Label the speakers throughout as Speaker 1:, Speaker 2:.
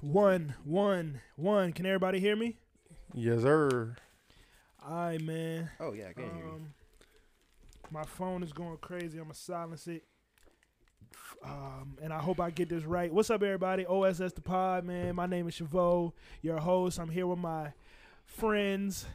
Speaker 1: One, one, one. Can everybody hear me?
Speaker 2: Yes, sir.
Speaker 1: All right, man.
Speaker 3: Oh yeah, I can hear you.
Speaker 1: Um, my phone is going crazy. I'm gonna silence it. F- Um, and I hope I get this right. What's up, everybody? OSS the pod, man. My name is Chavo, your host. I'm here with my friends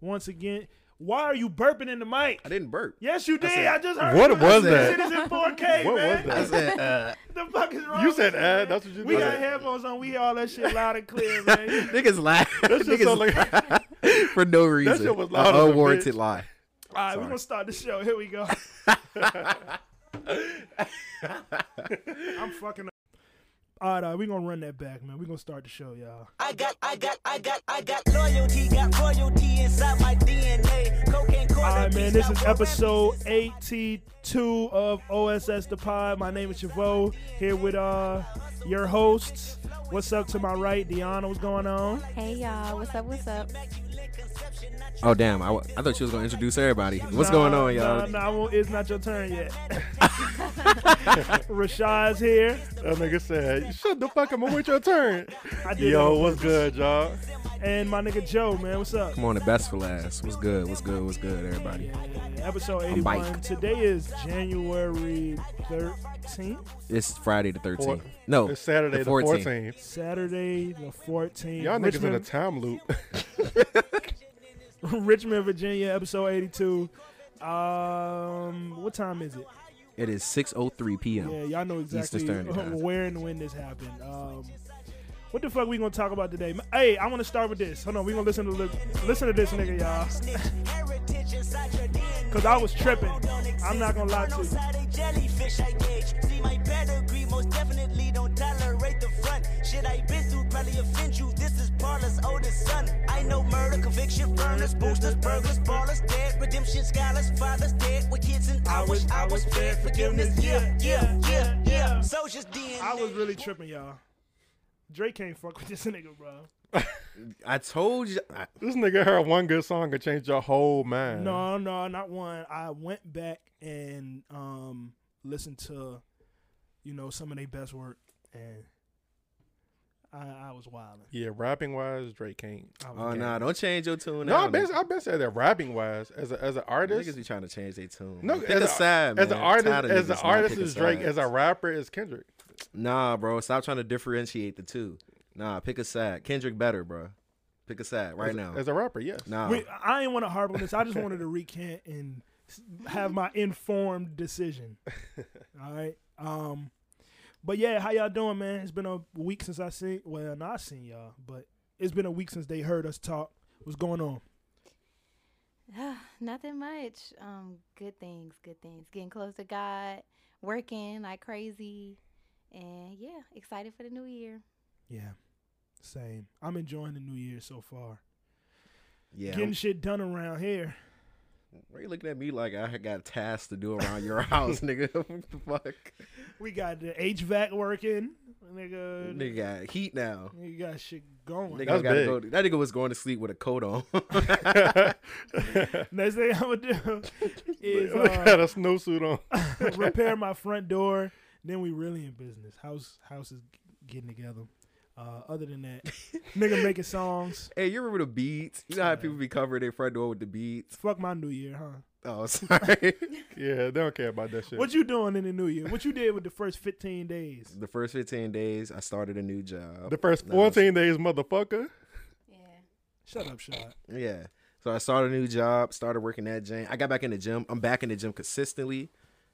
Speaker 1: once again. Why are you burping in the mic?
Speaker 3: I didn't burp.
Speaker 1: Yes, you did. I,
Speaker 3: said-
Speaker 1: just heard.
Speaker 2: What
Speaker 1: you.
Speaker 2: was
Speaker 1: This
Speaker 2: that?
Speaker 1: shit is in 4K,
Speaker 2: What
Speaker 1: man.
Speaker 2: was that?
Speaker 3: I said, uh,
Speaker 1: The fuck is wrong?
Speaker 2: You
Speaker 1: with
Speaker 2: said, "Ah,"
Speaker 1: man?
Speaker 2: that's what you
Speaker 1: We
Speaker 2: did.
Speaker 1: got headphones on. We hear all that shit loud and clear, man.
Speaker 3: niggas lie.
Speaker 2: That shit sound
Speaker 3: Niggas for no reason.
Speaker 2: shit was
Speaker 3: An
Speaker 2: loud as a
Speaker 3: unwarranted
Speaker 2: bitch.
Speaker 3: lie.
Speaker 1: All right, we're gonna start the show. Here we go. I'm fucking. Up. All right, all right, we're gonna run that back, man. We're gonna start the show, y'all.
Speaker 4: I got, I got, I got, I got loyalty, got royalty inside my DNA. Cocaine,
Speaker 1: All right, man. This is episode
Speaker 4: eight.
Speaker 1: 82 of OSS the Pod. My name is Chavo. Here with uh your hosts. What's up to my right, Deanna? What's going on?
Speaker 5: Hey y'all, what's up? What's up?
Speaker 3: Oh damn! I, wa- I thought she was gonna introduce everybody. What's going on, y'all?
Speaker 1: Nah, nah, I won't- it's not your turn yet. Rashad's here.
Speaker 2: That nigga said, "Shut the fuck up! I'm with your turn."
Speaker 1: I did
Speaker 2: Yo,
Speaker 1: it.
Speaker 2: what's good, y'all?
Speaker 1: And my nigga Joe, man. What's up?
Speaker 3: Come on, the best for last. What's good? What's good? What's good, everybody?
Speaker 1: Yeah, episode 81.
Speaker 3: bike.
Speaker 1: Today is January 13th,
Speaker 3: It's Friday the
Speaker 2: Four-
Speaker 3: thirteenth. No,
Speaker 2: it's Saturday the 14th.
Speaker 1: Saturday the 14th.
Speaker 2: Y'all niggas in a
Speaker 1: Richmond,
Speaker 2: time loop.
Speaker 1: Richmond, Virginia, episode 82. Um, what time is it?
Speaker 3: It is six oh three p.m.
Speaker 1: Yeah, y'all know exactly
Speaker 3: Standard Time.
Speaker 1: where and when this happened. Um, what the fuck we gonna talk about today? Hey, I want to start with this. Hold on, we gonna listen to li- listen to this nigga, y'all. Cause I was tripping. I'm not gonna lie to you.
Speaker 4: Jellyfish, I gauge. See my pedigree, most definitely don't tolerate the front. Shit I been through probably offend you. This is Paula's oldest son. I know murder, conviction, burners, boosters, burglars, ballers, dead, redemption, scholars, fathers, dead with kids, and I wish I was fed forgiveness. Yeah, yeah, yeah, yeah. Soldiers, DNA.
Speaker 1: I was really tripping, y'all. Drake can't fuck with this nigga, bro.
Speaker 3: I told you. I,
Speaker 2: this nigga heard one good song and changed your whole mind.
Speaker 1: No, no, not one. I went back and um listened to, you know, some of their best work, and I, I was wilding.
Speaker 2: Yeah, rapping wise, Drake can't.
Speaker 3: oh nah, don't change your tune.
Speaker 2: No,
Speaker 3: now,
Speaker 2: I've been,
Speaker 3: nigga.
Speaker 2: I've been saying that rapping wise, as a, as an artist,
Speaker 3: Niggas be trying to change their tune.
Speaker 2: No,
Speaker 3: pick
Speaker 2: as
Speaker 3: a,
Speaker 2: a-
Speaker 3: side,
Speaker 2: as
Speaker 3: man.
Speaker 2: an
Speaker 3: I'm
Speaker 2: artist,
Speaker 3: tired of
Speaker 2: as
Speaker 3: niggas
Speaker 2: an
Speaker 3: not
Speaker 2: artist
Speaker 3: picking
Speaker 2: is Drake.
Speaker 3: sides.
Speaker 2: As a rapper is Kendrick.
Speaker 3: Nah, bro, stop trying to differentiate the two. Nah, pick a side. Kendrick better, bro. Pick a side right
Speaker 2: As a-
Speaker 3: now.
Speaker 2: as a rapper, yes.
Speaker 3: nah,
Speaker 1: We, I didn't want to harp on this. I just wanted to recant and s- have my informed decision. All right. Um, but yeah, how y'all doing, man? It's been a week since I seen. Well, not seen y'all, but it's been a week since they heard us talk. What's going on?
Speaker 5: Nothing much. Um, good things, good things. Getting close to God, working like crazy, and yeah, excited for the new year.
Speaker 1: Yeah. Same. I'm enjoying the new year so far.
Speaker 3: yeah.
Speaker 1: Getting shit done around here.
Speaker 3: Why you looking at me like I got tasks to do around your house, nigga? what the fuck?
Speaker 1: We got the HVAC working. Nigga.
Speaker 3: Nigga got heat now.
Speaker 1: You got shit going.
Speaker 3: Nigga
Speaker 2: That's
Speaker 3: gotta
Speaker 2: big.
Speaker 3: go. That nigga was going to sleep with a coat on.
Speaker 1: Next thing I'm gonna do is
Speaker 2: Look
Speaker 1: uh,
Speaker 2: at a snowsuit on.
Speaker 1: repair my front door. Then we really in business. House house is getting together. Uh, other than that, nigga making songs.
Speaker 3: hey, you remember the beads? You know how people be covering their front door with the beads?
Speaker 1: Fuck my new year, huh?
Speaker 3: Oh, sorry.
Speaker 2: Yeah, they don't care about that shit.
Speaker 1: What you doing in the new year? What you did with the first 15 days?
Speaker 3: the first 15 days, I started a new job.
Speaker 2: the first
Speaker 3: No, I'm
Speaker 2: 14 days, motherfucker.
Speaker 5: Yeah.
Speaker 1: Shut up, shot.
Speaker 3: Yeah. So I started a new job, started working at gym. I got back in the gym. I'm back in the gym consistently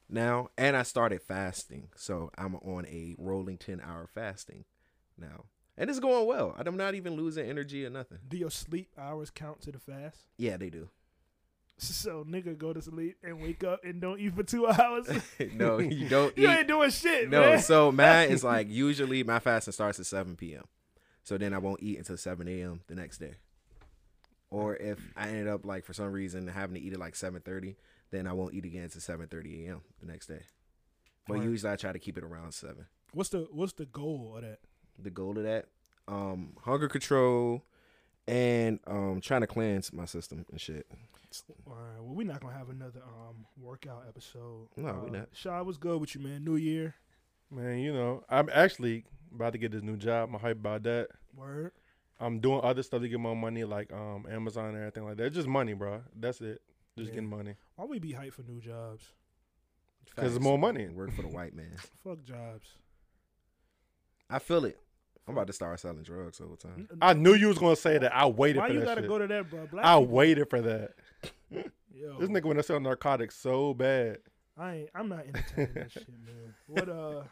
Speaker 3: now, and I started fasting. So I'm on a rolling 10 hour fasting now. And it's going well. I'm not even losing energy or nothing.
Speaker 1: Do your sleep hours count to the fast?
Speaker 3: Yeah, they do.
Speaker 1: So nigga go to sleep and wake up and don't eat for two hours.
Speaker 3: no, you don't
Speaker 1: you
Speaker 3: eat.
Speaker 1: ain't doing shit,
Speaker 3: No,
Speaker 1: man.
Speaker 3: so mine is like usually my fasting starts at 7 p.m. So then I won't eat until 7 a.m. the next day. Or if I ended up like for some reason having to eat at like 7:30, then I won't eat again until 7:30 a.m. the next day. But
Speaker 1: Right.
Speaker 3: usually I try to keep it around seven.
Speaker 1: what's the what's the goal of that?
Speaker 3: The goal of that, um, hunger control, and um, trying to cleanse my system and shit.
Speaker 1: All right, well, we're not gonna have another um workout episode.
Speaker 3: No, we not.
Speaker 1: Shaw, what's good with you, man? New year,
Speaker 2: Man, you know, I'm actually about to get this new job. I'm hyped about that.
Speaker 1: Word.
Speaker 2: I'm doing other stuff to get more money, like um Amazon and everything like that. It's just money, bro. That's it. Just
Speaker 1: Yeah.
Speaker 2: getting money.
Speaker 1: Why we be hyped for new jobs?
Speaker 2: 'Cause it's more money.
Speaker 3: Work for the white man.
Speaker 1: Fuck jobs.
Speaker 3: I feel it. I'm about to start selling drugs all the time.
Speaker 2: I knew you was gonna say that. I waited
Speaker 1: Why
Speaker 2: for
Speaker 1: you
Speaker 2: that
Speaker 1: gotta
Speaker 2: shit.
Speaker 1: go to that, bro? Black
Speaker 2: I
Speaker 1: people-
Speaker 2: waited for that.
Speaker 1: Yo,
Speaker 2: This nigga wanna sell narcotics so bad.
Speaker 1: I ain't, I'm not entertaining that shit, man. What uh,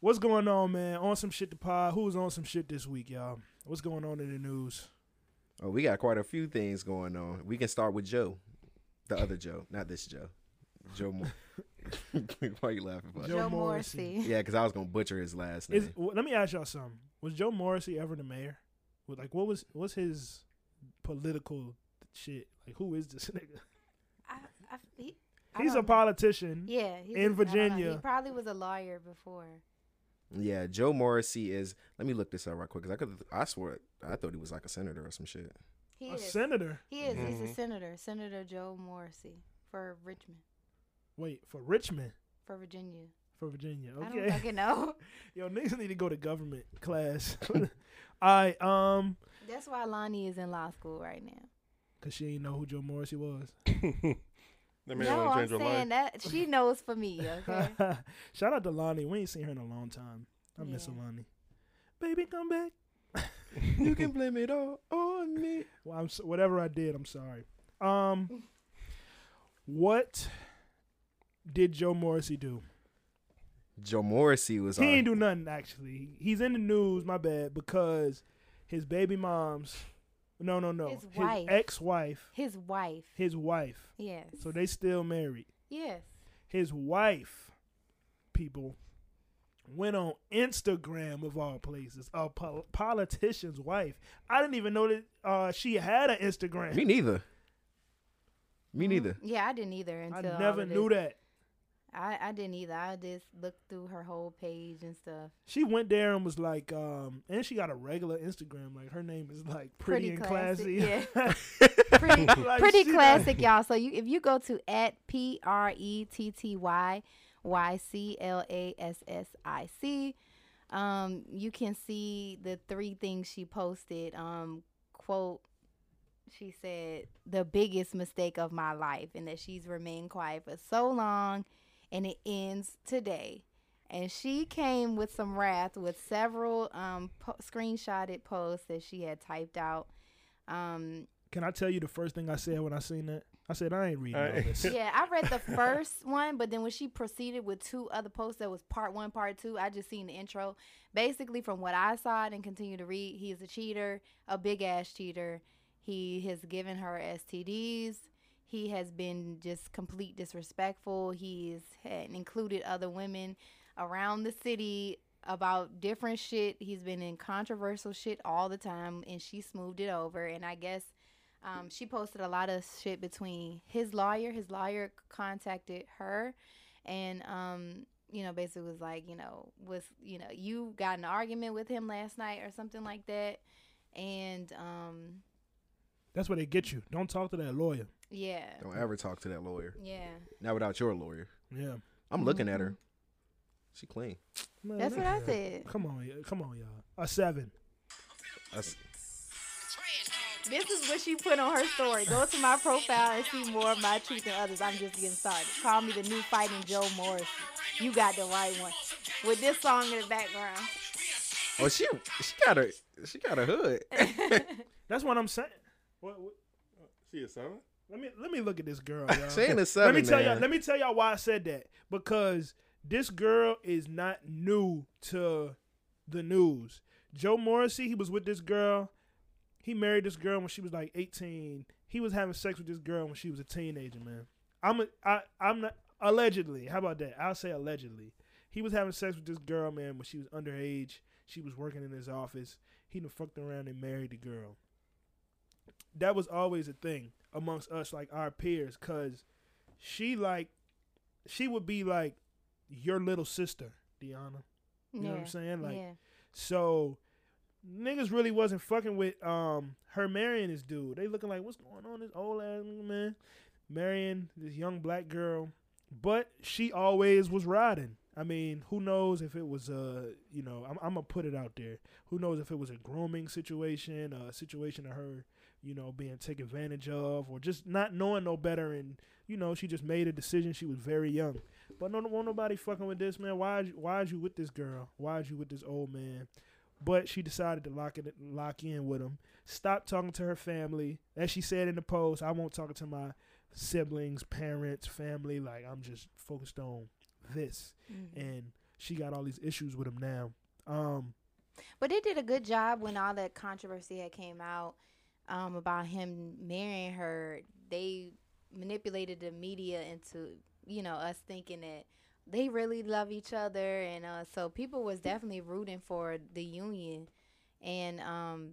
Speaker 1: what's going on, man? On some shit to pod. Who's on some shit this week, y'all? What's going on in the news?
Speaker 3: Oh, we got quite a few things going on. We can start with Joe, the other Joe, not this Joe. Joe. Moore. Why you laughing? About?
Speaker 1: Joe
Speaker 5: Joe
Speaker 1: Morrissey.
Speaker 5: Morrissey.
Speaker 3: Yeah, because I was gonna butcher his last name.
Speaker 1: Is w- let me ask y'all something. Was Joe Morrissey ever the mayor? With, Like, what was what's his political shit? Like, who is this nigga?
Speaker 5: I, I, he, I
Speaker 1: He's a
Speaker 5: don't know.
Speaker 1: politician.
Speaker 5: Yeah, he
Speaker 1: in
Speaker 5: was- I don't know.
Speaker 1: Virginia.
Speaker 5: He probably was a lawyer before.
Speaker 3: Yeah, Joe Morrissey is. Let me look this up right quick because I could. I swore I thought he was like a senator or some shit.
Speaker 5: He
Speaker 1: A
Speaker 5: is.
Speaker 1: senator.
Speaker 5: he is. He's a
Speaker 2: Mhm.
Speaker 5: senator. Senator Joe Morrissey for Richmond,
Speaker 1: Wait for Richmond,
Speaker 5: for Virginia.
Speaker 1: for Virginia.
Speaker 5: I don't
Speaker 1: Okay,
Speaker 5: fucking know.
Speaker 1: yo, niggas need to go to government class. I um,
Speaker 5: That's why Lonnie is in law school right now.
Speaker 1: cause she ain't know who Joe Morrissey was.
Speaker 2: that man
Speaker 5: no,
Speaker 2: wanna
Speaker 5: I'm
Speaker 2: change your life.
Speaker 5: saying that she knows for me. Okay.
Speaker 1: Shout out to Lonnie. We ain't seen her in a long time. I miss
Speaker 5: Yeah.
Speaker 1: Lonnie. Baby, come back.
Speaker 3: you can blame it all on me.
Speaker 1: Well, I'm s whatever I did, I'm sorry. Um, what did Joe Morrissey do?
Speaker 3: Joe Morrissey was. uh,
Speaker 1: He
Speaker 3: on-
Speaker 1: ain't do nothing actually. He's in the news, my bad, because his baby mom's no, no, no,
Speaker 5: His wife.
Speaker 1: ex-wife,
Speaker 5: His wife.
Speaker 1: his wife.
Speaker 5: Yes.
Speaker 1: So they still married.
Speaker 5: Yes.
Speaker 1: His wife, people, went on Instagram of all places. A pol- politician's wife. I didn't even know that uh, she had an Instagram.
Speaker 3: Me neither. Me neither.
Speaker 5: Mm-hmm. Yeah, I didn't either
Speaker 1: I
Speaker 5: until all
Speaker 1: never
Speaker 5: of
Speaker 1: knew that.
Speaker 5: this. I, I didn't either. I just looked through her whole page and stuff.
Speaker 1: She went there and was like, um, and she got a regular Instagram. Like her name is like pretty, and classy.
Speaker 5: Yeah. pretty
Speaker 1: Like,
Speaker 5: pretty
Speaker 1: she done-
Speaker 5: classic, y'all. So you if you go to at P R E T T Y Y C L A S S I C, um, you can see the three things she posted. Um, quote she said the biggest mistake of my life and that she's remained quiet for so long and it ends today and she came with some wrath with several um, po- screenshotted posts that she had typed out um,
Speaker 1: Can I tell you the first thing I said when I seen that? I said I ain't reading all
Speaker 2: I-
Speaker 1: this.
Speaker 5: yeah, I read the first one, but then when she proceeded with two other posts that was part one, part two, I just seen the intro. Basically, from what I saw it and continue to read, he is a cheater, a big ass cheater. He has given her STDs. He has been just complete disrespectful. He is had included other women around the city about different shit. He's been in controversial shit all the time, and she smoothed it over. And I guess um, she posted a lot of shit between his lawyer. His lawyer contacted her, and um, you know, basically was like, you know, was you know, you got in an argument with him last night or something like that, and um,
Speaker 1: That's where they get you. Don't talk to that lawyer.
Speaker 5: yeah,
Speaker 3: Don't ever talk to that lawyer.
Speaker 5: yeah,
Speaker 3: Not without your lawyer.
Speaker 1: Yeah,
Speaker 3: I'm looking at her. She clean.
Speaker 1: Man,
Speaker 5: that's
Speaker 1: that-
Speaker 5: what I said.
Speaker 1: Come on, y- come on, y'all. A seven.
Speaker 3: That's,
Speaker 5: This is what she put on her story. Go to my profile and see more of my tweets than others. I'm just getting started. Call me the new fighting Joe Morris. You got the right one. With this song in the background.
Speaker 3: oh, she she got a she got a hood.
Speaker 1: That's what I'm saying. What, what,
Speaker 2: She a seven?
Speaker 1: let me let me look at this girl. Y'all.
Speaker 3: She ain't a
Speaker 1: let
Speaker 3: seven.
Speaker 1: me tell y'all.
Speaker 3: man.
Speaker 1: Let me tell y'all why I said that because this girl is not new to the news. Joe Morrissey, he was with this girl. He married this girl when she was like 18. He was having sex with this girl when she was a teenager, man. I'm a, I, I'm not allegedly. How about that? I'll say allegedly. He was having sex with this girl, man, when she was underage. She was working in his office. He done fucked around and married the girl. That was always a thing amongst us, like our peers, cause she like she would be like your little sister, Deanna. You know what I'm saying? Like
Speaker 5: yeah.
Speaker 1: so niggas really wasn't fucking with um her marrying this dude. They looking like what's going on this old ass nigga, man marrying this young black girl, but she always was riding. I mean, who knows if it was a, you know, I'm, I'm gonna put it out there. Who knows if it was a grooming situation, a situation of her, you know, being taken advantage of, or just not knowing no better, and you know, she just made a decision. She was very young, but no, won't nobody fucking with this man. Why, is- why is you with this girl? Why is you with this old man? But she decided to lock it, lock in with him. Stop talking to her family, as she said in the post. I won't talk to my siblings, parents, family. Like I'm just focused on this
Speaker 5: Mm-hmm.
Speaker 1: and she got all these issues with him now. Um,
Speaker 5: But they did a good job when all that controversy had came out um, about him marrying her. They manipulated the media into you know us thinking that they really love each other, and uh, so people was definitely rooting for the union. And um,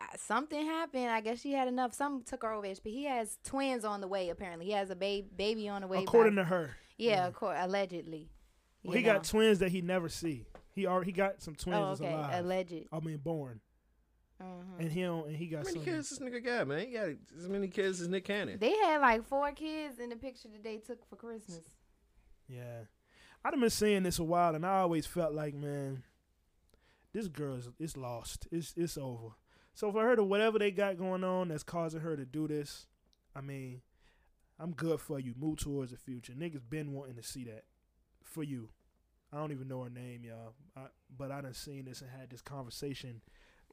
Speaker 5: I- something happened. I guess she had enough. Some took her over, but he has twins on the way. Apparently, he has a baby baby on the way.
Speaker 1: according
Speaker 5: by-
Speaker 1: to her,
Speaker 5: yeah, acco- allegedly.
Speaker 1: well,
Speaker 5: you
Speaker 1: he
Speaker 5: know.
Speaker 1: got twins that he never see. He already he got some twins
Speaker 5: Oh,
Speaker 1: that's
Speaker 5: okay,
Speaker 1: alive.
Speaker 5: alleged.
Speaker 1: I mean, born,
Speaker 5: Mhm.
Speaker 1: and he don't, and he
Speaker 3: How
Speaker 1: got
Speaker 3: many
Speaker 1: some.
Speaker 3: kids this nigga got, man? He got as many kids as Nick Cannon.
Speaker 5: They had like four kids in the picture that they took for Christmas.
Speaker 1: Yeah, I've been seeing this a while, and I always felt like, man, this girl is it's lost. It's it's over. So for her to whatever they got going on that's causing her to do this, I mean, I'm good for you. Move towards the future. Niggas been wanting to see that for you. I don't even know her name, y'all. I, but I done seen this and had this conversation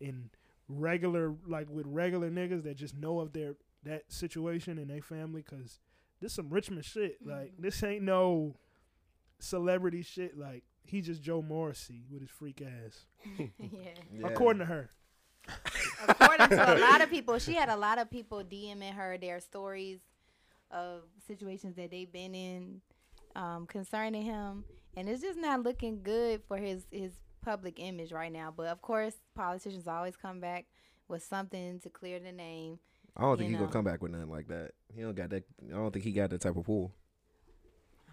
Speaker 1: in regular, like with regular niggas that just know of their that situation and their family, cause this some Richmond shit. Like this ain't no celebrity shit. Like he just Joe Morrissey with his freak ass,
Speaker 5: yeah.
Speaker 3: Yeah.
Speaker 1: according to her.
Speaker 5: According to a lot of people, she had a lot of people DMing her their stories of situations that they've been in um, concerning him, and it's just not looking good for his his public image right now. But of course, politicians always come back with something to clear the name.
Speaker 3: I don't
Speaker 5: you
Speaker 3: think he
Speaker 5: know.
Speaker 3: gonna come back with nothing like that. He don't got that. I don't think he got that type of pool.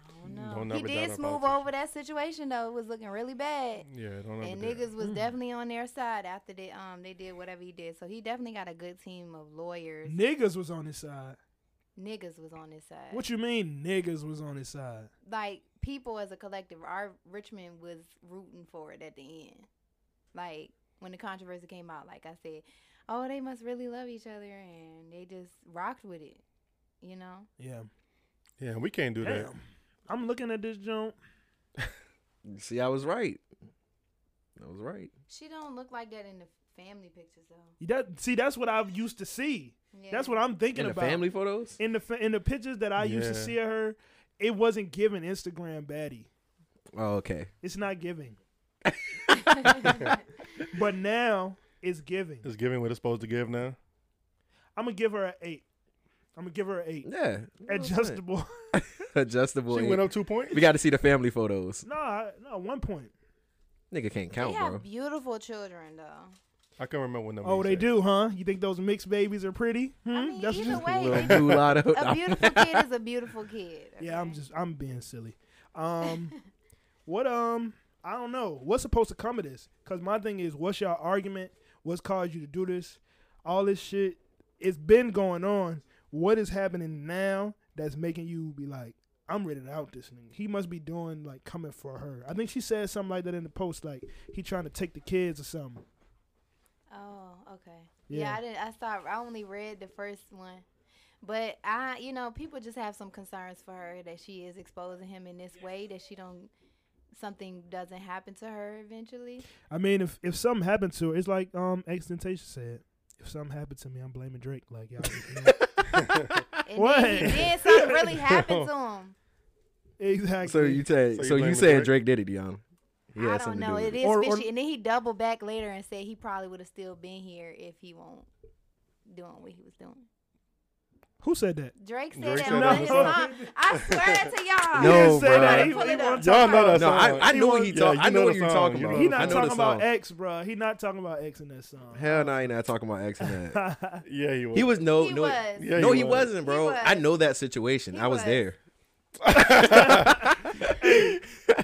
Speaker 5: I don't know.
Speaker 2: Don't
Speaker 5: Um, he
Speaker 2: never doubt
Speaker 5: did
Speaker 2: a
Speaker 5: smooth
Speaker 2: politician.
Speaker 5: over that situation though; it was looking really bad.
Speaker 2: Yeah, don't ever
Speaker 5: And
Speaker 2: do that.
Speaker 5: niggas was
Speaker 1: Mm.
Speaker 5: definitely on their side after they um they did whatever he did. So he definitely got a good team of lawyers.
Speaker 1: Niggas was on his side. Mm-hmm.
Speaker 5: Niggas was on his side.
Speaker 1: What you mean niggas was on his side?
Speaker 5: like people as a collective, our Richmond was rooting for it at the end. Like when the controversy came out, like I said, oh they must really love each other and they just rocked with it. You know?
Speaker 1: Yeah.
Speaker 2: Yeah, we can't do that.
Speaker 1: Damn. I'm looking at this joint.
Speaker 3: See, I was right. I was right.
Speaker 5: She don't look like that in the family pictures though.
Speaker 1: That see, that's what I've used to see. That's
Speaker 5: Yeah.
Speaker 1: what I'm thinking
Speaker 3: In the
Speaker 1: about.
Speaker 3: family photos,
Speaker 1: In the fa- in the pictures that I used to
Speaker 2: Yeah.
Speaker 1: see of her, it wasn't giving Instagram baddie.
Speaker 3: oh okay.
Speaker 1: It's not giving. but now it's giving.
Speaker 2: It's giving what it's supposed to give now.
Speaker 1: I'm gonna give her an eight. I'm gonna give her an eight.
Speaker 3: Yeah,
Speaker 1: Adjustable.
Speaker 3: adjustable.
Speaker 2: she
Speaker 3: yeah.
Speaker 2: went up two points.
Speaker 3: We got to see the family photos.
Speaker 1: no, I- no, one point.
Speaker 3: Nigga can't
Speaker 5: They
Speaker 3: count,
Speaker 5: have
Speaker 3: bro.
Speaker 5: beautiful children though.
Speaker 2: I can't remember when.
Speaker 1: Oh, they do, huh? You think those mixed babies are pretty? Hmm?
Speaker 5: I mean, either way,
Speaker 3: Little
Speaker 5: they-
Speaker 3: mulatto.
Speaker 5: a beautiful kid is a beautiful kid.
Speaker 1: Yeah, I'm
Speaker 5: okay?
Speaker 1: just I'm being silly. Um, what um I don't know what's supposed to come of this because my thing is what's your argument? What's caused you to do this? All this shit it's been going on. What is happening now that's making you be like I'm ready to out this nigga? He must be doing like coming for her. I think she said something like that in the post, like he trying to take the kids or something.
Speaker 5: Oh, okay. Yeah,
Speaker 1: Yeah.
Speaker 5: I didn't. I saw. I only read the first one, but I, you know, people just have some concerns for her that she is exposing him in this way that she don't something doesn't happen to her eventually.
Speaker 1: I mean, if if something happened to her, it's like um Extentation said. If something happened to me, I'm blaming Drake. Like y'all,
Speaker 5: And
Speaker 1: What?
Speaker 5: Then, he- then something really happened to him.
Speaker 1: exactly.
Speaker 3: So you take.
Speaker 2: So
Speaker 3: So,
Speaker 2: you
Speaker 3: you
Speaker 2: blaming
Speaker 3: saying
Speaker 2: Drake?
Speaker 3: Drake did it, Deanna? He
Speaker 5: I
Speaker 3: had
Speaker 5: don't
Speaker 3: something to
Speaker 5: know.
Speaker 3: do
Speaker 5: It
Speaker 3: with
Speaker 5: is
Speaker 1: Or- or-
Speaker 5: fishy. and then he doubled back later and said he probably would have still been here if he won't doing what he was doing.
Speaker 1: Who said that?
Speaker 5: Drake said
Speaker 2: Drake
Speaker 5: that
Speaker 2: said
Speaker 5: on
Speaker 2: that.
Speaker 5: his
Speaker 1: No.
Speaker 5: song. I swear to y'all.
Speaker 3: No,
Speaker 1: didn't say
Speaker 3: bruh.
Speaker 1: that. He-
Speaker 5: Pull it
Speaker 1: he
Speaker 5: up.
Speaker 1: wasn't
Speaker 2: Y'all know that
Speaker 3: No,
Speaker 2: song.
Speaker 3: I, I
Speaker 1: He
Speaker 3: know
Speaker 1: was-
Speaker 3: what he
Speaker 2: yeah,
Speaker 3: talk.
Speaker 2: you
Speaker 3: I
Speaker 2: know
Speaker 3: know what
Speaker 2: the
Speaker 3: you
Speaker 2: song,
Speaker 3: talking
Speaker 2: you
Speaker 3: about.
Speaker 2: know
Speaker 1: He
Speaker 2: I
Speaker 1: not
Speaker 2: know
Speaker 1: talking about
Speaker 3: X.
Speaker 1: X, bruh. He not talking about X in that song.
Speaker 3: Hell no, he not talking about X and that.
Speaker 2: Yeah, he was.
Speaker 3: He was no,
Speaker 5: He
Speaker 3: no,
Speaker 5: was.
Speaker 2: Yeah,
Speaker 3: no,
Speaker 2: he
Speaker 3: he,
Speaker 2: was.
Speaker 3: wasn't, bro.
Speaker 5: He was.
Speaker 3: I know that situation.
Speaker 5: He
Speaker 3: I was,
Speaker 5: was.
Speaker 3: there.
Speaker 1: All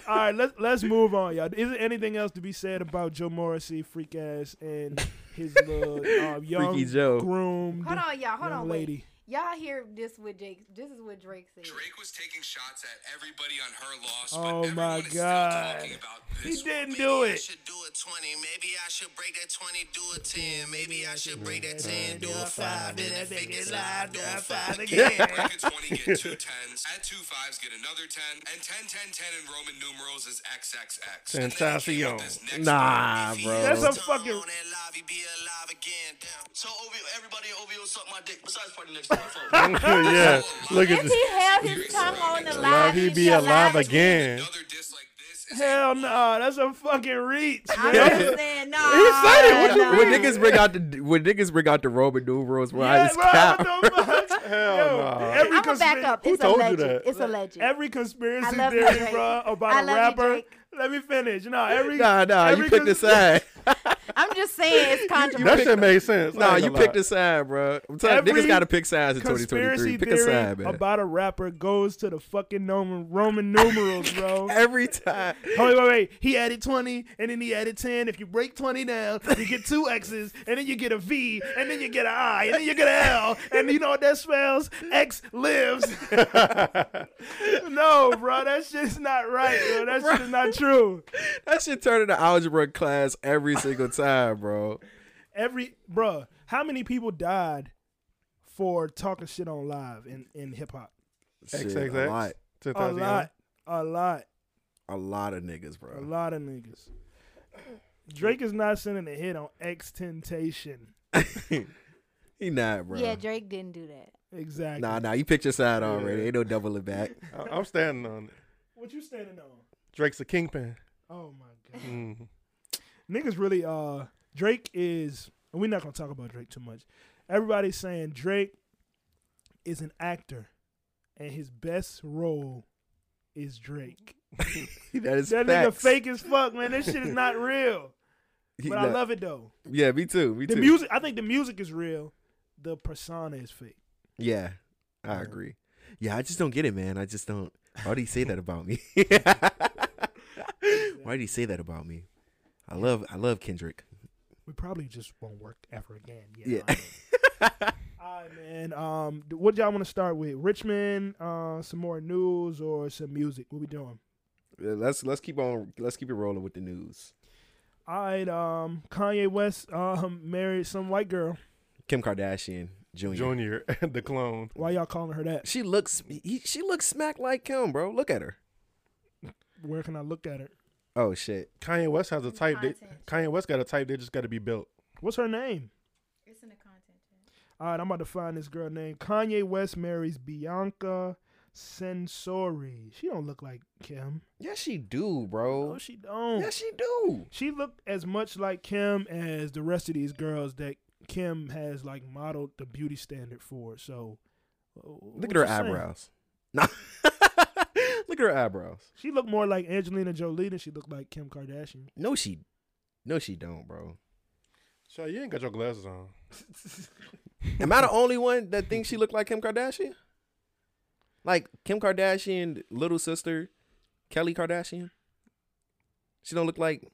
Speaker 1: right, let's let's move on, y'all. Is there anything else to be said about Joe Morrissey, freak ass, and his little uh, young
Speaker 3: Joe.
Speaker 1: groomed
Speaker 5: Hold on, y'all. Hold
Speaker 1: young
Speaker 5: on. Wait.
Speaker 1: lady?
Speaker 5: Y'all hear this with Jake? This is what Drake said.
Speaker 6: Drake was taking shots at everybody on her loss.
Speaker 1: Oh
Speaker 6: but
Speaker 1: my
Speaker 6: everyone is
Speaker 1: God.
Speaker 6: Still talking about
Speaker 1: He
Speaker 6: this
Speaker 1: didn't
Speaker 6: Maybe
Speaker 1: do
Speaker 6: I
Speaker 1: it.
Speaker 6: should do a 20. Maybe I should break that 20, do a 10. Maybe I should break that 10, do a 5. Then I think it's live, do a 5 again. Break a 20, get two 10s. Add two 5s, get another 10. And 10, 10, 10 in Roman numerals is XXX. And then he came up with this next
Speaker 3: Nah,
Speaker 6: one. If he
Speaker 3: bro.
Speaker 1: That's
Speaker 6: hits
Speaker 1: a
Speaker 6: time
Speaker 1: fucking-
Speaker 6: on that live, he be alive again. Damn. So OVO, everybody at OVO suck my dick. Besides party next time.
Speaker 2: yeah, look at
Speaker 5: If
Speaker 2: this.
Speaker 5: he held his tongue on the
Speaker 2: Now
Speaker 5: live,
Speaker 2: he be alive again.
Speaker 6: Another diss like this is
Speaker 1: Hell no, that's a fucking reach.
Speaker 5: I'm
Speaker 1: man.
Speaker 5: just saying, no.
Speaker 3: What you-
Speaker 5: no.
Speaker 3: when niggas bring out the when niggas bring out the Roman numerals, bro, I
Speaker 1: Yeah,
Speaker 3: just
Speaker 1: bro,
Speaker 3: cap.
Speaker 1: what the fuck?
Speaker 2: Hell
Speaker 1: Yo,
Speaker 2: nah.
Speaker 1: every
Speaker 5: I'm gonna
Speaker 1: conspi-
Speaker 5: back up.
Speaker 2: Who
Speaker 5: It's a
Speaker 2: told you
Speaker 5: legend.
Speaker 2: that?
Speaker 5: It's a legend.
Speaker 1: Every conspiracy
Speaker 5: I love you,
Speaker 1: theory,
Speaker 5: Drake.
Speaker 1: bro, about
Speaker 5: I
Speaker 1: a
Speaker 5: love you,
Speaker 1: rapper.
Speaker 5: Drake.
Speaker 1: let me finish. No, every
Speaker 3: Nah, nah,
Speaker 1: every
Speaker 3: you picked a
Speaker 1: cons-
Speaker 3: side.
Speaker 5: I'm just saying it's
Speaker 2: That
Speaker 5: controversial.
Speaker 2: shit made sense. I
Speaker 3: Nah,
Speaker 2: ain't
Speaker 3: you
Speaker 2: gonna
Speaker 3: picked a
Speaker 2: lie.
Speaker 3: side, bro. I'm telling
Speaker 1: Every
Speaker 3: niggas got to pick sides in
Speaker 1: Conspiracy
Speaker 3: 2023. Pick a
Speaker 1: theory
Speaker 3: side, man.
Speaker 1: about a rapper goes to the fucking Roman, Roman numerals, bro.
Speaker 3: Every time.
Speaker 1: Oh, wait, wait, wait. He added 20 and then he added 10. If you break 20 down, you get two X's and then you get a V and then you get an I and then you get an L. And you know what that spells? X lives. no, bro. That shit's not right, bro. That shit is not true.
Speaker 3: That shit turned into algebra class every single time, bro.
Speaker 1: Every, bro, how many people died for talking shit on live in, in hip hop?
Speaker 3: Shit,
Speaker 2: XXX.
Speaker 3: A lot.
Speaker 2: 10,000
Speaker 1: A
Speaker 2: yards.
Speaker 1: lot. A lot.
Speaker 3: A lot of niggas,
Speaker 1: A
Speaker 3: bro.
Speaker 1: lot of niggas. Drake is not sending a hit on X Temptation.
Speaker 3: He not, bro.
Speaker 5: Yeah, Drake didn't do that.
Speaker 1: Exactly.
Speaker 3: Nah, nah, you picked your side already. Ain't no doubling back.
Speaker 2: I- I'm standing on it.
Speaker 1: What you standing on?
Speaker 2: Drake's a kingpin.
Speaker 1: Oh my god.
Speaker 2: Mm.
Speaker 1: Niggas really uh Drake is and we're not gonna talk about Drake too much. Everybody's saying Drake is an actor and his best role is Drake.
Speaker 3: that is
Speaker 1: That nigga
Speaker 3: facts.
Speaker 1: fake as fuck, man. This shit is not real.
Speaker 3: He
Speaker 1: But I
Speaker 3: not-
Speaker 1: love it though.
Speaker 3: Yeah, me too. Me
Speaker 1: The
Speaker 3: too.
Speaker 1: music I think the music is real. The persona is fake.
Speaker 3: Yeah, I agree. Yeah, I just don't get it, man. I just don't. Why do you say that about me? Why do you say that about me? I love, I love Kendrick.
Speaker 1: We probably just won't work ever again.
Speaker 3: Yeah.
Speaker 1: I know. All right, man. Um, d- what y'all want to start with? Richmond, uh, some more news or some music? What we doing?
Speaker 3: Yeah, let's let's keep on let's keep it rolling with the news.
Speaker 1: All right. Um, Kanye West um married some white girl.
Speaker 3: Kim Kardashian Jr.
Speaker 2: Junior, the clone.
Speaker 1: Why y'all calling her that?
Speaker 3: She looks he, she looks smack like Kim, bro. Look at her.
Speaker 1: Where can I look at her?
Speaker 3: Oh shit.
Speaker 2: Kanye West has a type. They, Kanye West got a type. They just got to be built.
Speaker 1: What's her name?
Speaker 5: It's in the content.
Speaker 1: All right, I'm about to find this girl name. Kanye West marries Bianca Sensori. She don't look like Kim.
Speaker 3: Yeah, she do, bro.
Speaker 1: No, Oh, she don't.
Speaker 3: Oh. yeah, she do.
Speaker 1: She looked as much like Kim as the rest of these girls that Kim has like modeled the beauty standard for. So uh,
Speaker 3: Look at her eyebrows. Nah. Look at her eyebrows.
Speaker 1: She looked more like Angelina Jolie than she looked like Kim Kardashian.
Speaker 3: No, she no, she don't, bro.
Speaker 2: So you ain't got your glasses on.
Speaker 3: Am I the only one that thinks she looked like Kim Kardashian? Like Kim Kardashian little sister, Kelly Kardashian? She don't look like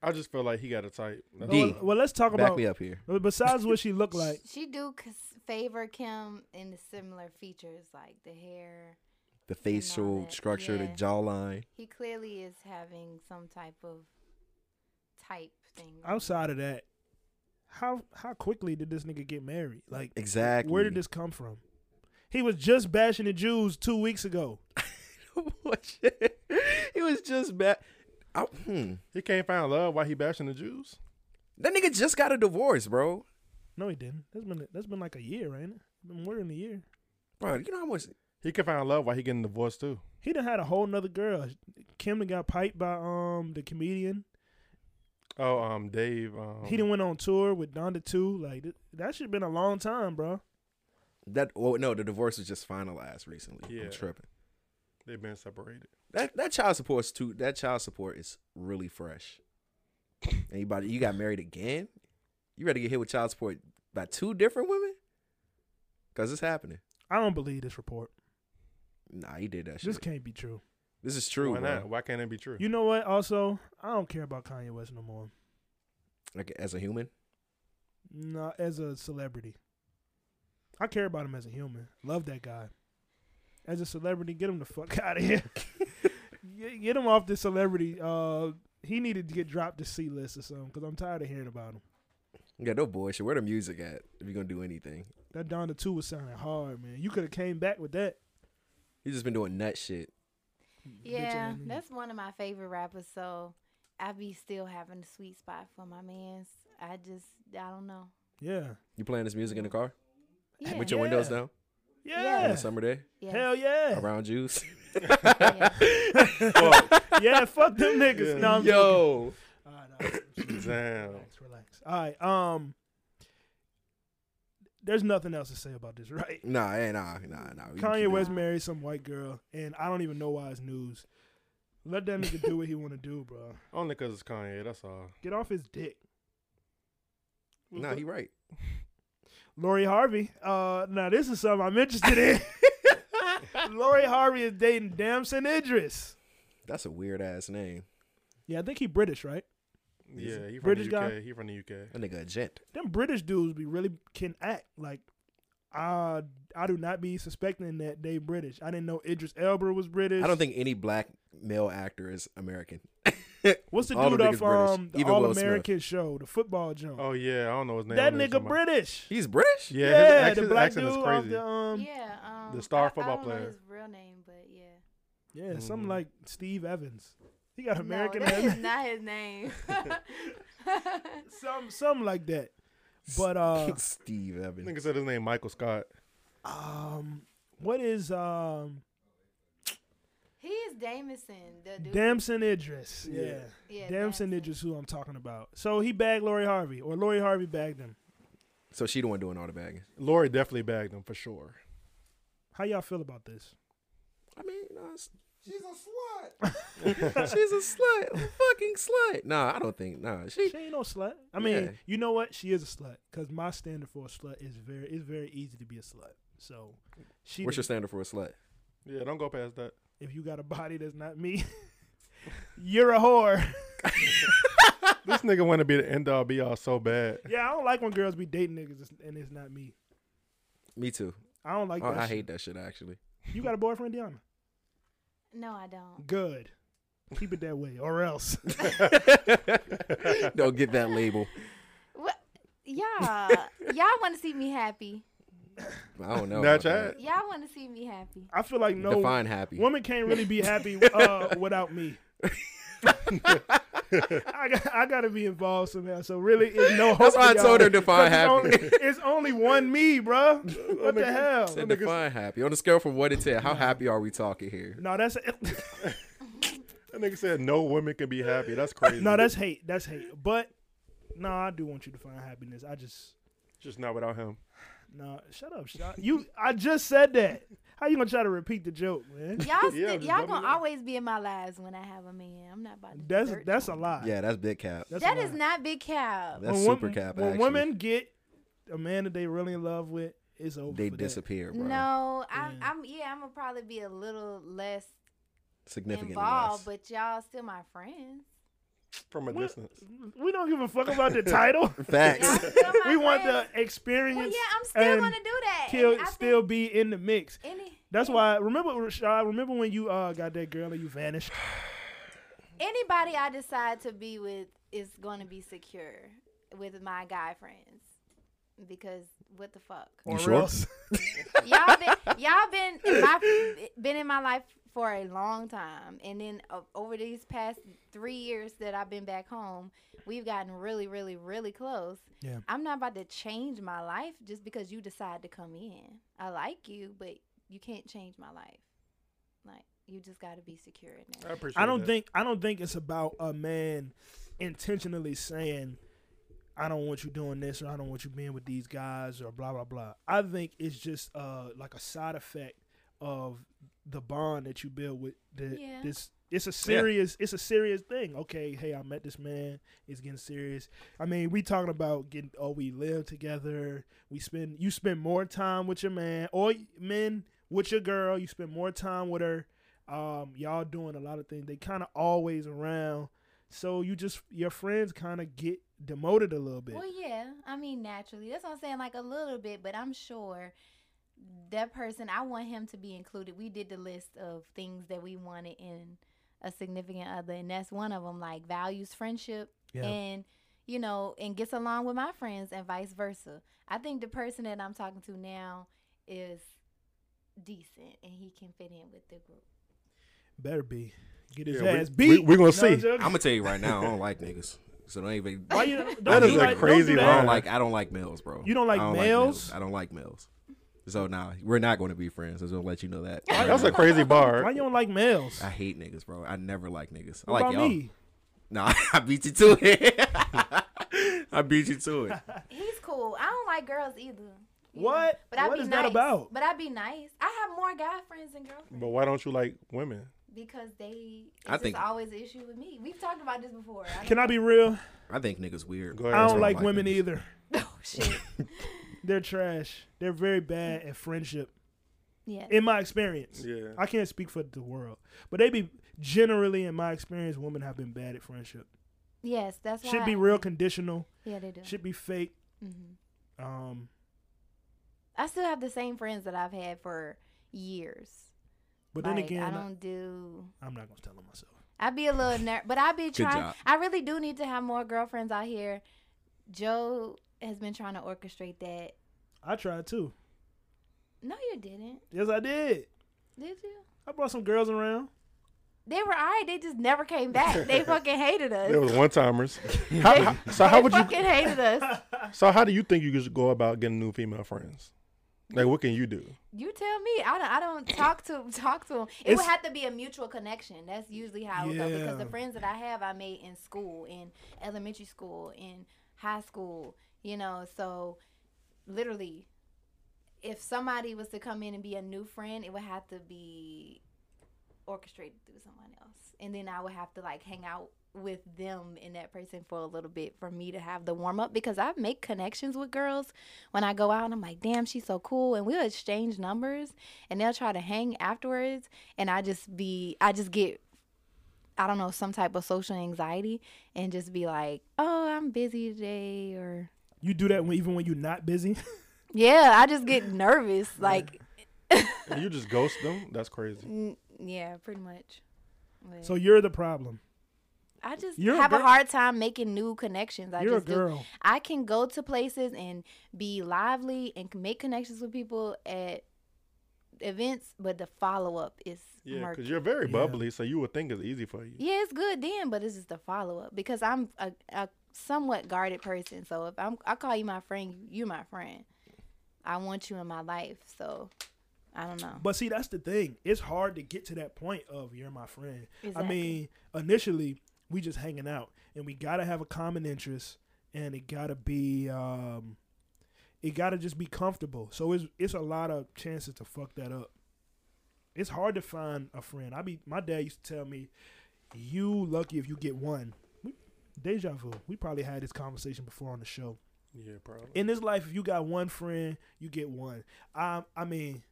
Speaker 2: I just feel like he got a type. That's
Speaker 3: D.
Speaker 2: all.
Speaker 1: Well, well, let's talk
Speaker 3: back
Speaker 1: about
Speaker 3: me up here.
Speaker 1: besides what she looked like.
Speaker 5: She do c- favor Kim in the similar features like the hair.
Speaker 3: The facial
Speaker 5: that,
Speaker 3: structure, the
Speaker 5: yeah.
Speaker 3: jawline.
Speaker 5: He clearly is having some type of type thing.
Speaker 1: Outside of that, how how quickly did this nigga get married? Like
Speaker 3: Exactly.
Speaker 1: where did this come from? He was just bashing the Jews two weeks ago.
Speaker 3: What shit? It was just bad. I- hmm.
Speaker 2: He can't find love while he bashing the Jews.
Speaker 3: That nigga just got a divorce, bro.
Speaker 1: No, he didn't. That's been that's been like a year, ain't it? Been more than a year.
Speaker 3: Bro, you know how much
Speaker 2: He can find love while he getting divorced too.
Speaker 1: He done had a whole nother girl. Kim done got piped by um the comedian.
Speaker 2: Oh, um, Dave.
Speaker 3: Oh.
Speaker 2: Um,
Speaker 1: he done went on tour with Donda too. Like th- that should been a long time, bro.
Speaker 3: that? Oh no, the divorce was just finalized recently.
Speaker 2: Yeah.
Speaker 3: I'm tripping.
Speaker 2: They've been separated.
Speaker 3: That that child support's too. That child support is really fresh. Anybody, you got married again? You ready to get hit with child support by two different women? Cause it's happening.
Speaker 1: I don't believe this report.
Speaker 3: Nah, he did that shit.
Speaker 1: This
Speaker 3: This,
Speaker 1: can't be true.
Speaker 3: is true.
Speaker 2: Why not?
Speaker 3: Bro.
Speaker 2: Why can't it be true?
Speaker 1: You know what? Also, I don't care about Kanye West no more.
Speaker 3: Like as a human,
Speaker 1: Not as a celebrity. I care about him as a human. Love that guy. As a celebrity, get him the fuck out of here. Get- get him off this celebrity. Uh, he needed to get dropped to C list or something because I'm tired of hearing about him.
Speaker 3: Yeah, no bullshit. Where the music at? If you're gonna do anything,
Speaker 1: That Donna Two was sounding hard, man. You could have came back with that.
Speaker 3: he's just been doing nut shit.
Speaker 5: Yeah,
Speaker 1: Eminem.
Speaker 5: that's one of my favorite rappers. So I be still having a sweet spot for my man's. I just I don't know.
Speaker 1: Yeah.
Speaker 3: You playing this music in the car
Speaker 5: Yeah.
Speaker 3: with your
Speaker 1: Yeah.
Speaker 3: windows down on
Speaker 1: Yeah.
Speaker 3: a summer day
Speaker 5: yeah.
Speaker 1: Hell yeah.
Speaker 3: around Jews.
Speaker 1: yeah, fuck them niggas. No, I'm joking.
Speaker 3: Yo,
Speaker 1: All right, all right.
Speaker 2: Damn.
Speaker 1: relax, relax. All right. Um, there's nothing else to say about this, right?
Speaker 3: nah, eh, nah, nah, nah. We can keep
Speaker 1: Kanye
Speaker 3: it.
Speaker 1: West married some white girl, and I don't even know why it's news. Let that nigga do what he want to do, bro.
Speaker 2: Only because it's Kanye. That's all.
Speaker 1: Get off his dick.
Speaker 3: Nah, he right.
Speaker 1: Lori Harvey. Uh, now this is something I'm interested in. Lori Harvey is dating Damson Idris.
Speaker 3: That's a weird ass name.
Speaker 1: Yeah, I think he British, right?
Speaker 2: Yeah, he from
Speaker 1: British
Speaker 2: the UK.
Speaker 1: guy?
Speaker 2: He from the UK.
Speaker 3: That nigga a gent.
Speaker 1: Them British dudes be really can act like. I I do not be suspecting that they British. I didn't know Idris Elba was British.
Speaker 3: I don't think any black male actor is American.
Speaker 1: What's the
Speaker 3: All
Speaker 1: dude
Speaker 3: the niggas
Speaker 1: off um,
Speaker 3: British,
Speaker 1: the
Speaker 3: even
Speaker 1: All
Speaker 3: Will Smith.
Speaker 1: American show, the football jump?
Speaker 2: Oh yeah, I don't know his name. I
Speaker 1: that
Speaker 2: know you're
Speaker 1: nigga
Speaker 2: talking about-
Speaker 1: British.
Speaker 3: He's British.
Speaker 2: Yeah, his
Speaker 1: yeah,
Speaker 2: accent,
Speaker 1: the black
Speaker 2: accent
Speaker 1: dude
Speaker 2: is
Speaker 1: off
Speaker 2: crazy.
Speaker 1: the um, yeah,
Speaker 5: yeah, um,
Speaker 2: star
Speaker 5: I-
Speaker 2: football
Speaker 5: I don't know
Speaker 2: player.
Speaker 5: his real name, but yeah.
Speaker 2: Mm-hmm.
Speaker 1: something like Steve Evans. He got American
Speaker 5: no, that is
Speaker 1: name.
Speaker 5: not his name.
Speaker 1: some something like that. But uh,
Speaker 3: Steve Evans.
Speaker 2: Nigga said his name Michael Scott.
Speaker 1: um, what is um
Speaker 5: he is Damison, the dude.
Speaker 1: Damson Idris? Yeah,
Speaker 5: Yeah,
Speaker 1: Damson
Speaker 5: Damson.
Speaker 1: Idris, who I'm talking about. So he bagged Lori Harvey, or Lori Harvey bagged him.
Speaker 3: So she the one doing all the bagging.
Speaker 2: Lori definitely bagged him for sure.
Speaker 1: How y'all feel about this?
Speaker 3: I mean, you know, it's- she's a slut. she's a slut. A fucking slut. Nah, I don't think. Nah, she.
Speaker 1: She ain't no slut. I mean,
Speaker 3: Yeah.
Speaker 1: you know what? She is a slut because my standard for a slut is very it's very easy to be a slut. So she
Speaker 3: What's
Speaker 1: the-
Speaker 3: your standard for a slut?
Speaker 2: Yeah, don't go past that.
Speaker 1: if you got a body that's not me, you're a whore.
Speaker 2: This nigga want to be the end all be all so bad.
Speaker 1: yeah, I don't like when girls be dating niggas and it's not me.
Speaker 3: Me too.
Speaker 1: I don't like
Speaker 3: Oh,
Speaker 1: that.
Speaker 3: I
Speaker 1: shit.
Speaker 3: hate that shit actually.
Speaker 1: You got a boyfriend, Deanna?
Speaker 5: No, I don't.
Speaker 1: Good. Keep it that way, or else.
Speaker 3: don't get that label.
Speaker 5: What? Yeah, y'all want to see me happy.
Speaker 3: I don't know.
Speaker 2: Not
Speaker 3: about that.
Speaker 5: Y'all want to see me happy.
Speaker 1: I feel like no
Speaker 3: Define happy.
Speaker 1: woman can't really be happy uh, without me. I got I gotta be involved somehow. So really, it's no hope.
Speaker 3: That's why
Speaker 1: for
Speaker 3: I told
Speaker 1: y'all.
Speaker 3: her
Speaker 1: 'Cause
Speaker 3: define happy.
Speaker 1: It's only, it's only one me, bro. What the hell?
Speaker 3: Said define happy on a scale from one to ten. How happy are we talking here?
Speaker 1: No, that's
Speaker 2: That nigga said no woman can be happy. That's crazy.
Speaker 1: no, that's hate. That's hate. But no, I do want you to find happiness. I just
Speaker 2: just not without him.
Speaker 1: No, shut up, shot. You, I just said that. How you gonna try to repeat the joke, man?
Speaker 2: Yeah,
Speaker 5: Y'all,
Speaker 2: just
Speaker 5: sti- y'all
Speaker 2: let me
Speaker 5: gonna
Speaker 2: know.
Speaker 5: always be in my lives when I have a man. I'm not about to.
Speaker 1: That's
Speaker 5: desert
Speaker 1: that's a
Speaker 5: y'all.
Speaker 1: lie.
Speaker 3: Yeah, that's big cap. That's,
Speaker 1: That's
Speaker 5: That
Speaker 1: a
Speaker 5: is
Speaker 1: lie.
Speaker 5: not big cow.
Speaker 1: When
Speaker 3: super
Speaker 1: wom-
Speaker 3: cap.
Speaker 1: When
Speaker 3: actually.
Speaker 1: women get a man that they really in love with, it's over.
Speaker 3: they
Speaker 1: for that.
Speaker 3: disappear, bro.
Speaker 5: No, I'm,
Speaker 1: Yeah.
Speaker 5: I'm. Yeah, I'm gonna probably be a little less
Speaker 3: Significantly
Speaker 5: involved,
Speaker 3: less.
Speaker 5: but y'all still my friends.
Speaker 2: From a
Speaker 1: Well,
Speaker 2: distance.
Speaker 1: We don't give a fuck about the title.
Speaker 5: Y'all
Speaker 3: Facts.
Speaker 5: still my
Speaker 1: we want the
Speaker 5: friends.
Speaker 1: experience.
Speaker 5: Well, yeah, I'm still
Speaker 1: and
Speaker 5: gonna do that.
Speaker 1: Still,
Speaker 5: and I think
Speaker 1: still be in the mix.
Speaker 5: any
Speaker 1: That's why. Remember, Rashad. Remember when you uh got that girl and you vanished.
Speaker 5: anybody I decide to be with is gonna be secure with my guy friends. Because what the fuck?
Speaker 1: Or
Speaker 3: sure?
Speaker 1: else.
Speaker 5: y'all been y'all been in my been in my life for a long time, and then o over these past three years that I've been back home, we've gotten really, really, really close.
Speaker 1: Yeah.
Speaker 5: I'm not about to change my life just because you decide to come in. I like you, but you can't change my life. Like you just got to be secure in
Speaker 2: I
Speaker 5: that.
Speaker 2: appreciate.
Speaker 1: I don't
Speaker 2: that.
Speaker 1: think I don't think it's about a man intentionally saying, "I don't want you doing this" or "I don't want you being with these guys" or blah blah blah. I think it's just uh like a side effect of the bond that you build with the,
Speaker 5: Yeah.
Speaker 1: this. It's a serious. It's a serious thing. Okay, hey, I met this man. It's getting serious. I mean, we talking about getting. Oh, we live together. We spend. You spend more time with your man or men with your girl. You spend more time with her um, y'all doing a lot of things. They kind of always around, so you just your friends kind of get demoted a little bit.
Speaker 5: Well, yeah. I mean, naturally. That's what I'm saying. Like a little bit, but I'm sure that person. I want him to be included. We did the list of things that we wanted in a significant other, and that's one of them. Like values, friendship,
Speaker 1: Yeah.
Speaker 5: and you know, and gets along with my friends, and vice versa. I think the person that I'm talking to now is decent, and he can fit in with the group.
Speaker 1: Better be get his
Speaker 2: Yeah, we-
Speaker 1: ass
Speaker 2: we-
Speaker 1: beat.
Speaker 2: we gonna
Speaker 1: No,
Speaker 2: see.
Speaker 1: I'm joking.
Speaker 3: I'm gonna tell you right now, I don't like niggas. So don't even.
Speaker 1: Why you, don't
Speaker 2: That
Speaker 1: do
Speaker 2: is a
Speaker 1: like- don't do
Speaker 2: crazy
Speaker 1: that.
Speaker 2: line.
Speaker 3: I don't like I don't like males, bro.
Speaker 1: You don't like
Speaker 3: I
Speaker 1: males?
Speaker 3: I don't like males. So nah, we're not going to be friends. I'm gonna let you know that.
Speaker 2: That's a crazy bar.
Speaker 1: Why you don't like males?
Speaker 3: I hate niggas, bro. I never like niggas. I
Speaker 1: What
Speaker 3: like
Speaker 1: about
Speaker 3: y'all.
Speaker 1: me?
Speaker 3: Nah, I beat you to it. I beat you to it.
Speaker 5: He's cool. I don't like girls either. you know,
Speaker 1: What? What
Speaker 5: be
Speaker 1: is that
Speaker 5: nice.
Speaker 1: about?
Speaker 5: But I'd be nice. I have more guy friends than girlfriends.
Speaker 2: But why don't you like women?
Speaker 5: because they it's
Speaker 3: I think-
Speaker 5: just always an issue with me. We've talked about this before. I
Speaker 1: Can I be real?
Speaker 3: I think niggas weird.
Speaker 2: Go ahead.
Speaker 1: I
Speaker 2: That's
Speaker 1: don't
Speaker 2: why I
Speaker 1: like
Speaker 3: like
Speaker 1: women
Speaker 3: niggas.
Speaker 1: either.
Speaker 5: don't- oh shit.
Speaker 1: They're trash. They're very bad at friendship.
Speaker 5: Yeah.
Speaker 1: In my experience,
Speaker 2: Yeah.
Speaker 1: I can't speak for the world, but they be generally, in my experience, women have been bad at friendship.
Speaker 5: yes, that's why.
Speaker 1: Should be
Speaker 5: I-
Speaker 1: real conditional.
Speaker 5: Yeah, they do.
Speaker 1: Should be fake.
Speaker 5: Mhm.
Speaker 1: Um,
Speaker 5: I still have the same friends that I've had for years.
Speaker 1: but then
Speaker 5: like,
Speaker 1: again,
Speaker 5: I
Speaker 1: I
Speaker 5: don't do.
Speaker 1: am not gonna tell on myself.
Speaker 5: I'd be a little ner but I'd be
Speaker 3: Good
Speaker 5: trying.
Speaker 3: job.
Speaker 5: I really do need to have more girlfriends out here. Joe has been trying to orchestrate that.
Speaker 1: I tried too.
Speaker 5: No, you didn't.
Speaker 1: Yes, I did.
Speaker 5: Did you?
Speaker 1: I brought some girls around.
Speaker 5: They were alright. They just never came back. They fucking hated us.
Speaker 2: There was one timers. How, so how
Speaker 5: they
Speaker 2: would you?
Speaker 5: fucking hated us.
Speaker 2: So how do you think you should go about getting new female friends? Like, what can you do?
Speaker 5: You tell me. I don't. I don't talk to talk to them. It
Speaker 1: It's-
Speaker 5: would have to be a mutual connection. That's usually how it goes because the
Speaker 1: Yeah.
Speaker 5: friends that I have, I made in school, in elementary school, in high school. You know, so literally, if somebody was to come in and be a new friend, it would have to be orchestrated through someone else, and then I would have to like hang out with them and that person for a little bit for me to have the warm up because I make connections with girls when I go out and I'm like, damn, she's so cool. And we'll exchange numbers and they'll try to hang afterwards. And I just be, I just get, I don't know, some type of social anxiety and just be like, oh, I'm busy today. Or,
Speaker 1: You do that when, even when you're not busy.
Speaker 5: yeah, I just get nervous. Like,
Speaker 2: And you just ghost them? That's crazy.
Speaker 5: n- yeah, pretty much. But
Speaker 1: so you're the problem.
Speaker 5: I just
Speaker 1: you're a
Speaker 5: have a,
Speaker 1: girl-
Speaker 5: hard time making new connections. I
Speaker 1: You're a
Speaker 5: just do.
Speaker 1: girl.
Speaker 5: I can go to places and be lively and c- make connections with people at events, but the follow up is
Speaker 2: Yeah,
Speaker 5: murky.
Speaker 2: because you're very
Speaker 1: Yeah.
Speaker 2: bubbly, so you would think it's easy for you.
Speaker 5: Yeah, it's good then, but it's just the follow up because I'm a, a somewhat guarded person. So if I'm, I call you my friend, you my friend. I want you in my life, so I don't know.
Speaker 1: But see, that's the thing. It's hard to get to that point of you're my friend. I
Speaker 5: Exactly.
Speaker 1: mean, initially we just hanging out, and we gotta have a common interest, and it gotta be, um, it gotta just be comfortable. So it's it's a lot of chances to fuck that up. It's hard to find a friend. I be my dad used to tell me, "You lucky if you get one." We, deja vu. We probably had this conversation before on the show
Speaker 2: Yeah, probably.
Speaker 1: in this life, if you got one friend, you get one. I, I mean,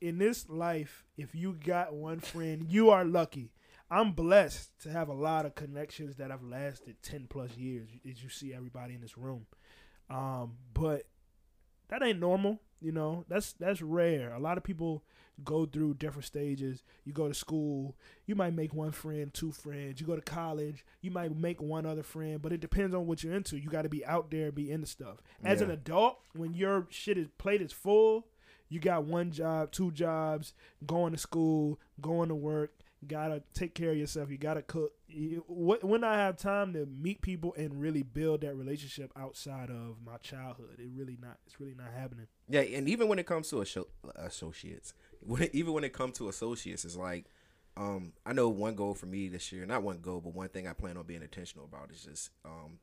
Speaker 1: in this life, if you got one friend, you are lucky. I'm blessed to have a lot of connections that have lasted 10 plus years, as you see everybody in this room. Um, but that ain't normal, you know. That's that's rare. A lot of people go through different stages. You go to school, you might make one friend, two friends. You go to college, you might make one other friend, but it depends on what you're into. You got to be out there, be into stuff. As an
Speaker 3: Yeah.
Speaker 1: adult, when your shit is plate is full, you got one job, two jobs, going to school, going to work. Gotta take care of yourself. You gotta cook. You- wh- When I have time to meet people and really build that relationship outside of my childhood, it really not. It's really not happening.
Speaker 3: Yeah, and even when it comes to asho- associates, when, even when it comes to associates, it's like, um, I know one goal for me this year, not one goal, but one thing I plan on being intentional about is just um,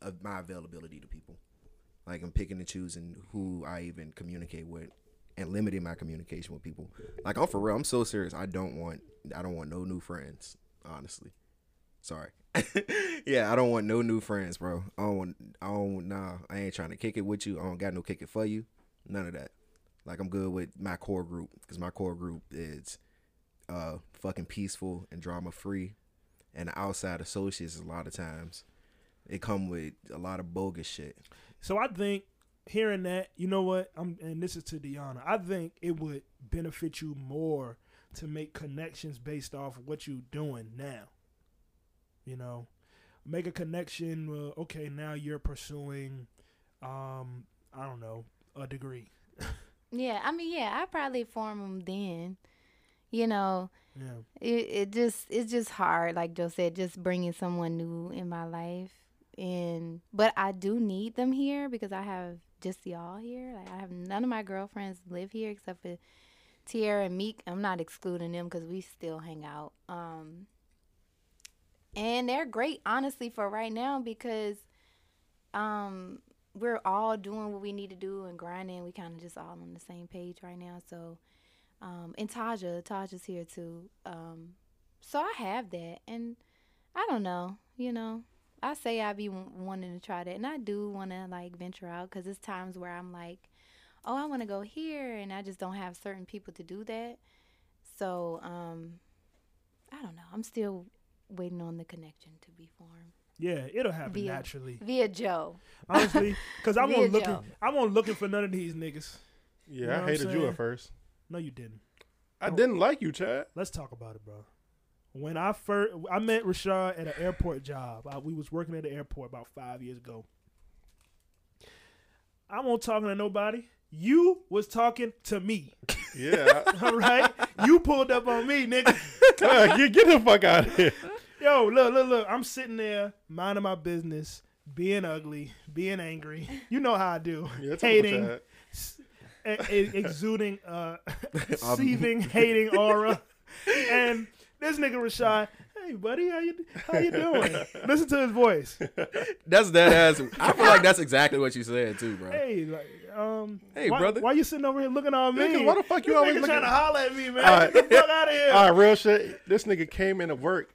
Speaker 3: of my availability to people. Like I'm picking and choosing who I even communicate with, and limiting my communication with people. Like I'm for real, I'm so serious. I don't want, I don't want no new friends, honestly. Sorry. yeah, I don't want no new friends, bro. I don't, want, I don't, nah. I ain't trying to kick it with you. I don't got no kick it for you. None of that. Like I'm good with my core group because my core group is uh fucking peaceful and drama free, and the outside associates a lot of times It come with a lot of bogus shit.
Speaker 1: So I think hearing that, you know what? I'm and this is to Deanna. I think it would benefit you more to make connections based off of what you're doing now. You know, make a connection. Uh, okay, now you're pursuing, um, I don't know, a degree.
Speaker 5: Yeah, I mean, yeah, I probably form them then. You know,
Speaker 1: Yeah.
Speaker 5: it, it just it's just hard, like Joe said, just bringing someone new in my life. And but I do need them here because I have just y'all here. Like I have none of my girlfriends live here except for Tierra and Meek. I'm not excluding them because we still hang out. Um, and they're great, honestly, for right now because um we're all doing what we need to do and grinding. We kind of just all on the same page right now. So, um, and Taja, Taja's here too. Um, so I have that, and I don't know, you know. I say I be w- wanting to try that, and I do want to like venture out because it's times where I'm like, oh, I want to go here, and I just don't have certain people to do that. So, um, I don't know. I'm still waiting on the connection to be formed
Speaker 1: Yeah, it'll happen
Speaker 5: Via-
Speaker 1: naturally.
Speaker 5: via Joe.
Speaker 1: Honestly, because I
Speaker 5: Via
Speaker 1: won't looking,
Speaker 5: Joe.
Speaker 1: I won't looking for none of these niggas. You
Speaker 2: Yeah,
Speaker 1: know what
Speaker 2: I
Speaker 1: I'm
Speaker 2: hated you
Speaker 1: saying? Oh.
Speaker 2: at first.
Speaker 1: No, you didn't.
Speaker 2: I didn't like you, Chad.
Speaker 1: Let's talk about it, bro. When I first I met Rashad at an airport job. I, we was working at the airport about five years ago. I won't talking to nobody. You was talking to me.
Speaker 2: Yeah,
Speaker 1: All right, you pulled up on me, nigga.
Speaker 2: I- get, get the fuck out of here.
Speaker 1: Yo, look, look, look. I'm sitting there minding my business, being ugly, being angry. You know how I do.
Speaker 2: Yeah, typical
Speaker 1: Hating,
Speaker 2: Chad.
Speaker 1: e- e- exuding, uh, seething, hating aura. And this nigga Rashad, hey buddy, how you how you doing? Listen to his voice.
Speaker 3: That's that ass. I feel like that's exactly what you said too, bro.
Speaker 1: Hey, like, um,
Speaker 3: Hey,
Speaker 1: why,
Speaker 3: brother.
Speaker 1: why you sitting over here looking all
Speaker 2: Yeah, 'cause
Speaker 1: mean?
Speaker 2: why the fuck you
Speaker 1: This
Speaker 2: always
Speaker 1: nigga
Speaker 2: looking-
Speaker 1: trying to holler at me, man?
Speaker 2: All right.
Speaker 1: Get the fuck out of here.
Speaker 2: All right, real shit. This nigga came into work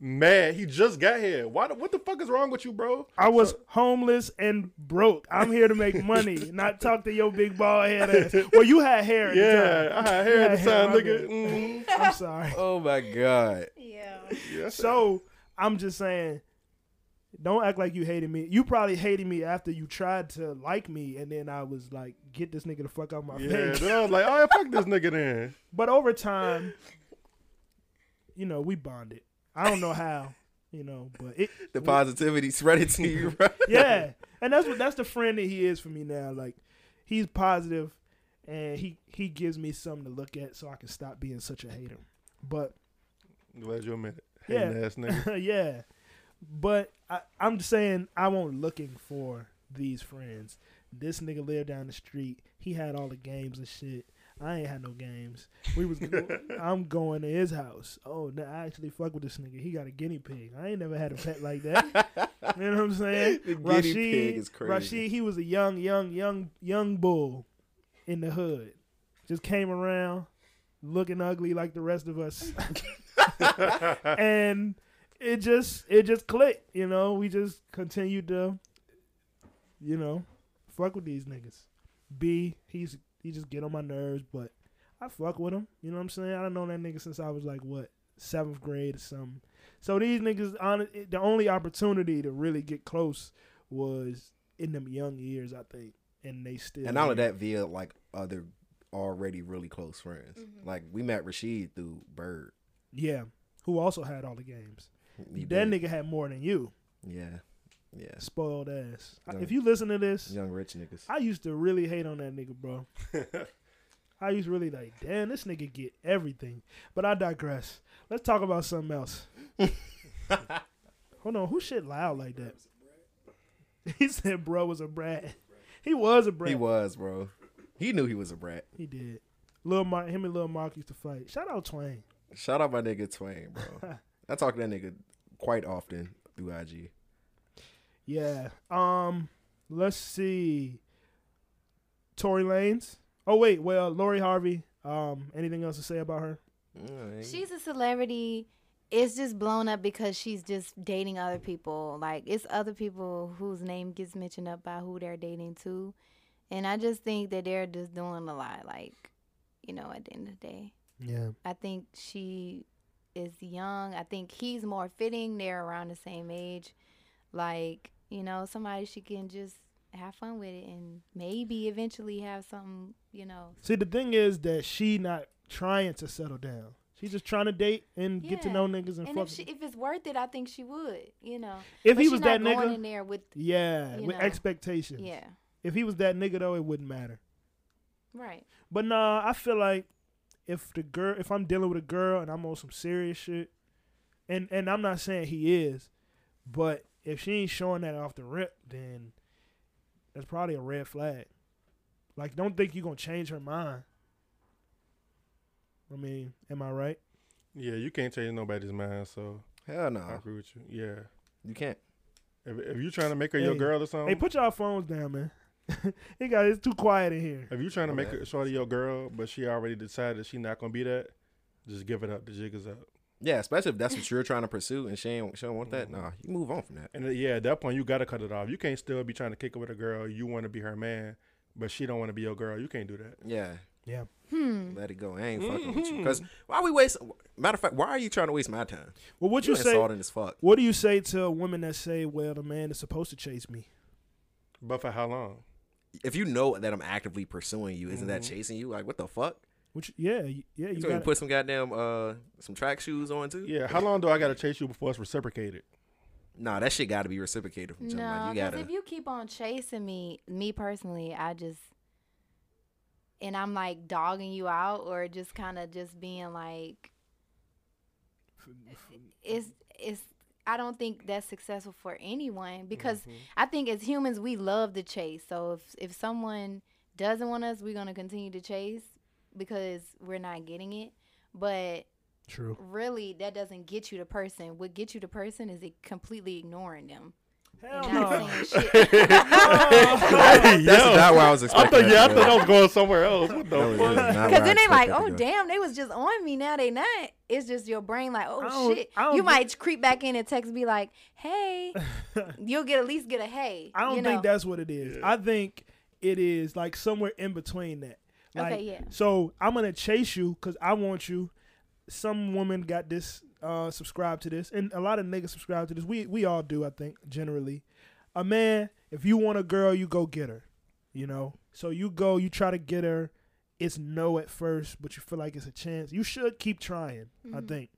Speaker 2: mad. He just got here. Why? the- What the fuck is wrong with you, bro?
Speaker 1: I was homeless and broke. I'm here to make money, not talk to your big bald head ass. Well, you had hair. At
Speaker 2: Yeah, I had hair at the
Speaker 1: Yeah,
Speaker 2: time,
Speaker 1: my
Speaker 2: nigga.
Speaker 1: bad.
Speaker 2: Mhm.
Speaker 1: the time. I'm sorry.
Speaker 3: Oh my god.
Speaker 5: Yeah.
Speaker 2: Yeah, so
Speaker 1: So I'm just saying, don't act like you hated me. You probably hated me after you tried to like me, and then I was like, get this nigga the fuck out my
Speaker 2: yeah.
Speaker 1: face.
Speaker 2: Then I was like, oh, yeah, fuck this nigga then.
Speaker 1: But over time, you know, we bonded. I don't know how, you know, but it.
Speaker 3: The positivity spread it to you, bro.
Speaker 1: yeah, and that's what that's the friend that he is for me now. Like, he's positive, and he he gives me something to look at so I can stop being such a hater. But
Speaker 2: Glad you admit it.
Speaker 1: Yeah.
Speaker 2: Hating ass nigga.
Speaker 1: yeah, but I, I'm just saying I won't looking for these friends. This nigga lived down the street. He had all the games and shit. I ain't had no games. We was I'm going to his house. Oh, no, I actually fuck with this nigga. He got a guinea pig. I ain't never had a pet like that. You know what I'm saying?
Speaker 3: The guinea
Speaker 1: Rashid,
Speaker 3: pig is crazy.
Speaker 1: Rashid, he was a young, young, young, young bull in the hood. Just came around looking ugly like the rest of us. and it just it just clicked, you know. We just continued to you know, fuck with these niggas. B, he's he just get on my nerves, but I fuck with him. You know what I'm saying? I don't know that nigga since I was like what seventh grade or something. So these niggas, hon- the only opportunity to really get close was in them young years, I think, and they still.
Speaker 3: And all of that via like other already really close friends. Like we met Rashid through Bird.
Speaker 1: Yeah, who also had all the games.
Speaker 3: He
Speaker 1: that
Speaker 3: did.
Speaker 1: nigga had more than you.
Speaker 3: Yeah. Yeah.
Speaker 1: Spoiled ass.
Speaker 3: Yeah.
Speaker 1: If you listen to this,
Speaker 3: Young rich niggas.
Speaker 1: I used to really hate on that nigga, bro. I used to really like, damn, this nigga get everything. But I digress. Let's talk about something else. Hold on, who shit loud like that? He said, "Bro was a brat." He was a brat.
Speaker 3: He was, bro. He knew he was a brat.
Speaker 1: He did. Lil Mark, him and Lil Mark used to fight. Shout out Twain.
Speaker 3: Shout out my nigga Twain, bro. I talk to that nigga quite often through IG.
Speaker 1: Yeah. Um. Let's see. Tory Lanes. Oh wait. Well, Lori Harvey. Um. Anything else to say about her?
Speaker 3: Mm,
Speaker 5: She's a celebrity. It's just blown up because she's just dating other people. Like it's other people whose name gets mentioned up by who they're dating too. And I just think that they're just doing a lot, like, you know, at the end of the day.
Speaker 1: Yeah.
Speaker 5: I think she is young. I think he's more fitting. They're around the same age. Like, You know, somebody she can just have fun with it and maybe eventually have something, you know.
Speaker 1: See, the thing is that she not trying to settle down. She's just trying to date and get to
Speaker 5: Yeah.
Speaker 1: know niggas and,
Speaker 5: And
Speaker 1: fuck.
Speaker 5: if, she, if it's worth it, I think she would, you know.
Speaker 1: If
Speaker 5: But
Speaker 1: he
Speaker 5: she
Speaker 1: was
Speaker 5: not
Speaker 1: that
Speaker 5: going
Speaker 1: nigga,
Speaker 5: in there with,
Speaker 1: yeah,
Speaker 5: you
Speaker 1: with
Speaker 5: know.
Speaker 1: expectations.
Speaker 5: yeah,
Speaker 1: If he was that nigga though, it wouldn't matter.
Speaker 5: right,
Speaker 1: But nah, I feel like if the girl, if I'm dealing with a girl and I'm on some serious shit, and and I'm not saying he is, but if she ain't showing that off the rip, then that's probably a red flag. Like, don't think you gonna change her mind. I mean, am I right?
Speaker 2: Yeah, you can't change nobody's mind, so
Speaker 3: Hell no,
Speaker 2: I agree with you. Yeah.
Speaker 3: you can't.
Speaker 2: If, if you're trying to make her your
Speaker 1: Hey.
Speaker 2: girl or something,
Speaker 1: hey, put y'all phones down, man. it got it's too quiet in here.
Speaker 2: if you trying to
Speaker 3: My
Speaker 2: make
Speaker 3: bad.
Speaker 2: her shorty your girl, but she already decided she not gonna be that, just give it up. The jig is up.
Speaker 3: Yeah, especially if that's what you're trying to pursue and she ain't, she don't want that. Nah, you move on from that.
Speaker 2: And uh, yeah, at that point you gotta cut it off. You can't still be trying to kick it with a girl. You want to be her man, but she don't want to be your girl. You can't do that.
Speaker 3: Yeah,
Speaker 1: Yeah.
Speaker 5: Mm.
Speaker 3: let it go. I ain't fucking with you. Because why we waste? Matter of fact, why are you trying to waste my time?
Speaker 1: Well, what
Speaker 3: You
Speaker 1: you say?
Speaker 3: insulting as fuck.
Speaker 1: What do you say to women that say, "Well, the man is supposed to chase me"?
Speaker 2: But for how long?
Speaker 3: If you know that I'm actively pursuing you, isn't that chasing you? Like what the fuck?
Speaker 1: Which, yeah, y- yeah, you
Speaker 3: You gonna
Speaker 1: got
Speaker 3: put some goddamn uh some track shoes on too?
Speaker 2: Yeah, how long do I gotta chase you before it's reciprocated?
Speaker 3: Nah, that shit gotta be reciprocated from
Speaker 5: no,
Speaker 3: jump. Like, you
Speaker 5: because
Speaker 3: gotta
Speaker 5: if you keep on chasing me, me personally, I just and I'm like dogging you out or just kind of just being like, it's it's. I don't think that's successful for anyone because
Speaker 3: Mm-hmm.
Speaker 5: I think as humans we love to chase. So if if someone doesn't want us, we're gonna continue to chase because we're not getting it. But
Speaker 1: true.
Speaker 5: really that doesn't get you the person. What gets you the person is it completely ignoring them.
Speaker 1: Hell
Speaker 5: and not
Speaker 1: no.
Speaker 5: saying shit.
Speaker 3: That's not what I was
Speaker 2: I
Speaker 3: expecting.
Speaker 2: thought yeah, I
Speaker 3: that
Speaker 2: thought I was going somewhere else. What
Speaker 3: to go.
Speaker 2: the
Speaker 3: That
Speaker 2: fuck?
Speaker 3: was not where
Speaker 5: Cause
Speaker 3: I
Speaker 5: then they like,
Speaker 3: expected it
Speaker 5: oh
Speaker 3: to go.
Speaker 5: damn, they was just on me. Now they not. It's just your brain like,
Speaker 1: I
Speaker 5: oh
Speaker 1: don't-
Speaker 5: shit.
Speaker 1: I don't
Speaker 5: You
Speaker 1: thi-
Speaker 5: might creep back in and text be like, hey. You'll get at least get a hey.
Speaker 1: I don't
Speaker 5: you
Speaker 1: think
Speaker 5: know?
Speaker 1: that's what it is. I think it is like somewhere in between that. Like,
Speaker 5: Okay, yeah.
Speaker 1: So I'm gonna chase you because I want you. Some woman got this. Uh, subscribe to this, and a lot of niggas subscribe to this. We we all do, I think, generally. A man, if you want a girl, you go get her. You know. So you go, you try to get her. It's no at first, but you feel like it's a chance. You should keep trying. I
Speaker 5: Mm-hmm.
Speaker 1: think.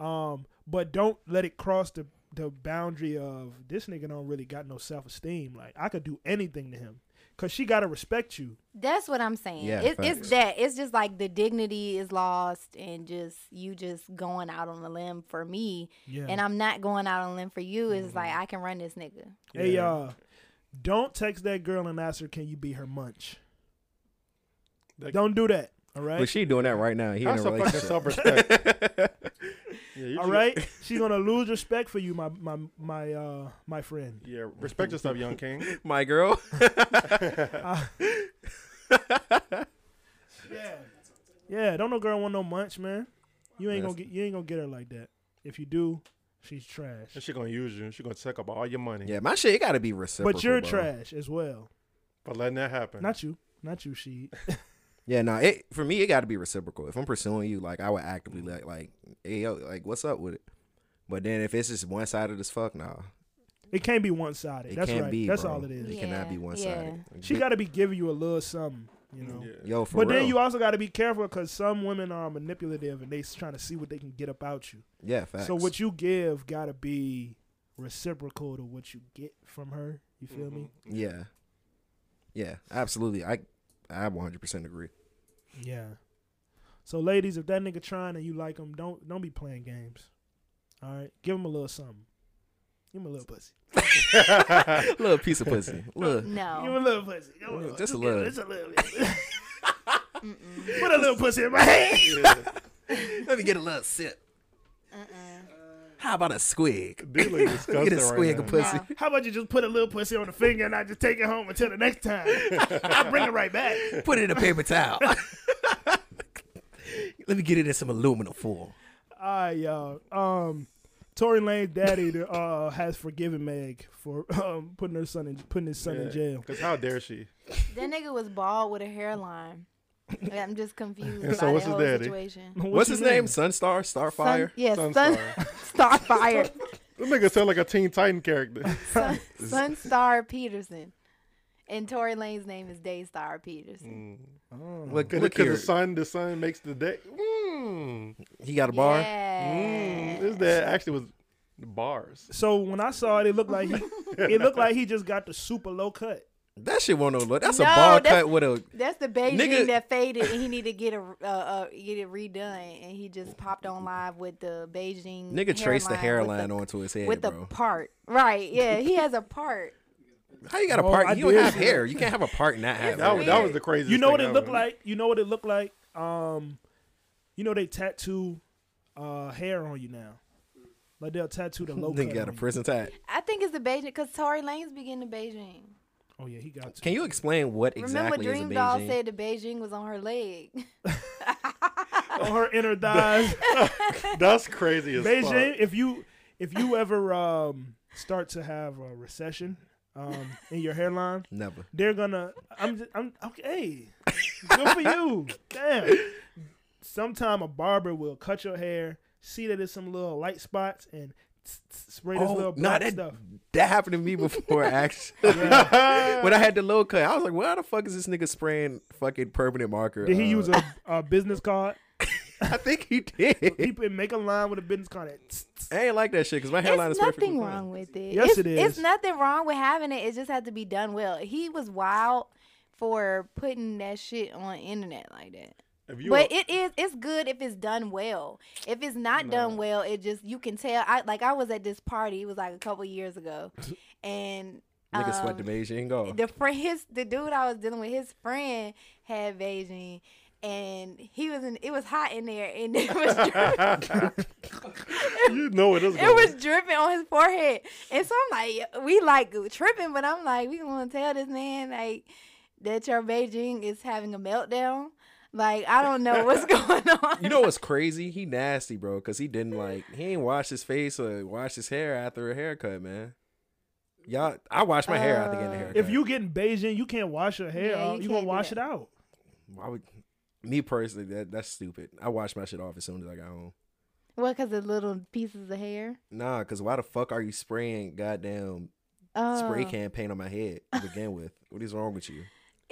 Speaker 1: Um, but don't let it cross the the boundary of this nigga don't really got no self esteem. Like I could do anything to him, cause she gotta respect you.
Speaker 5: That's what I'm saying.
Speaker 3: Yeah,
Speaker 5: It-
Speaker 3: facts.
Speaker 5: it's that. It's just like the dignity is lost, and just you just going out on a limb for me,
Speaker 1: Yeah. Mm-hmm.
Speaker 5: and I'm not going out on a limb for you. It's like I can run this nigga.
Speaker 1: Hey
Speaker 2: Yeah.
Speaker 1: y'all, don't text that girl and ask her can you be her munch.
Speaker 2: That-
Speaker 1: don't do that. All
Speaker 3: But
Speaker 1: right.
Speaker 3: she doing that right now. He in
Speaker 2: That's
Speaker 3: a
Speaker 2: some fucking
Speaker 3: relationship.
Speaker 2: self respect. yeah, you
Speaker 1: All
Speaker 2: should-
Speaker 1: right. She's gonna lose respect for you, my my my uh my friend.
Speaker 2: Yeah, respect yourself, young king.
Speaker 3: My girl.
Speaker 1: Yeah. Yeah. Don't no girl want no munch, man. You ain't
Speaker 3: That's-
Speaker 1: gonna get you ain't gonna get her like that. If you do, she's trash.
Speaker 2: And she gonna use you. She gonna take up all your money.
Speaker 3: Yeah, my shit. It gotta be reciprocal.
Speaker 1: But you're
Speaker 3: bro.
Speaker 1: trash as well.
Speaker 2: For letting that happen.
Speaker 1: Not you. Not you, she.
Speaker 3: Yeah, no. It for me, it gotta be reciprocal. If I'm pursuing you, like I would actively like, like, hey yo, like, what's up with it? But then if it's just one sided as fuck, nah,
Speaker 1: It can't be one sided.
Speaker 3: it
Speaker 1: That's
Speaker 3: can't
Speaker 1: right.
Speaker 3: be.
Speaker 1: That's
Speaker 3: bro.
Speaker 1: all it is.
Speaker 3: It cannot be
Speaker 5: Yeah,
Speaker 3: one sided.
Speaker 1: She got to be giving you a little something, you know.
Speaker 2: yeah.
Speaker 3: yo for
Speaker 1: But
Speaker 3: real.
Speaker 1: then you also got to be careful because some women are manipulative and they s- trying to see what they can get about you.
Speaker 3: yeah, facts.
Speaker 1: So what you give got to be reciprocal to what you get from her. You feel me?
Speaker 3: Yeah. Yeah, absolutely. I I 100% agree.
Speaker 1: Yeah. So ladies, if that nigga trying and you like him, don't don't be playing games. All right, give him a little something. Give him a little pussy.
Speaker 3: little piece of pussy. Little.
Speaker 1: Give him
Speaker 5: No,
Speaker 1: a little pussy. Give him
Speaker 3: Just a
Speaker 1: give him
Speaker 3: little.
Speaker 1: Just a little. Put a little pussy in my hand.
Speaker 3: Let me get a little sip.
Speaker 5: Uh-uh.
Speaker 3: How about a squig?
Speaker 2: Dude, look
Speaker 3: Get a
Speaker 2: disgusting
Speaker 3: squig of
Speaker 2: right now.
Speaker 3: pussy.
Speaker 5: No.
Speaker 1: How about you just put a little pussy on the finger and I just take it home until the next time? I bring it right back.
Speaker 3: Put it in a paper towel. Let me get it in some aluminum foil.
Speaker 1: All right, y'all. Um, Tory Lane's daddy uh, has forgiven Meg for um, putting her son in putting his son in jail.
Speaker 2: Because how dare she?
Speaker 5: that nigga was bald with a hairline. I'm just confused
Speaker 2: And so
Speaker 5: by
Speaker 2: what's
Speaker 5: that
Speaker 2: his
Speaker 5: whole
Speaker 2: daddy?
Speaker 5: situation.
Speaker 1: What's,
Speaker 3: What's his name? Sunstar?
Speaker 5: Sun-
Speaker 3: Starfire?
Speaker 5: yeah,
Speaker 2: Sunfire.
Speaker 5: Sun, Starfire.
Speaker 2: This nigga sound like a Teen Titan character.
Speaker 5: Sun, Sunstar Peterson. And Tory Lane's name is Daystar Peterson.
Speaker 3: Look, look
Speaker 2: Because
Speaker 3: here.
Speaker 2: the sun, the sun makes the day. Mm.
Speaker 3: He got a bar.
Speaker 5: Yeah.
Speaker 2: Mm. This that actually was the bars.
Speaker 1: So when I saw it, it looked like he, it looked like he just got the super low cut.
Speaker 3: That shit won't no look. That's a
Speaker 5: No,
Speaker 3: ball
Speaker 5: that's-
Speaker 3: cut with a.
Speaker 5: That's the Beijing
Speaker 3: Nigga-
Speaker 5: that faded, and he need to get a uh, uh, get it redone. And he just popped on live with the Beijing.
Speaker 3: Nigga traced the hairline
Speaker 5: with
Speaker 3: onto his
Speaker 5: the,
Speaker 3: head,
Speaker 5: with the
Speaker 3: bro.
Speaker 5: part. Right? Yeah, he has a part.
Speaker 3: How you got a
Speaker 1: Oh,
Speaker 3: part?
Speaker 1: I
Speaker 3: you don't
Speaker 1: did
Speaker 3: have
Speaker 1: see
Speaker 3: hair. You can't have a part and not have
Speaker 2: That was,
Speaker 3: hair.
Speaker 2: that was the craziest.
Speaker 1: You know what
Speaker 2: thing
Speaker 1: it
Speaker 2: ever.
Speaker 1: looked like? You know what it looked like? Um, you know they tattoo uh hair on you now. Like they'll tattoo the low cut.
Speaker 3: Nigga got a
Speaker 1: on you.
Speaker 3: prison tat.
Speaker 5: I think it's the Beijing because Tory Lane's beginning Beijing.
Speaker 1: Oh yeah, he got. To.
Speaker 3: Can you explain what
Speaker 5: Remember,
Speaker 3: exactly is a
Speaker 5: Dream Doll
Speaker 3: Beijing?
Speaker 5: said the Beijing was on her leg.
Speaker 1: on Oh, her inner thighs,
Speaker 2: That's crazy as
Speaker 1: Beijing.
Speaker 2: fuck.
Speaker 1: If you if you ever um start to have a recession um in your hairline,
Speaker 3: Never.
Speaker 1: they're gonna. I'm. Just, I'm okay. Good for you. Damn. Sometime a barber will cut your hair, see that it's some little light spots, and s- s- spray this little
Speaker 3: Oh, nah,
Speaker 1: black
Speaker 3: that,
Speaker 1: stuff.
Speaker 3: that happened to me before, actually. when I had the low cut, I was like, why the fuck is this nigga spraying fucking permanent marker?
Speaker 1: Did he
Speaker 3: uh,
Speaker 1: use a, a business card?
Speaker 3: I think he did.
Speaker 1: He put- make a line with a business card. that tss, tss.
Speaker 3: I ain't like that shit because my hairline
Speaker 5: It's
Speaker 3: is perfectly
Speaker 5: nothing
Speaker 3: fine.
Speaker 5: wrong with it.
Speaker 1: Yes,
Speaker 5: it's,
Speaker 1: it
Speaker 5: It's
Speaker 1: is.
Speaker 5: nothing wrong with having it. It just had to be done well. He was wild for putting that shit on internet like that.
Speaker 2: If you
Speaker 5: but it is it's good if it's done well. If it's not done well, it just you can tell. I like I was at this party. It was like a couple years ago, and
Speaker 3: Nigga sweat the
Speaker 5: um,
Speaker 3: Beijing go.
Speaker 5: the friend, his the dude I was dealing with, his friend had Beijing, and he was in. It was hot in there, and it was dri-
Speaker 2: you know it is.
Speaker 5: it was dripping on his forehead. And so I'm like, we like tripping, but I'm like, we gonna tell this man like that your Beijing is having a meltdown. Like I don't know what's going on.
Speaker 3: You know what's crazy? He nasty, bro, because he didn't like he ain't wash his face or wash his hair after a haircut, man. Y'all, I wash my hair after getting a haircut.
Speaker 1: Uh, If you getting Beijing, you can't wash your hair.
Speaker 5: Yeah, you
Speaker 1: off. you
Speaker 5: can't
Speaker 1: gonna
Speaker 5: do
Speaker 1: wash
Speaker 5: that.
Speaker 1: it out.
Speaker 3: why would me personally that that's stupid. I wash my shit off as soon as I got home.
Speaker 5: What, cause of little pieces of hair?
Speaker 3: Nah, cause why the fuck are you spraying goddamn
Speaker 5: Oh.
Speaker 1: Uh.
Speaker 3: spray can paint on my head to begin with? What is wrong with you?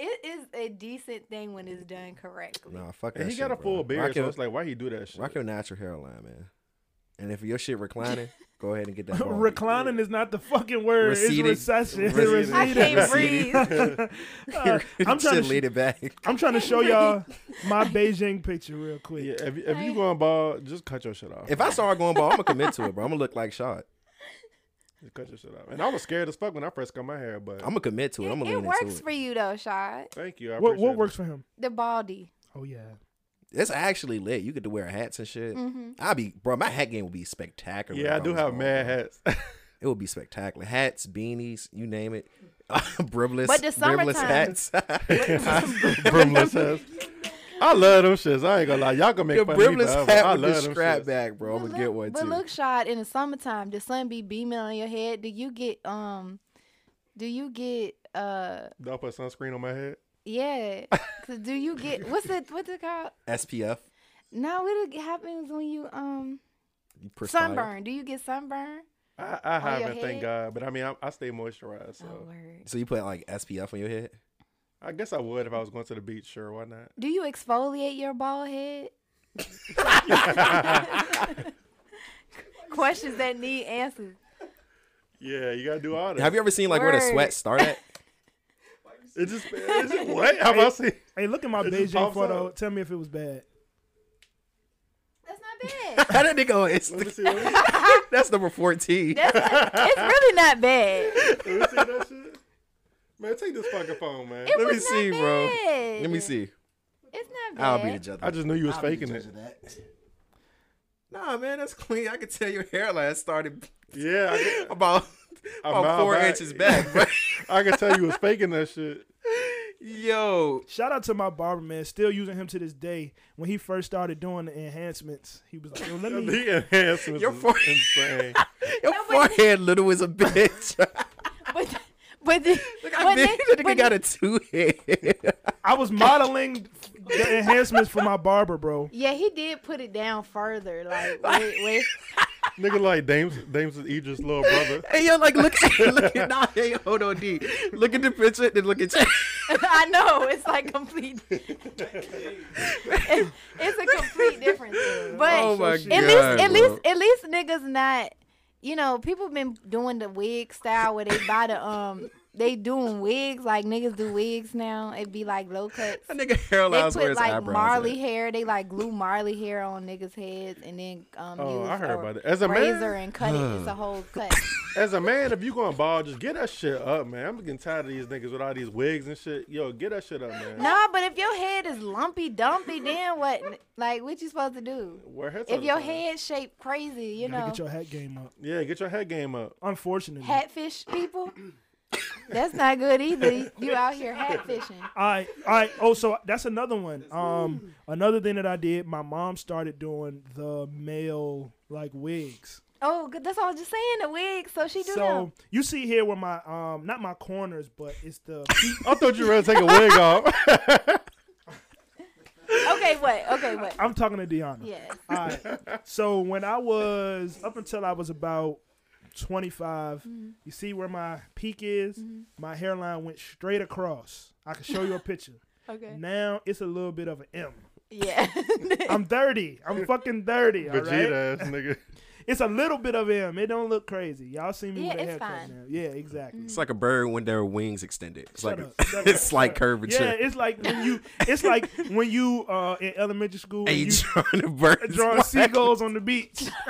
Speaker 5: It is a decent thing when it's done correctly.
Speaker 3: Nah, fuck that.
Speaker 2: And he
Speaker 3: shit,
Speaker 2: got a
Speaker 3: bro.
Speaker 2: full beard,
Speaker 3: Rock
Speaker 2: so
Speaker 3: your,
Speaker 2: it's like, why he do that shit?
Speaker 3: rock your natural hairline, man. And if your shit reclining, go ahead and get that. bald.
Speaker 1: Reclining is not the fucking word.
Speaker 3: Receding.
Speaker 1: It's recession. It's
Speaker 3: Receding.
Speaker 5: I
Speaker 1: receding.
Speaker 5: can't
Speaker 3: Receding.
Speaker 5: breathe.
Speaker 1: Uh, I'm trying
Speaker 3: Shit,
Speaker 1: to.
Speaker 3: lean
Speaker 1: Sh-
Speaker 3: it back.
Speaker 1: I'm trying to show y'all my Beijing picture real quick.
Speaker 2: yeah, if, if you going bald, just cut your shit off.
Speaker 3: If I saw her going bald, I'm gonna commit to it, bro. I'm gonna look like shot.
Speaker 2: Just cut your shit off. And I was scared as fuck when I first cut my hair, but
Speaker 3: I'm gonna commit to it. I'm
Speaker 5: It,
Speaker 3: gonna lean
Speaker 5: it works
Speaker 3: into
Speaker 5: for
Speaker 3: it.
Speaker 5: you though, Shad.
Speaker 2: thank you. I
Speaker 1: What
Speaker 2: appreciate
Speaker 1: what
Speaker 2: it.
Speaker 1: works for him?
Speaker 5: The baldy.
Speaker 1: Oh yeah.
Speaker 3: It's actually lit. You could wear hats and shit.
Speaker 5: Mm-hmm.
Speaker 3: I'll be, bro. My hat game would be spectacular.
Speaker 2: Yeah, I
Speaker 3: if
Speaker 2: do
Speaker 3: was
Speaker 2: have
Speaker 3: bald,
Speaker 2: mad
Speaker 3: bro.
Speaker 2: hats.
Speaker 3: It would be spectacular. Hats, beanies, you name it. brimless,
Speaker 5: But the
Speaker 3: brimless
Speaker 5: summertime-
Speaker 3: hats.
Speaker 2: Brimless hats. I love them shits. I ain't gonna lie. Y'all gonna make
Speaker 3: the
Speaker 2: fun of me
Speaker 3: brimless
Speaker 2: forever. I
Speaker 3: hat with
Speaker 2: love
Speaker 3: the
Speaker 2: them
Speaker 3: strap
Speaker 2: shits.
Speaker 3: back, bro. I'm
Speaker 5: But
Speaker 3: gonna get
Speaker 5: look-
Speaker 3: one
Speaker 5: But
Speaker 3: too.
Speaker 5: look, Shad, in the summertime, the sun be beaming on your head. Do you get um? Do you get uh?
Speaker 2: Y'all put sunscreen on my head.
Speaker 5: Yeah. 'Cause do you get what's it? What's it called?
Speaker 3: SPF.
Speaker 5: No, it happens when you um
Speaker 3: You perspire.
Speaker 5: sunburn. Do you get sunburn?
Speaker 2: I, I
Speaker 5: your
Speaker 2: haven't, thank
Speaker 5: head?
Speaker 2: God. But I mean, I, I stay moisturized, so
Speaker 5: Oh, word.
Speaker 3: So you put like SPF on your head.
Speaker 2: I guess I would if I was going to the beach. Sure, why not?
Speaker 5: Do you exfoliate your bald head? Questions that need answers.
Speaker 2: Yeah, you gotta do all that.
Speaker 3: Have you ever seen like where the
Speaker 5: Word.
Speaker 3: sweat start at?
Speaker 2: It just, it just what? Have I seen?
Speaker 1: Hey, look at my
Speaker 2: It just
Speaker 1: Beijing
Speaker 2: pops
Speaker 1: photo.
Speaker 2: up.
Speaker 1: Tell me if it was bad.
Speaker 5: That's not bad.
Speaker 3: How did it go? It's
Speaker 2: Let me see, let me see, let
Speaker 3: that's number fourteen.
Speaker 5: That's it's really not bad.
Speaker 2: me see that shit. Man, take this fucking phone, man.
Speaker 5: It
Speaker 3: Let me
Speaker 5: was not
Speaker 3: see, bro.
Speaker 5: bad.
Speaker 3: Let me see.
Speaker 5: It's not bad.
Speaker 3: I'll be the judge.
Speaker 2: I just knew you was faking it.
Speaker 3: Nah, man, that's clean. I could tell your hairline started
Speaker 2: Yeah, I,
Speaker 3: about
Speaker 2: A
Speaker 3: about
Speaker 2: mile
Speaker 3: four
Speaker 2: back.
Speaker 3: inches back. Bro.
Speaker 2: I can tell you was faking that shit.
Speaker 3: Yo,
Speaker 1: Shout out to my barber man. Still using him to this day. When he first started doing the enhancements, he was like, "Yo, let me."
Speaker 2: The enhancements
Speaker 3: Your
Speaker 2: is
Speaker 3: forehead-
Speaker 2: insane.
Speaker 3: your forehead little as a bitch.
Speaker 5: But but the,
Speaker 3: Look how
Speaker 5: when
Speaker 3: big
Speaker 5: they-
Speaker 3: that nigga
Speaker 5: when
Speaker 3: got a two head.
Speaker 1: I was modeling the enhancements for my barber, bro.
Speaker 5: Yeah, he did put it down further. Like, wait, wait.
Speaker 2: Nigga like Dames Dames is Idris' little brother.
Speaker 3: Hey yo, like look, look at nah, hey, hold on, D. Look at the picture, then look at.
Speaker 5: I know it's like complete. it's a complete difference. But
Speaker 3: Oh my
Speaker 5: at
Speaker 3: God,
Speaker 5: least, at
Speaker 3: bro.
Speaker 5: least, at least niggas not. You know, people been doing the wig style where they buy the um. They doing wigs like niggas do wigs now. It be like low cuts.
Speaker 3: That nigga
Speaker 5: They
Speaker 3: hairline's where
Speaker 5: put
Speaker 3: his
Speaker 5: like
Speaker 3: eyebrows.
Speaker 5: Marley
Speaker 3: at.
Speaker 5: hair. They like glue Marley hair on niggas' heads and then um.
Speaker 2: Oh,
Speaker 5: use
Speaker 2: I heard
Speaker 5: a
Speaker 2: about that. As a
Speaker 5: razor
Speaker 2: man,
Speaker 5: and cut it. It's a whole cut.
Speaker 2: as a man, if you going bald, just get that shit up, man. I'm getting tired of these niggas with all these wigs and shit. Yo, get that shit up, man.
Speaker 5: No, but if your head is lumpy dumpy, then what? Like, what you supposed to do?
Speaker 2: Wear hats all
Speaker 5: If
Speaker 2: the
Speaker 5: your
Speaker 2: time.
Speaker 5: head shaped crazy, you
Speaker 1: Gotta
Speaker 5: know,
Speaker 1: get your hat game up.
Speaker 2: yeah, get your head game up.
Speaker 1: Unfortunately,
Speaker 5: hatfish people. That's not good either. You out here hat fishing.
Speaker 1: I I oh so that's another one. Um, another thing that I did, my mom started doing the male like wigs.
Speaker 5: Oh, good. that's all I was just saying. The wig, so she do
Speaker 1: So you see here where my um not my corners, but it's the
Speaker 2: I thought you were gonna take a wig off.
Speaker 5: them. Okay, wait. Okay, wait.
Speaker 1: I'm talking to Deanna.
Speaker 5: Yes.
Speaker 1: All right. So when I was up until I was about 25,
Speaker 5: Mm-hmm.
Speaker 1: you see where my peak is? My hairline went straight across. I can show you a picture.
Speaker 5: Okay.
Speaker 1: Now it's a little bit of an M.
Speaker 5: Yeah.
Speaker 1: I'm 30. I'm fucking 30. all right?
Speaker 2: Vegeta ass nigga.
Speaker 1: It's a little bit of M. It don't look crazy. Y'all see me
Speaker 5: Yeah,
Speaker 1: with a
Speaker 5: it's
Speaker 1: haircut
Speaker 5: fine.
Speaker 1: now. Yeah, exactly.
Speaker 3: It's like a bird when their wings extended. It's like
Speaker 1: up, shut
Speaker 3: it's
Speaker 1: up,
Speaker 3: like
Speaker 1: Yeah,
Speaker 3: curvature.
Speaker 1: it's like when you it's like when you uh in elementary school and
Speaker 3: and you
Speaker 1: you
Speaker 3: drawing a bird.
Speaker 1: drawing seagulls on the beach.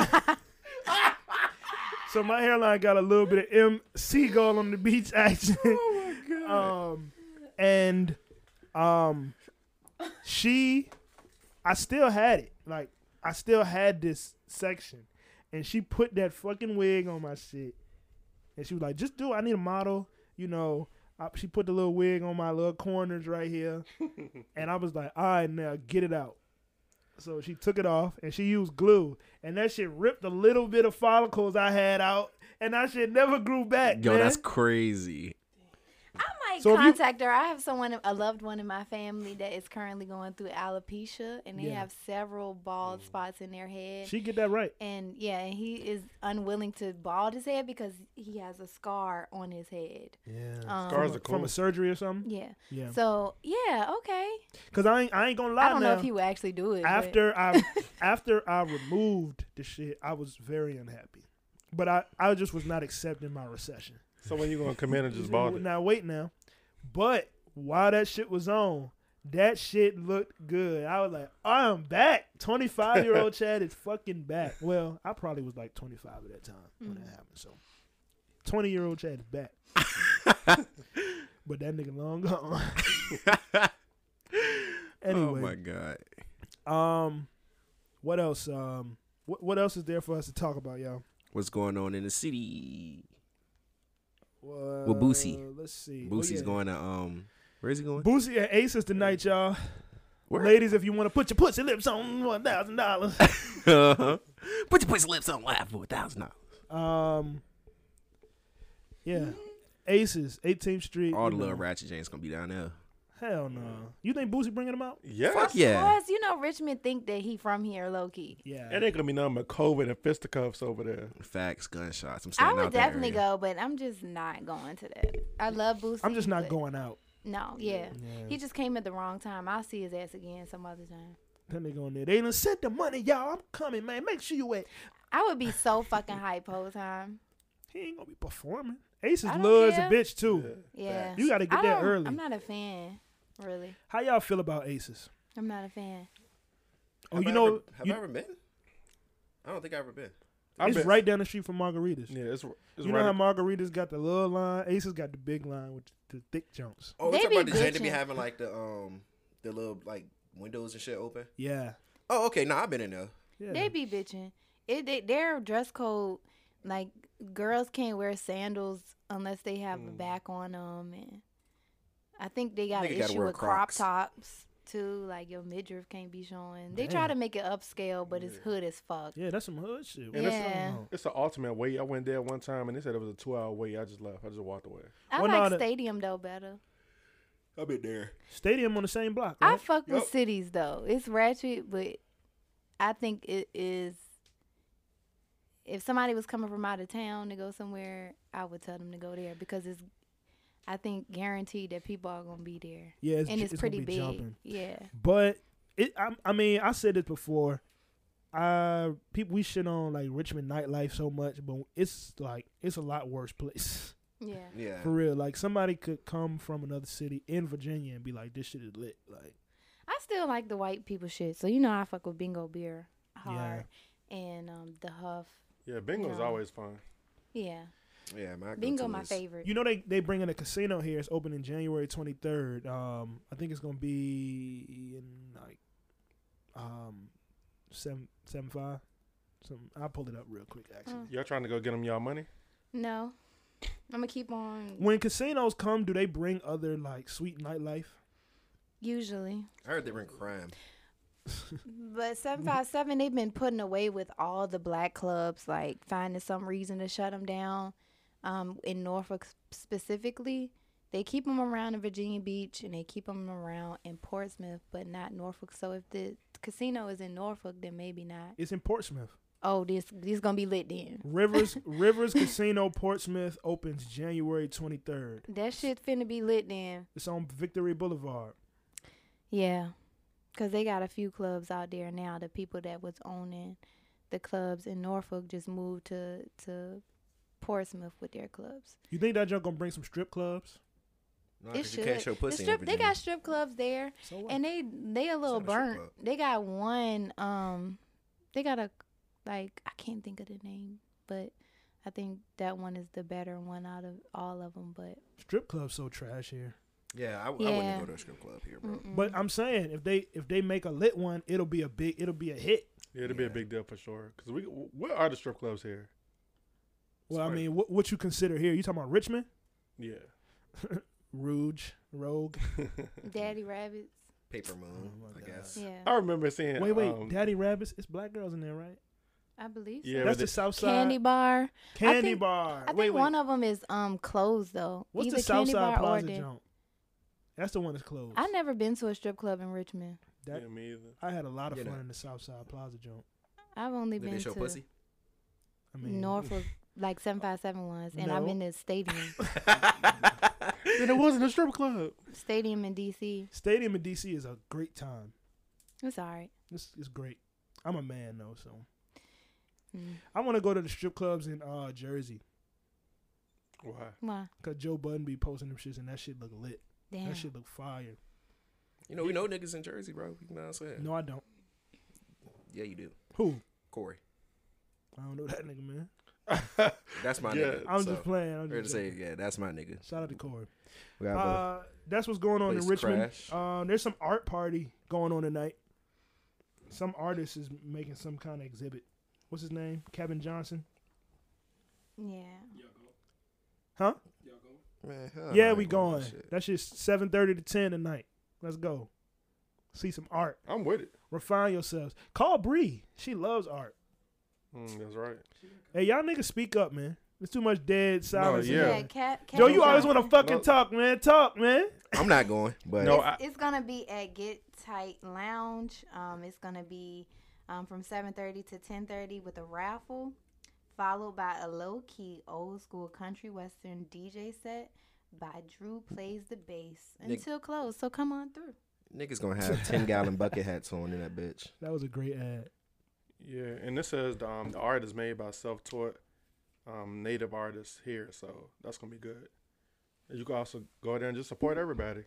Speaker 1: so my hairline got a little bit of M seagull on the beach action. Oh my god. Um, and um, she, I still had it. Like I still had this section, and she put that fucking wig on my shit, and she was like, "Just do. it. I need a model, you know." I, she put the little wig on my little corners right here, and I was like, "All right, now get it out." So she took it off and she used glue, and that shit ripped a little bit of follicles I had out, and that shit never grew back.
Speaker 3: Yo,
Speaker 1: man.
Speaker 3: that's crazy.
Speaker 5: I might
Speaker 1: So if you-
Speaker 5: contact her. I have someone, a loved one in my family that is currently going through alopecia, and they
Speaker 1: Yeah. Oh.
Speaker 5: have several bald spots in their head.
Speaker 1: she get that right.
Speaker 5: and yeah, and he is unwilling to bald his head because he has a scar on his head.
Speaker 1: Yeah,
Speaker 5: Um,
Speaker 2: Scars
Speaker 1: from,
Speaker 2: are
Speaker 1: a- from
Speaker 2: cool.
Speaker 1: a surgery or something.
Speaker 5: Yeah.
Speaker 1: Yeah,
Speaker 5: So yeah, okay.
Speaker 1: because I ain't I ain't gonna lie.
Speaker 5: I don't know
Speaker 1: now.
Speaker 5: if he would actually do it but-
Speaker 1: after I after I removed the shit, I was very unhappy, but I I just was not accepting my recession.
Speaker 2: So when you gonna come in and just bald it?
Speaker 1: Now wait now, but while that shit was on, that shit looked good. I was like, "Oh, I'm back. 25 year old Chad is fucking back. Well, I probably was like 25 at that time when that happened. So 20 year old Chad is back. but that nigga long gone.
Speaker 3: Oh my
Speaker 1: anyway,
Speaker 3: god.
Speaker 1: um, what else? Um, what what else is there for us to talk about, y'all?
Speaker 3: What's going on in the city?
Speaker 1: Uh,
Speaker 3: With Boosie.
Speaker 1: Let's see. Oh,
Speaker 3: Boosie's
Speaker 1: yeah.
Speaker 3: going to um where is he going?
Speaker 1: Boosie and Ace is tonight, y'all.
Speaker 3: Where?
Speaker 1: Ladies, if you want to put your pussy lips on one thousand dollars.
Speaker 3: Uh-huh. Put your pussy lips on live for a thousand dollars.
Speaker 1: Um. Yeah, Aces, 18th Street.
Speaker 3: All
Speaker 1: you
Speaker 3: the
Speaker 1: know.
Speaker 3: little ratchet James gonna be down there.
Speaker 1: Hell no. You think Boosie bringing them out?
Speaker 2: Yeah.
Speaker 3: Fuck yeah.
Speaker 5: Plus, you know, Richmond think that he from here, low key.
Speaker 1: Yeah.
Speaker 2: It ain't gonna be nothing but COVID and fisticuffs over there.
Speaker 3: Facts, gunshots. I'm
Speaker 5: I
Speaker 3: staying
Speaker 5: would
Speaker 3: out there.
Speaker 5: definitely go, but I'm just not going to that. I love Boosie.
Speaker 1: I'm just not
Speaker 5: but
Speaker 1: going out.
Speaker 5: No, yeah. He just came at the wrong time. I'll see his ass again some other time.
Speaker 1: That nigga on there. They done sent the money, y'all. I'm coming, man. Make sure you wait.
Speaker 5: I would be so fucking hype whole time.
Speaker 1: He ain't gonna be performing. Aces
Speaker 5: I don't
Speaker 1: lure is a
Speaker 5: care.
Speaker 1: bitch too.
Speaker 5: Yeah.
Speaker 1: You gotta get
Speaker 5: I
Speaker 1: there
Speaker 5: don't-
Speaker 1: early.
Speaker 5: I'm not a fan, really.
Speaker 1: How y'all feel about Aces?
Speaker 5: I'm not a fan.
Speaker 1: Oh, you know, you-
Speaker 3: been? I don't think I've ever been.
Speaker 2: I
Speaker 1: it's
Speaker 2: bet-
Speaker 1: right down the street from Margaritas.
Speaker 2: Yeah, it's, it's
Speaker 1: you know
Speaker 2: right.
Speaker 1: how Margaritas got the little line, Aces got the big line with the thick jumps.
Speaker 3: Oh,
Speaker 5: we're They talking about be the joint that be bitching.
Speaker 3: having like the um the little like windows and shit open.
Speaker 1: Yeah.
Speaker 3: Oh, okay. Nah, I've been in there.
Speaker 1: yeah.
Speaker 5: They be bitching. It they, their dress code, like girls can't wear sandals unless they have
Speaker 1: Hmm.
Speaker 5: a back on them, and I think they got an
Speaker 3: Nigga gotta
Speaker 5: issue
Speaker 3: wear
Speaker 5: with
Speaker 3: Crocs.
Speaker 5: crop tops too. Like your midriff can't be showing. They try to make it upscale, but it's hood as fuck.
Speaker 1: yeah, that's some hood shit. What
Speaker 5: And
Speaker 1: you
Speaker 5: it's-
Speaker 1: talking about?
Speaker 2: It's an ultimate wait. I went there one time and they said it was a two hour wait. I just left. I just walked away.
Speaker 5: I
Speaker 1: Well,
Speaker 5: like
Speaker 1: no, the-
Speaker 5: stadium though better.
Speaker 3: I've been there.
Speaker 1: Stadium on the same block.
Speaker 5: I
Speaker 1: right?
Speaker 5: fuck with
Speaker 3: Yup.
Speaker 5: cities though. It's ratchet, but I think it is. if somebody was coming from out of town to go somewhere, I would tell them to go there because it's, I think, guaranteed that people are gonna be there,
Speaker 1: Yeah, it's,
Speaker 5: and
Speaker 1: ju-
Speaker 5: it's,
Speaker 1: gonna
Speaker 5: pretty
Speaker 1: be
Speaker 5: big.
Speaker 1: jumping.
Speaker 5: Yeah,
Speaker 1: But it, I, I mean, I said this before. Uh, people, we shit on like Richmond nightlife so much, but it's like it's a lot worse place
Speaker 5: yeah.
Speaker 3: Yeah.
Speaker 1: for real. Like somebody could come from another city in Virginia and be like, "This shit is lit." Like,
Speaker 5: I still like the white people shit, so you know I fuck with Bingo Beer hard and um the Huff.
Speaker 2: Yeah, bingo's
Speaker 5: Yeah.
Speaker 2: always fun.
Speaker 5: Yeah,
Speaker 3: Yeah, my
Speaker 5: Bingo
Speaker 3: go-to
Speaker 5: my
Speaker 3: is-
Speaker 5: favorite.
Speaker 1: you know, they they bringing a casino here. It's opening January twenty third. Um, I think it's gonna be in like, um, seven seven five. Something. I'll pull it up real quick. Actually,
Speaker 5: Mm.
Speaker 2: Y'all trying to go get them y'all money?
Speaker 5: no, I'm gonna keep on
Speaker 1: when casinos come, do they bring other like sweet nightlife?
Speaker 5: usually.
Speaker 3: I heard they were in crime.
Speaker 5: But 757, they've been putting away with all the black clubs, like finding some reason to shut them down. Um, in Norfolk s- specifically, they keep them around in Virginia Beach and they keep them around in Portsmouth, but not Norfolk. So if the casino is in Norfolk, then maybe not.
Speaker 1: It's in Portsmouth.
Speaker 5: Oh, this this gonna be lit then.
Speaker 1: Rivers Rivers Casino Portsmouth opens January 23rd.
Speaker 5: That shit finna be lit then.
Speaker 1: It's on Victory Boulevard.
Speaker 5: Yeah, cause they got a few clubs out there now. The people that was owning the clubs in Norfolk just moved to to Portsmouth with their clubs.
Speaker 1: You think that junk gonna bring some strip clubs?
Speaker 3: No,
Speaker 5: It
Speaker 3: Oh, 'cause
Speaker 5: should.
Speaker 3: you can't show
Speaker 5: The
Speaker 3: pussy. in
Speaker 5: strip- they got
Speaker 3: Virginia.
Speaker 5: strip clubs there,
Speaker 1: So what?
Speaker 5: and they they a little
Speaker 3: not a strip
Speaker 5: burnt.
Speaker 3: club.
Speaker 5: They got one. Um, they got a like I can't think of the name, but I think that one is the better one out of all of them. But
Speaker 1: strip clubs so trash here.
Speaker 3: Yeah, I, I
Speaker 5: Yeah.
Speaker 3: wouldn't go to a strip club here, bro.
Speaker 5: mm-mm.
Speaker 1: But I'm saying if they if they make a lit one, it'll be a big it'll be a hit.
Speaker 2: Yeah, it'll be a
Speaker 3: Yeah.
Speaker 2: big deal for sure. Cause we, what are the strip clubs here?
Speaker 1: Well, I
Speaker 2: Sorry.
Speaker 1: mean, what what you consider here? You talking about Richmond,
Speaker 2: Yeah,
Speaker 1: Rouge, Rogue?
Speaker 5: Daddy Rabbits,
Speaker 3: Paper moon,
Speaker 1: Oh my God.
Speaker 3: I guess.
Speaker 5: yeah,
Speaker 2: I remember seeing.
Speaker 1: wait, wait,
Speaker 2: um,
Speaker 1: Daddy Rabbits. It's black girls in there, right?
Speaker 5: I believe. So.
Speaker 2: yeah,
Speaker 1: That's
Speaker 2: but
Speaker 1: the
Speaker 2: the,
Speaker 1: South Side
Speaker 5: Candy
Speaker 1: Candy,
Speaker 5: bar. think-
Speaker 1: Bar.
Speaker 5: I think
Speaker 1: wait, wait.
Speaker 5: one of them is um closed though.
Speaker 1: What's
Speaker 5: Either
Speaker 1: the South
Speaker 5: Candy
Speaker 1: Side
Speaker 5: Bar or
Speaker 1: Plaza
Speaker 5: the-
Speaker 1: junk? That's the one that's closed.
Speaker 5: I never been to a strip club in Richmond.
Speaker 1: that-
Speaker 2: yeah, me either.
Speaker 1: I had a lot of
Speaker 3: You
Speaker 1: fun
Speaker 3: know.
Speaker 1: in the South Side Plaza junk.
Speaker 5: I've only
Speaker 3: Did
Speaker 5: been
Speaker 3: they show
Speaker 5: to
Speaker 3: pussy?
Speaker 1: I mean,
Speaker 5: Norfolk like seven five seven ones, and I've
Speaker 1: No.
Speaker 5: been to Stadium,
Speaker 2: Then it wasn't a strip club.
Speaker 5: Stadium in D.C.
Speaker 1: Stadium in DC is a great time.
Speaker 5: It's alright.
Speaker 1: This is great. I'm a man though, so
Speaker 5: Mm.
Speaker 1: I want to go to the strip clubs in uh Jersey
Speaker 2: Why?
Speaker 5: Why?
Speaker 1: because Joe Budden be posting them shits and that shit look lit.
Speaker 5: Damn.
Speaker 1: That shit look fire.
Speaker 3: You know, we know niggas in Jersey, bro. You know what I'm saying?
Speaker 1: No, I don't.
Speaker 3: Yeah, you do.
Speaker 1: Who?
Speaker 3: Corey.
Speaker 1: I don't know that nigga, man.
Speaker 3: That's my
Speaker 2: Yeah.
Speaker 3: nigga.
Speaker 1: I'm
Speaker 3: so.
Speaker 1: just playing. I'm
Speaker 3: Fair to
Speaker 1: just
Speaker 3: say,
Speaker 1: joking.
Speaker 3: yeah, that's my nigga.
Speaker 1: Shout out to Corey.
Speaker 3: We got a
Speaker 1: Uh, that's what's going on in
Speaker 3: Place
Speaker 1: Richmond.
Speaker 3: crash.
Speaker 1: Um, there's some art party going on tonight. Some artist is making some kind of exhibit. What's his name? Kevin Johnson.
Speaker 5: Yeah.
Speaker 3: Oh,
Speaker 1: Huh?
Speaker 3: little- Man, hell
Speaker 1: yeah,
Speaker 3: no, I
Speaker 1: we
Speaker 3: ain't
Speaker 1: going.
Speaker 3: going to that shit.
Speaker 1: That's just seven thirty to ten tonight. Let's go. See some art.
Speaker 2: I'm with it.
Speaker 1: refine yourselves. Call Bree. She loves art.
Speaker 2: Mm, that's right.
Speaker 1: Hey, y'all niggas speak up, man. It's too much dead silence.
Speaker 2: Yeah.
Speaker 5: Yeah. Cat,
Speaker 1: Joe, you always want to fucking
Speaker 2: No.
Speaker 1: talk, man. Talk, man.
Speaker 3: I'm not going, but
Speaker 2: No,
Speaker 5: it's,
Speaker 2: I-
Speaker 5: it's gonna be at Get Tight Lounge. Um, it's gonna be um, from seven thirty to ten thirty with a raffle, followed by a low key old school country western DJ set by Drew plays the bass
Speaker 3: Nick-
Speaker 5: until close. So come on through.
Speaker 3: niggas gonna have ten gallon bucket hats on in that bitch.
Speaker 1: That was a great ad.
Speaker 2: Yeah, and this says the, um, the art is made by self-taught um, native artists here, so that's gonna be good. And You can also go there and just support everybody.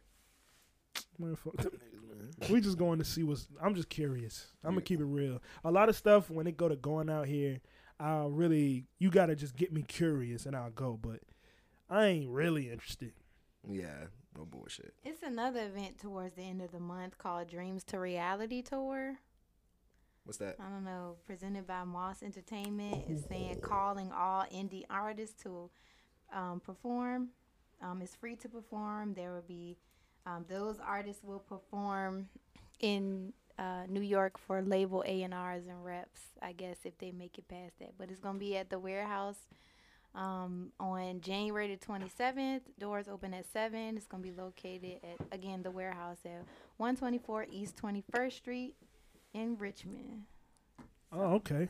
Speaker 1: Man, fuck them niggas, man. We just going to see what's. I'm just curious. I'm gonna keep it real. A lot of stuff when it go to going out here, I'll really. You gotta just get me curious and I'll go. But I ain't really interested.
Speaker 3: Yeah, no bullshit.
Speaker 5: It's another event towards the end of the month called Dreams to Reality Tour.
Speaker 3: What's that?
Speaker 5: I don't know, presented by Moss Entertainment. It's saying calling all indie artists to um, perform. Um, it's free to perform. There will be um, those artists will perform in uh, New York for label A and R's and reps. I guess if they make it past that, but it's gonna be at the warehouse um, on January the twenty seventh. Doors open at seven. It's gonna be located at again the warehouse at one twenty four East Twenty First Street in Richmond.
Speaker 1: Oh, okay.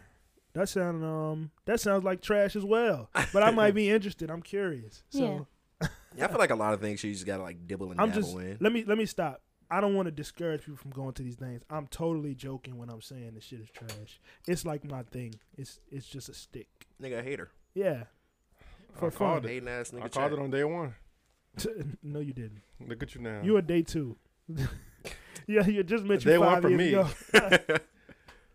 Speaker 1: That sound um that sounds like trash as well. But I might be interested. I'm curious. So
Speaker 5: Yeah.
Speaker 3: Yeah, I feel like a lot of things you just gotta like dibble and
Speaker 1: I'm
Speaker 3: dabble
Speaker 1: just
Speaker 3: in.
Speaker 1: let me let me stop. I don't want to discourage people from going to these things. I'm totally joking when I'm saying this shit is trash. It's like my thing. It's it's just a stick.
Speaker 3: Nigga, a hater.
Speaker 1: Yeah. For
Speaker 2: I called
Speaker 1: fun.
Speaker 2: it.
Speaker 3: Hating ass nigga.
Speaker 2: I called
Speaker 3: Chad.
Speaker 2: it on day one.
Speaker 1: no, you didn't.
Speaker 2: Look at you now.
Speaker 1: You a day two. yeah, you just met you
Speaker 2: Day one
Speaker 1: five
Speaker 2: for
Speaker 1: years
Speaker 2: me.
Speaker 1: ago.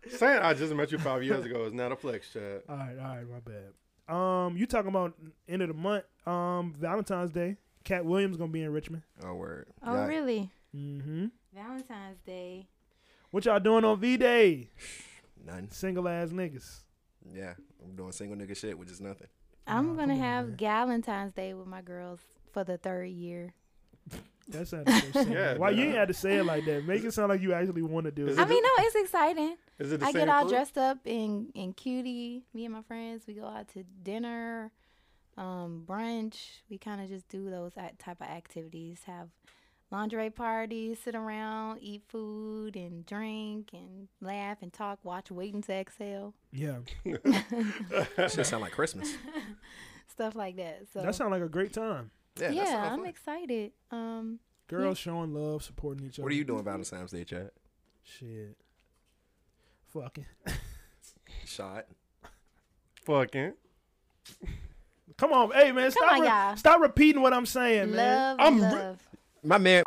Speaker 2: saying I just met you five years ago is not a flex, Chad.
Speaker 1: All right, all right, my bad. Um, you talking about end of the month? Um, Valentine's Day. Cat Williams gonna be in Richmond.
Speaker 3: Oh word.
Speaker 5: Oh,
Speaker 3: Yeah,
Speaker 5: really?
Speaker 1: Mm-hmm.
Speaker 5: Valentine's Day.
Speaker 1: What y'all doing on V Day?
Speaker 3: None.
Speaker 1: Single ass niggas.
Speaker 3: Yeah, I'm doing single nigga shit, which is nothing.
Speaker 5: I'm
Speaker 1: Nah,
Speaker 5: gonna
Speaker 1: come on,
Speaker 5: have
Speaker 1: man.
Speaker 5: Valentine's Day with my girls for the third year.
Speaker 1: That sounded so sad.
Speaker 2: Yeah,
Speaker 1: Why you
Speaker 2: nah.
Speaker 1: ain't had to say it like that? Make it sound like you actually want to do
Speaker 2: Is
Speaker 1: it.
Speaker 5: I
Speaker 2: it
Speaker 5: mean, no, it's exciting.
Speaker 2: Is it the
Speaker 5: I
Speaker 2: same
Speaker 5: get all
Speaker 2: crew?
Speaker 5: dressed up in in cutie. Me and my friends, we go out to dinner, um, brunch. We kind of just do those act- type of activities. Have lingerie parties, sit around, eat food and drink and laugh and talk. Watch Waiting to Exhale,
Speaker 1: yeah,
Speaker 3: That shit sound like Christmas.
Speaker 5: stuff like that. So
Speaker 1: that sound like a great time.
Speaker 3: Yeah. that
Speaker 5: yeah,
Speaker 3: sound
Speaker 5: I'm
Speaker 3: fun.
Speaker 5: excited. Um,
Speaker 1: Girls showing love, supporting each other.
Speaker 3: What are you doing Valentine's Day, Chad?
Speaker 1: Shit. Fucking.
Speaker 3: Shot.
Speaker 2: Fucking.
Speaker 1: Come on, hey man, stop.
Speaker 5: on,
Speaker 1: re-
Speaker 5: y'all.
Speaker 1: Stop repeating what I'm saying, man.
Speaker 5: love,
Speaker 2: I'm re-
Speaker 5: love.
Speaker 3: My man.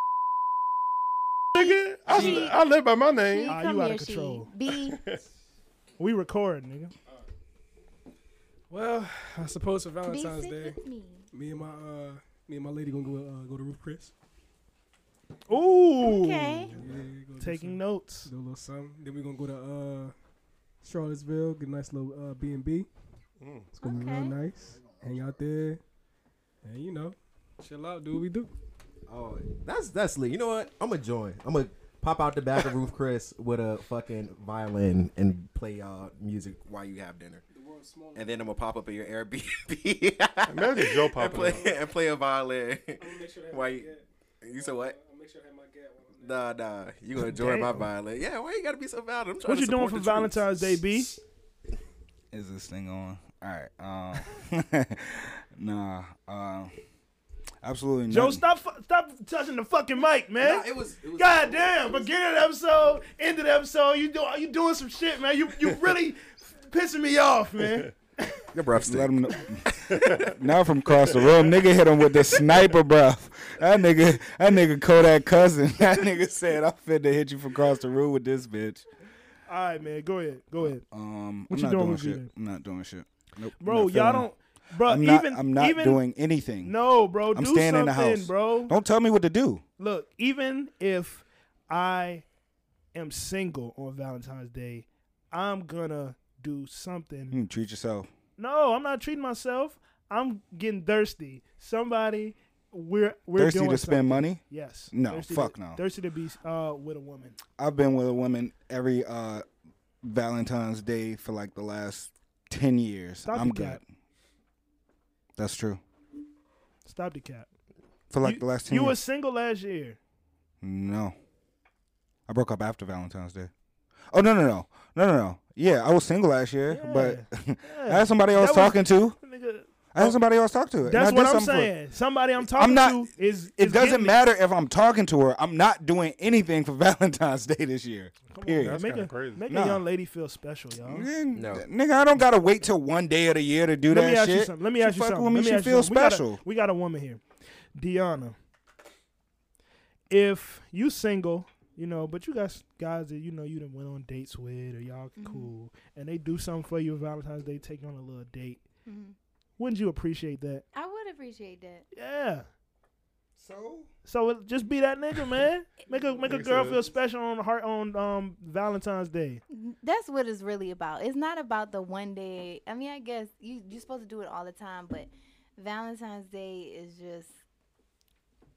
Speaker 2: Nigga, I,
Speaker 5: She-
Speaker 2: I live by my name.
Speaker 5: She,
Speaker 1: Ah, you
Speaker 5: come
Speaker 1: outta
Speaker 5: here,
Speaker 1: control.
Speaker 5: she. B,
Speaker 1: We recording, nigga.
Speaker 7: Well, I suppose for
Speaker 5: be
Speaker 7: Valentine's
Speaker 5: sick
Speaker 7: Day,
Speaker 5: with me.
Speaker 7: me and my uh, me and my lady gonna go uh, go to Roof Chris.
Speaker 1: Ooh.
Speaker 5: Okay.
Speaker 7: Yeah, go do
Speaker 1: Taking
Speaker 7: some-
Speaker 1: notes.
Speaker 7: do a little something. Then we gonna go to uh, Charlottesville, get a nice little uh, B and B.
Speaker 2: Mm.
Speaker 7: It's gonna be real
Speaker 5: Okay.
Speaker 7: nice. Hang out there, and you know, chill out, do what we do.
Speaker 8: Oh, that's that's lit. You know what? I'm gonna join. I'm gonna pop out the back of Roof Chris with a fucking violin and play y'all music.
Speaker 3: While you have dinner. And then I'm gonna pop up at your Airbnb
Speaker 2: Imagine Joe
Speaker 3: and
Speaker 2: popping
Speaker 3: play
Speaker 2: up.
Speaker 3: and play a violin.
Speaker 7: make sure
Speaker 3: Why you, you said what?
Speaker 7: make sure I have my gap on.
Speaker 3: Nah, nah. You gonna join my
Speaker 1: Damn.
Speaker 3: violin? Yeah. Why you gotta be so violent? I'm trying
Speaker 1: What
Speaker 3: to
Speaker 1: you doing
Speaker 3: support
Speaker 1: for
Speaker 3: the troops.
Speaker 1: Valentine's Day, B?
Speaker 9: Is this thing on? All right. Um, nah. Um, absolutely
Speaker 1: Joe,
Speaker 9: not.
Speaker 1: stop, fu- stop touching the fucking mic, man.
Speaker 3: Nah, it was. It was
Speaker 1: God damn! Beginning of the episode, end of the episode, you do you doing some shit, man. You you really pissing me off, man.
Speaker 3: Your breath
Speaker 9: Let
Speaker 3: stink.
Speaker 9: him know. now from across the room, nigga hit him with the sniper, bro. That nigga, that nigga Kodak cousin. That nigga said, "I'm finna hit you from across the room with this bitch."
Speaker 1: All right, man. Go ahead, go ahead,
Speaker 9: Um,
Speaker 1: What
Speaker 9: I'm
Speaker 1: you
Speaker 9: not
Speaker 1: doing
Speaker 9: doing,
Speaker 1: with
Speaker 9: shit.
Speaker 1: Vita?
Speaker 9: I'm not doing shit. Nope. I'm
Speaker 1: bro.
Speaker 9: not
Speaker 1: Y'all
Speaker 9: feeling
Speaker 1: don't,
Speaker 9: it.
Speaker 1: bro.
Speaker 9: I'm
Speaker 1: even
Speaker 9: not. I'm not
Speaker 1: even,
Speaker 9: doing anything.
Speaker 1: No, bro.
Speaker 9: I'm
Speaker 1: do
Speaker 9: staying
Speaker 1: something,
Speaker 9: in the house.
Speaker 1: bro.
Speaker 9: Don't tell me what to do.
Speaker 1: Look, even if I am single on Valentine's Day, I'm gonna do something
Speaker 9: You Hmm, treat yourself.
Speaker 1: No, I'm not treating myself. I'm getting thirsty. Somebody, we're we're
Speaker 9: Thirsty
Speaker 1: doing
Speaker 9: to spend
Speaker 1: something.
Speaker 9: money.
Speaker 1: Yes.
Speaker 9: No,
Speaker 1: Thirsty
Speaker 9: fuck
Speaker 1: to,
Speaker 9: no.
Speaker 1: Thirsty to be uh with a woman.
Speaker 9: I've been with a woman every uh, Valentine's Day for like the last ten years.
Speaker 1: Stop
Speaker 9: I'm
Speaker 1: the
Speaker 9: good.
Speaker 1: cap.
Speaker 9: That's true.
Speaker 1: Stop the cap.
Speaker 9: For like
Speaker 1: you,
Speaker 9: the last ten
Speaker 1: you were
Speaker 9: years.
Speaker 1: single last year.
Speaker 9: No. I broke up after Valentine's Day. Oh no no no. No no no. Yeah, I was single last year, but I had somebody I was
Speaker 1: That was-
Speaker 9: talking to.
Speaker 1: Nigga,
Speaker 9: I had somebody I was talking to. and I
Speaker 1: that's
Speaker 9: did
Speaker 1: what I'm
Speaker 9: something for-
Speaker 1: saying. Somebody I'm talking
Speaker 9: not-
Speaker 1: to is
Speaker 9: It
Speaker 1: is
Speaker 9: doesn't
Speaker 1: getting
Speaker 9: matter if I'm talking to her. I'm not doing anything for Valentine's Day this year. period.
Speaker 1: Make a
Speaker 2: kinda crazy.
Speaker 1: make a
Speaker 9: Nah.
Speaker 1: young lady feel special, y'all.
Speaker 9: Man,
Speaker 3: No.
Speaker 9: Nigga, I don't gotta wait till one day of the year to do
Speaker 1: Let
Speaker 9: that
Speaker 1: me ask
Speaker 9: shit.
Speaker 1: you something. Let me
Speaker 9: She
Speaker 1: ask you
Speaker 9: fuck
Speaker 1: something.
Speaker 9: with me,
Speaker 1: Let me
Speaker 9: she
Speaker 1: ask you
Speaker 9: feels
Speaker 1: something. We got a-
Speaker 9: special.
Speaker 1: We got, a, woman here, Deanna. If you single, you know, but you got s- guys that you know you done went on dates with, or y'all cool, and they do something for you Valentine's Day, take you on a little date. Wouldn't you appreciate that?
Speaker 5: I would appreciate that.
Speaker 1: Yeah.
Speaker 9: So
Speaker 1: So it, just be that nigga, man. Make a make a
Speaker 2: Makes
Speaker 1: girl
Speaker 2: sense.
Speaker 1: feel special on heart on um Valentine's Day.
Speaker 5: That's what it's really about. It's not about the one day. I mean, I guess you you're supposed to do it all the time, but Valentine's Day is just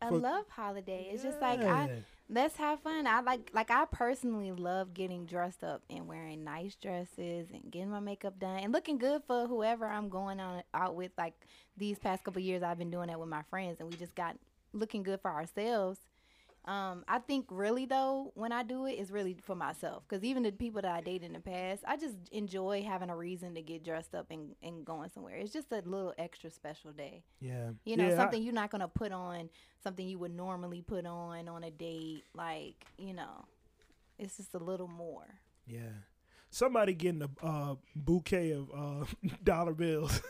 Speaker 5: a
Speaker 1: For-
Speaker 5: love holiday. It's just like I
Speaker 1: Yeah.
Speaker 5: let's have fun. I like like I personally love getting dressed up and wearing nice dresses and getting my makeup done and looking good for whoever I'm going on out with. Like these past couple years, I've been doing that with my friends, and we just got looking good for ourselves. Um, I think really though, when I do it, it's really for myself. Cause even the people that I dated in the past, I just enjoy having a reason to get dressed up and, and going somewhere. It's just a little extra special day.
Speaker 1: Yeah.
Speaker 5: You know,
Speaker 1: Yeah, I-
Speaker 5: something you're not gonna put on, something you would normally put on on a date. Like you know, it's just a little more.
Speaker 1: Yeah. Somebody getting a uh, bouquet of uh, dollar bills.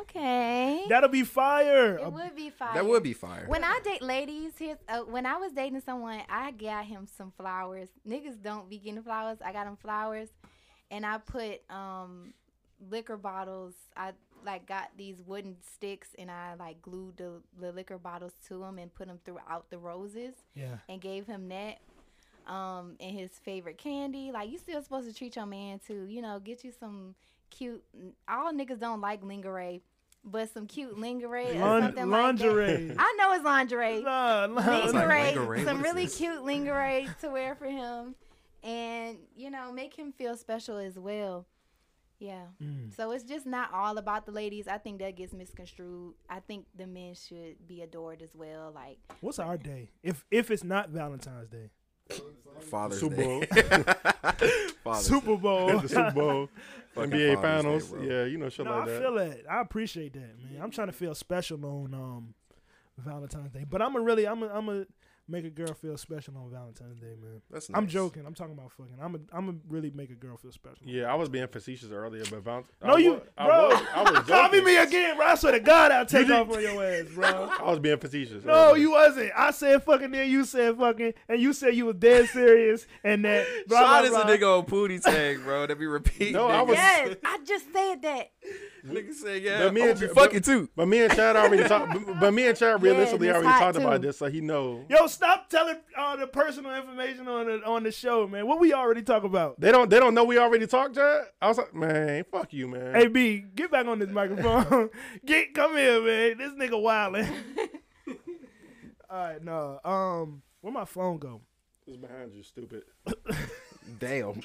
Speaker 5: Okay.
Speaker 1: That'll be fire. A-
Speaker 5: It would be fire.
Speaker 3: uh, That would be fire.
Speaker 5: When I date ladies, here's uh, when I was dating someone, I got him some flowers. Niggas don't be getting flowers. I got him flowers, and I put um liquor bottles. I like got these wooden sticks, and I like glued the, the liquor bottles to them and put them throughout the roses,
Speaker 1: yeah.
Speaker 5: and gave him that. Um, and his favorite candy. Like you still supposed to treat your man to, you know, get you some cute. All niggas don't like lingerie, but some cute lingerie or
Speaker 1: Lun-
Speaker 5: something like that.
Speaker 1: lingerie.
Speaker 5: I know it's lingerie.
Speaker 1: Nah, nah,
Speaker 3: It's
Speaker 5: Lingerie,
Speaker 3: like lingerie. What
Speaker 5: some
Speaker 3: is
Speaker 5: really
Speaker 3: this?
Speaker 5: cute lingerie to wear for him, and you know, make him feel special as well. Yeah.
Speaker 3: Mm.
Speaker 5: So it's just not all about the ladies. I think that gets misconstrued. I think the men should be adored as well. Like,
Speaker 1: What's our day? If if it's not Valentine's Day,
Speaker 3: Father's
Speaker 2: Super
Speaker 3: Day.
Speaker 2: Bowl.
Speaker 3: Father's
Speaker 1: Super Bowl.
Speaker 2: the Super Bowl,
Speaker 3: Fucking
Speaker 2: NBA
Speaker 3: Father's
Speaker 2: Finals.
Speaker 3: Day, bro.
Speaker 2: yeah, you know shit
Speaker 1: no,
Speaker 2: like
Speaker 1: I
Speaker 2: that.
Speaker 1: feel it. I appreciate that, man. I'm trying to feel special on um Valentine's Day, but I'm a really I'm a, I'm a make a girl feel special on Valentine's Day, man.
Speaker 3: That's
Speaker 1: I'm
Speaker 3: nice.
Speaker 1: joking. I'm talking about fucking. I'm a, I'm a really make a girl feel special.
Speaker 2: Yeah, I was being facetious earlier, but Val-
Speaker 1: No,
Speaker 2: I
Speaker 1: you,
Speaker 2: was, I
Speaker 1: bro.
Speaker 2: was, I was
Speaker 1: Copy
Speaker 2: joking.
Speaker 1: me again, bro. I swear to God, I'll take
Speaker 2: did-
Speaker 1: off on your ass, bro.
Speaker 2: I was being facetious.
Speaker 1: No, you wasn't. I said fucking, then you said fucking, and you said you was dead serious, and that. Blah,
Speaker 3: Sean
Speaker 1: blah,
Speaker 3: is a
Speaker 1: blah.
Speaker 3: nigga on Pootie Tag, bro. That be repeating.
Speaker 2: No, I
Speaker 3: niggas.
Speaker 2: was-
Speaker 5: yes, I just said that.
Speaker 3: Nigga say, yeah.
Speaker 2: But me
Speaker 3: oh,
Speaker 2: and
Speaker 3: be
Speaker 2: Ch-
Speaker 3: fucking
Speaker 2: but-
Speaker 3: too.
Speaker 2: But me and Chad already talked. But, but me and Chad realistically
Speaker 5: it's
Speaker 2: already
Speaker 5: hot
Speaker 2: talked about
Speaker 5: too.
Speaker 2: this, so he know
Speaker 1: Yo, stop telling all the personal information on the on the show, man. What we already talk about.
Speaker 2: they don't. They don't know we already talked, Chad. I was like, man, fuck you, man.
Speaker 1: Hey B, get back on this microphone. get come here, man. This nigga wildin'. all right, no. Um, where my phone go?
Speaker 2: it's behind you, stupid.
Speaker 3: Damn.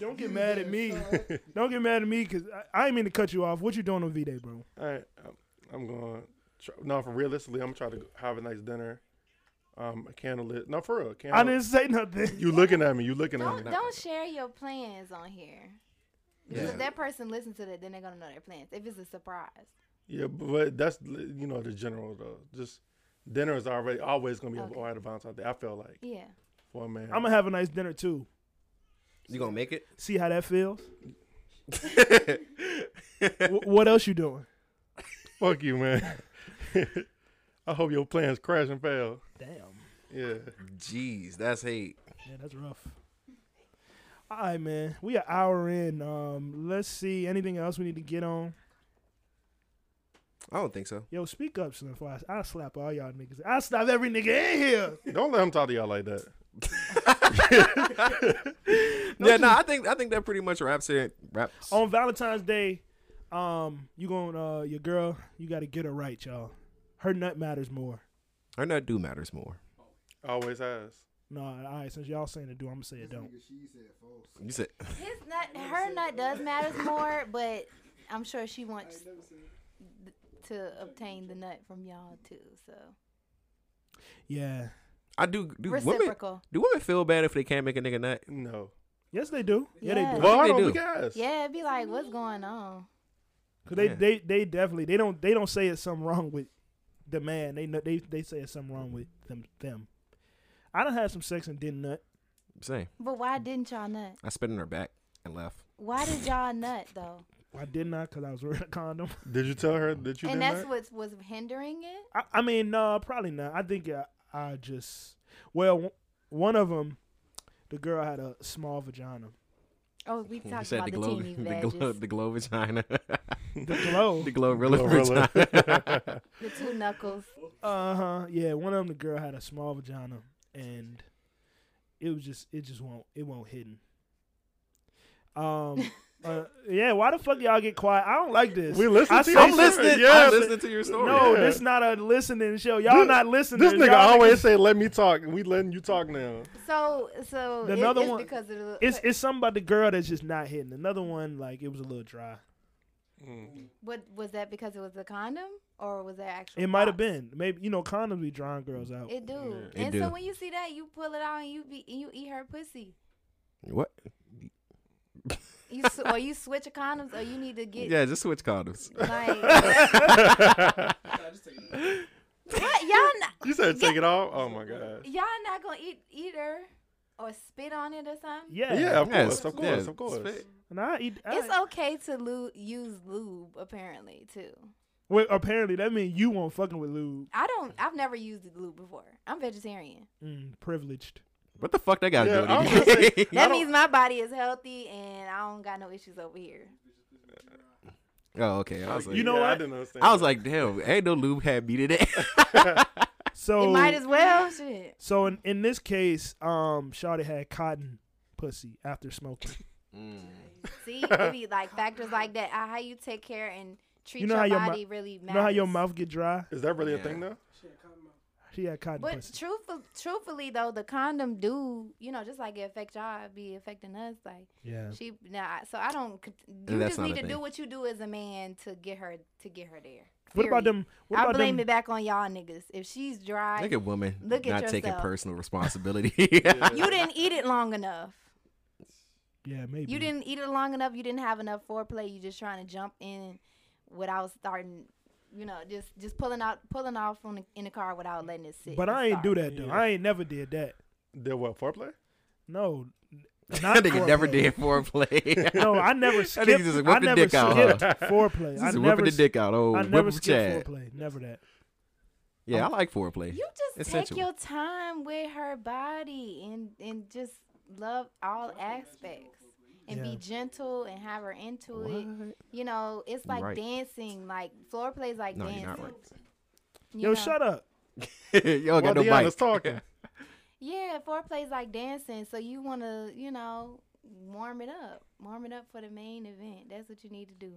Speaker 1: Don't get mad at me. Don't get mad at me, cause I, I ain't mean to cut you off. What you doing on V Day, bro?
Speaker 2: All right, I'm, I'm going. Try, no, for realistically, I'm gonna try to go- have a nice dinner. Um, a candlelit. No, for real, a candle.
Speaker 1: I didn't say nothing.
Speaker 2: You looking at me? You looking at me?
Speaker 5: Don't don't share your plans on here. Because if that person listens to that, then they're gonna know their plans. If it's a surprise,
Speaker 2: Yeah, but that's you know the general though. Just dinner is already always gonna be
Speaker 5: Okay.
Speaker 2: a wide bounce out there. I feel like
Speaker 5: yeah.
Speaker 2: for a man.
Speaker 1: I'm gonna have a nice dinner too.
Speaker 3: You gonna make it?
Speaker 1: See how that feels. Wh- what else you doing?
Speaker 2: fuck you, man. I hope your plans crash and fail.
Speaker 1: Damn.
Speaker 2: Yeah,
Speaker 3: Jeez, that's hate.
Speaker 1: Yeah, that's rough. All right, man. We an hour in. Um, let's see anything else we need to get on.
Speaker 3: I don't think so.
Speaker 1: Yo, speak up, Slim Fly. I slap all y'all niggas. I slap every nigga in here.
Speaker 2: don't let him talk to y'all like that.
Speaker 3: yeah, no, I think I think that pretty much wraps it. Wraps.
Speaker 2: Oh.
Speaker 1: On Valentine's Day, um, you going uh your girl, you gotta get her right, y'all. Her nut matters more.
Speaker 3: Her nut do matters more.
Speaker 2: Always has.
Speaker 1: No, all right, since y'all saying it do, I'm gonna say it don't.
Speaker 3: You said
Speaker 5: His nut, her nut does matters more, but I'm sure she wants th- to obtain the nut from y'all too. So
Speaker 1: Yeah.
Speaker 3: I do. Do women
Speaker 5: reciprocal.
Speaker 3: do women feel bad if they can't make a nigga nut?
Speaker 2: No.
Speaker 1: Yes, they do. Yeah,
Speaker 5: Yeah.
Speaker 1: they do.
Speaker 2: Well, I
Speaker 3: they
Speaker 2: don't
Speaker 3: do.
Speaker 2: think guys.
Speaker 5: Yeah, it'd be like, what's going on?
Speaker 1: Cause they,
Speaker 3: Yeah.
Speaker 1: they they definitely they don't they don't say it's something wrong with the man. They kn- they they say it's something wrong with them them. I done had some sex and didn't nut.
Speaker 3: Same.
Speaker 5: But why didn't y'all nut?
Speaker 3: I spit in her back and left.
Speaker 5: Why did y'all nut though?
Speaker 1: I did not because I was wearing a condom.
Speaker 2: Did you tell her that you
Speaker 5: and
Speaker 2: did
Speaker 5: that's
Speaker 2: that?
Speaker 5: what was hindering it.
Speaker 1: I, I mean, no, probably not. I think I, I just, well, w- one of them, the girl had a small vagina.
Speaker 5: Oh, we
Speaker 3: You
Speaker 5: talked
Speaker 3: said
Speaker 5: about the,
Speaker 3: glow,
Speaker 5: teeny
Speaker 3: the
Speaker 5: badges,
Speaker 3: glow, the glow vagina,
Speaker 1: The glow.
Speaker 3: the glow really
Speaker 2: Glorilla.
Speaker 3: vagina.
Speaker 5: the two knuckles.
Speaker 1: uh huh. Yeah, one of them, the girl had a small vagina, and it was just, it just won't, it won't hidden. Um. uh, yeah, why the fuck y'all get quiet? I don't like this.
Speaker 2: We listening
Speaker 1: I
Speaker 2: to
Speaker 1: say
Speaker 2: you.
Speaker 3: I'm
Speaker 1: shit-
Speaker 3: listening.
Speaker 2: Yes.
Speaker 3: I'm listening to your story.
Speaker 1: No,
Speaker 2: Yeah.
Speaker 1: this not a listening show. Y'all
Speaker 2: This-
Speaker 1: not listening.
Speaker 2: This nigga
Speaker 1: Y'all
Speaker 2: always say, "Let me talk," and we letting you talk now.
Speaker 5: So, so
Speaker 1: The
Speaker 5: it-
Speaker 1: another
Speaker 5: it's
Speaker 1: one-
Speaker 5: because of the,
Speaker 1: It's it's something about the girl that's just not hitting. Another one, like it was a little dry.
Speaker 2: Mm.
Speaker 5: what was that because it was the condom? or was that actually?
Speaker 1: It
Speaker 2: Ah.
Speaker 1: might have been. Maybe you know, condoms be drawing girls out.
Speaker 5: It do.
Speaker 2: Yeah.
Speaker 3: It
Speaker 5: and
Speaker 3: do.
Speaker 5: so when you see that, you pull it out and you be and you eat her pussy.
Speaker 3: What?
Speaker 5: You s- or you switch your condoms or you need to get
Speaker 3: Yeah, just switch condoms.
Speaker 5: like what y'all not,
Speaker 2: You said take it off? Oh my god.
Speaker 5: y'all not gonna eat eat her or spit on it or something.
Speaker 1: Yeah,
Speaker 2: Yeah, of
Speaker 3: Yes,
Speaker 2: course, of
Speaker 3: yeah,
Speaker 2: course, of course.
Speaker 3: spit.
Speaker 1: And I eat. I,
Speaker 5: It's okay to lu- use lube apparently too.
Speaker 1: Well, apparently that means you won't fucking with lube.
Speaker 5: I don't. I've never used lube before. I'm vegetarian.
Speaker 1: Mm, privileged.
Speaker 3: What the fuck that got to
Speaker 2: Yeah, I was
Speaker 3: do
Speaker 2: gonna
Speaker 3: with
Speaker 2: say,
Speaker 3: it?
Speaker 5: That means my body is healthy and I don't got no issues over here.
Speaker 3: oh, okay. I was like,
Speaker 1: You know
Speaker 2: yeah, I
Speaker 1: what?
Speaker 2: didn't understand.
Speaker 3: I was like, damn, ain't no lube had me today.
Speaker 1: So
Speaker 5: It might as well. Shit.
Speaker 1: So in, in this case, um, Shawty had cotton pussy after smoking.
Speaker 5: See, it be like factors like that. Uh, How you take care and treat
Speaker 1: You know how
Speaker 5: your
Speaker 1: your mou-
Speaker 5: body really matters.
Speaker 1: You know how your mouth get dry?
Speaker 2: Is that really a thing though?
Speaker 1: She had cotton
Speaker 5: But
Speaker 1: pussy.
Speaker 5: truthful, truthfully though, the condom do you know just like it affect y'all, it be affecting us. Like
Speaker 1: Yeah.
Speaker 5: she, nah. So I don't. cont- You
Speaker 3: that's
Speaker 5: just
Speaker 3: not a
Speaker 5: need to do
Speaker 3: thing.
Speaker 5: what you do as a man to get her to get her there.
Speaker 1: What about
Speaker 5: period.
Speaker 1: them? What
Speaker 5: I
Speaker 1: about
Speaker 5: blame
Speaker 1: them?
Speaker 5: it back on y'all niggas. If she's dry,
Speaker 3: Look at women
Speaker 5: Look at
Speaker 3: not taking
Speaker 5: yourself.
Speaker 3: personal responsibility.
Speaker 5: you didn't eat it long enough.
Speaker 1: yeah, maybe.
Speaker 5: You didn't eat it long enough. You didn't have enough foreplay. You just trying to jump in without starting. You know, just just pulling out, pulling off on the, in the car without letting it sit.
Speaker 1: But
Speaker 5: and
Speaker 1: I ain't
Speaker 5: start.
Speaker 1: do that though. I ain't never did that.
Speaker 2: Did what foreplay?
Speaker 1: No.
Speaker 3: That nigga
Speaker 1: foreplay.
Speaker 3: never did foreplay.
Speaker 1: No, I never
Speaker 3: That nigga
Speaker 1: skipped.
Speaker 3: just
Speaker 1: I
Speaker 3: whipped the
Speaker 1: never
Speaker 3: dick out, huh?
Speaker 1: skipped foreplay. I
Speaker 3: Just
Speaker 1: never
Speaker 3: whipping the
Speaker 1: s-
Speaker 3: dick out. Oh,
Speaker 1: I
Speaker 3: whip
Speaker 1: never
Speaker 3: of
Speaker 1: skipped
Speaker 3: Chad.
Speaker 1: foreplay. Never that.
Speaker 3: Yeah, I like foreplay.
Speaker 5: Oh, You just
Speaker 3: It's
Speaker 5: take
Speaker 3: sensual.
Speaker 5: your time with her body and and just love all aspects and
Speaker 1: Yeah.
Speaker 5: be gentle and have her into it. You know, it's like
Speaker 3: right.
Speaker 5: dancing, like floor plays like
Speaker 3: No,
Speaker 5: dancing.
Speaker 3: you're not right.
Speaker 5: you
Speaker 1: Yo,
Speaker 5: know?
Speaker 1: shut up.
Speaker 3: Y'all
Speaker 2: While
Speaker 3: got no
Speaker 2: Deanna's
Speaker 3: mic.
Speaker 2: talking.
Speaker 5: Yeah, foreplay is like dancing, so you want to, you know, warm it up, warm it up for the main event. That's what you need to do,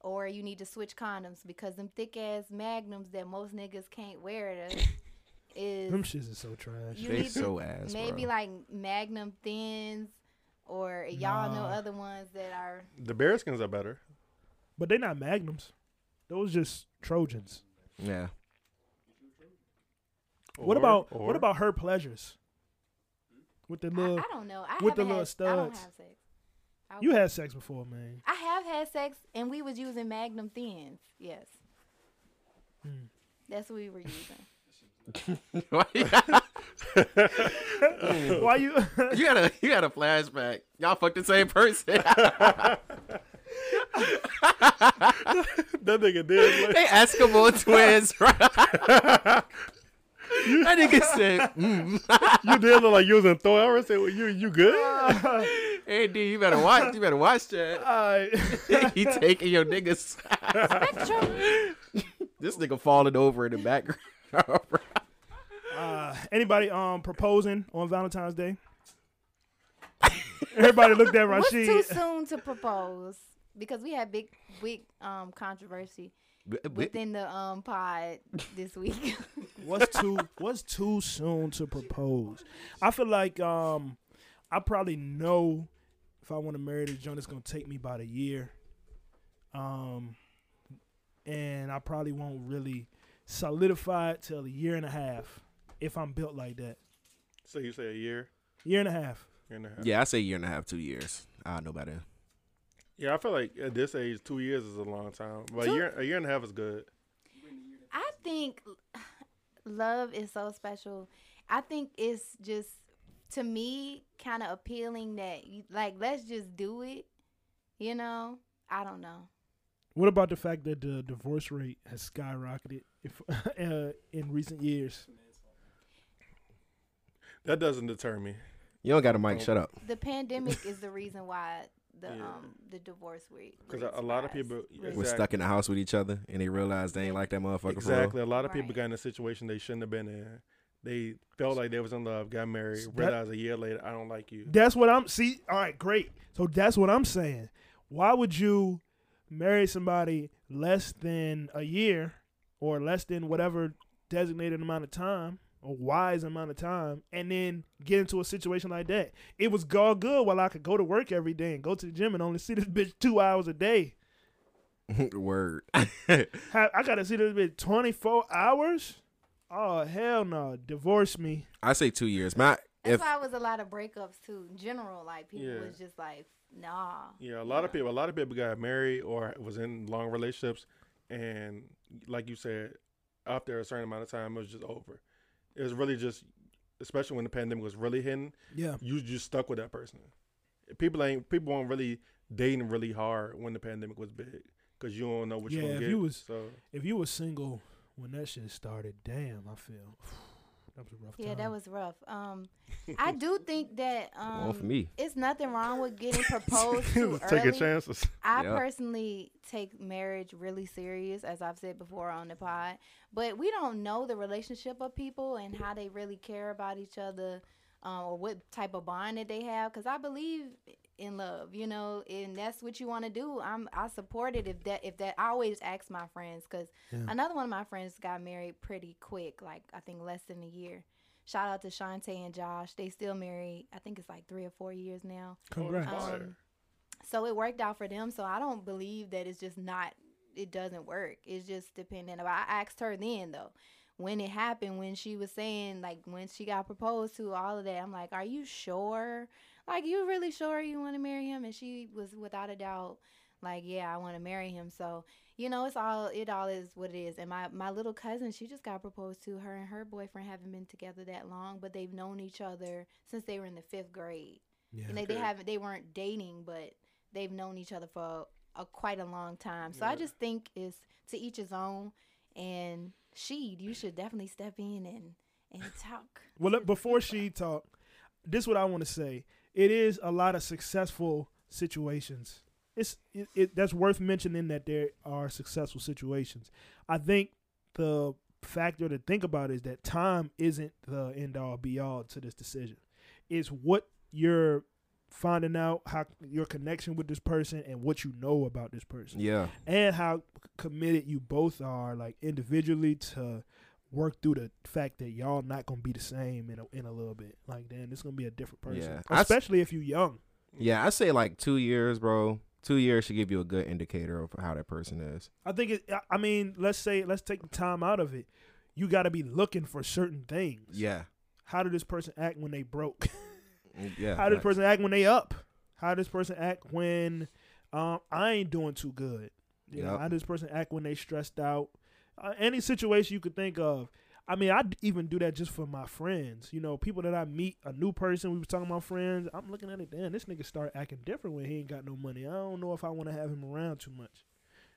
Speaker 5: or you need to switch condoms because them thick ass magnums that most niggas can't wear to is
Speaker 1: Them shits is so trash.
Speaker 5: you
Speaker 3: They
Speaker 5: need to
Speaker 3: so ass,
Speaker 5: maybe
Speaker 3: bro.
Speaker 5: like Magnum Thins or y'all know
Speaker 1: Nah.
Speaker 5: other ones that are.
Speaker 2: The bearskins are better.
Speaker 1: But they not magnums. Those just Trojans.
Speaker 3: Yeah.
Speaker 1: what
Speaker 2: Or-
Speaker 1: about what
Speaker 2: or-
Speaker 1: about her pleasures? With the
Speaker 5: I,
Speaker 1: little
Speaker 5: I don't know. I
Speaker 1: with the
Speaker 5: haven't
Speaker 1: little
Speaker 5: had, I don't
Speaker 1: studs.
Speaker 5: have sex. I,
Speaker 1: You had sex before, man.
Speaker 5: I have had sex, and we was using Magnum Thins. Yes,
Speaker 1: Hmm.
Speaker 5: that's what we were using.
Speaker 3: you
Speaker 1: Why you
Speaker 3: had a you had a flashback. Y'all fucked the same person.
Speaker 2: that nigga did.
Speaker 3: they Eskimo twins, bro. that nigga said, mm,
Speaker 2: you did look like you was in Thor. I already said, well, you you good?
Speaker 3: "Hey, D, you better watch. You better watch that. he taking your niggas. this nigga falling over in the background. bro.
Speaker 1: Uh, anybody um proposing on Valentine's Day? Everybody looked at
Speaker 5: What's too
Speaker 1: Rashid.
Speaker 5: soon to propose? Because we had big, big um controversy within the um pod this week.
Speaker 1: What's too What's too soon to propose? I feel like um I probably know if I want to marry this joint, it's gonna take me about a year. Um, and I probably won't really solidify it till a year and a half if I'm built like that.
Speaker 2: So you say a year,
Speaker 1: Year and a half.
Speaker 2: year and a half.
Speaker 3: Yeah, I say year and a half, two years. I know about it.
Speaker 2: Yeah, I feel like at this age, two years is a long time, but a
Speaker 5: Two-
Speaker 2: year, a year and a half is good.
Speaker 5: I think l- love is so special. I think it's just to me kind of appealing that you, like let's just do it. You know, I don't know.
Speaker 1: What about the fact that the divorce rate has skyrocketed if, uh, in recent years?
Speaker 2: That doesn't deter me.
Speaker 3: You don't got a
Speaker 5: Oh,
Speaker 3: mic. Shut up.
Speaker 5: The pandemic is the reason why the
Speaker 2: Yeah.
Speaker 5: um the divorce rate
Speaker 2: Because
Speaker 5: rates
Speaker 2: a lot of
Speaker 5: rise.
Speaker 2: people-
Speaker 5: Rates
Speaker 3: We're
Speaker 2: Exactly.
Speaker 3: stuck in the house with each other, and they realize they ain't like that motherfucker. For
Speaker 2: Exactly.
Speaker 3: real.
Speaker 2: A lot of people
Speaker 5: Right.
Speaker 2: got in a situation they shouldn't have been in. They felt like they was in love, got married, realized a year later, I don't like you.
Speaker 1: That's what I'm see. All right, great. So that's what I'm saying. Why would you marry somebody less than a year or less than whatever designated amount of time or wise amount of time and then get into a situation like that? It was all good while I could go to work every day and go to the gym and only see this bitch two hours a day.
Speaker 3: Word.
Speaker 1: Ha- I gotta see this bit twenty four hours. Oh hell no! Divorce me.
Speaker 3: I say two years. My
Speaker 5: That's
Speaker 3: if
Speaker 5: why it was a lot of breakups too. In general, like people
Speaker 2: Yeah.
Speaker 5: was just like, nah.
Speaker 2: Yeah, a lot of people, a lot of people got married or was in long relationships, and like you said, after a certain amount of time, it was just over. It was really just, especially when the pandemic was really hitting,
Speaker 1: Yeah.
Speaker 2: you just stuck with that person. People ain't people weren't really dating really hard when the pandemic was big because you don't know what
Speaker 1: Yeah,
Speaker 2: you're gonna
Speaker 1: if
Speaker 2: get.
Speaker 1: you was-
Speaker 2: so
Speaker 1: If you were single when that shit started, damn, I feel that was a rough
Speaker 5: Yeah,
Speaker 1: time.
Speaker 5: that was rough. Um, I do think that um,
Speaker 3: one for me.
Speaker 5: it's nothing wrong with getting proposed to
Speaker 2: taking
Speaker 5: early.
Speaker 2: chances.
Speaker 5: I
Speaker 3: Yeah.
Speaker 5: personally take marriage really serious, as I've said before on the pod. But we don't know the relationship of people and how they really care about each other, um, or what type of bond that they have. Because I believe in love, you know, and that's what you want to do. I'm I support it if that if that. I always ask my friends because another one of my friends got married pretty quick, like I think less than a year. Shout out to Shantae and Josh. They still married. I think it's like three or four years now.
Speaker 1: Congrats.
Speaker 2: Fire.
Speaker 5: Um, so it worked out for them. So I don't believe that it's just not. It doesn't work. It's just dependent. I asked her then though, when it happened, when she was saying like when she got proposed to, all of that. I'm like, are you sure? Like you really sure you want to marry him? And she was without a doubt like, yeah, I want to marry him. So you know, it's all it all is what it is. And my my little cousin, she just got proposed to. Her and her boyfriend haven't been together that long, but they've known each other since they were in the fifth grade.
Speaker 1: Yeah.
Speaker 5: And they, they
Speaker 2: Okay.
Speaker 5: haven't they weren't dating, but they've known each other for a, quite a long time. So I
Speaker 2: Yeah.
Speaker 5: just think it's to each his own. And she, you should definitely step in and and talk.
Speaker 1: Well, let- before she talk, this what I want to say. It is a lot of successful situations. It's it, it that's worth mentioning that there are successful situations. I think the factor to think about is that time isn't the end all be all to this decision. It's what you're finding out how your connection with this person and what you know about this person
Speaker 3: yeah,
Speaker 1: and how c- committed you both are, like individually, to work through the fact that y'all not gonna be the same in a, in a little bit. Like, then it's gonna be a different person,
Speaker 3: Yeah. I s-
Speaker 1: especially if you're young.
Speaker 3: yeah, I say like two years, bro. Two years should give you a good indicator of how that person is.
Speaker 1: I think it. I- I mean, let's say let's take the time out of it. You got to be looking for certain things.
Speaker 3: Yeah,
Speaker 1: How did this person act when they broke?
Speaker 3: yeah.
Speaker 1: How did this
Speaker 3: like-
Speaker 1: person act when they up? How did this person act when um, I ain't doing too good? You know,
Speaker 3: Yup.
Speaker 1: how does this person act when they stressed out? Uh, any situation you could think of. I mean, I even do that just for my friends. You know, people that I meet, a new person. We was talking about friends. I'm looking at it. Damn, this nigga start acting different when he ain't got no money. I don't know if I want to have him around too much.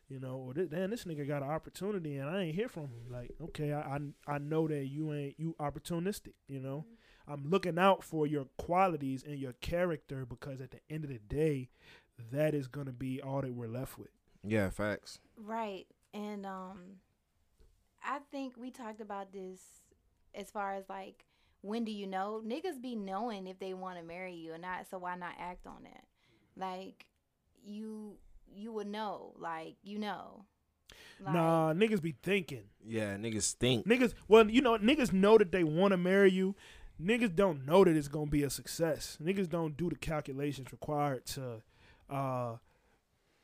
Speaker 1: You know, or this, damn, this nigga got an opportunity and I ain't hear from him. Like, okay, I, I I know that you ain't you opportunistic. You know, I'm looking out for your qualities and your character because at the end of the day, that is gonna be all that we're left with.
Speaker 3: Yeah, facts.
Speaker 5: Right. And um I think we talked about this as far as like when do you know? Niggas be knowing if they want to marry you or not, so why not act on that? Like you you would know, like you know. Like,
Speaker 1: Nah, niggas be thinking.
Speaker 3: Yeah, niggas think.
Speaker 1: Niggas, well, you know, niggas know that they want to marry you. Niggas don't know that it's gonna be a success. Niggas don't do the calculations required to uh,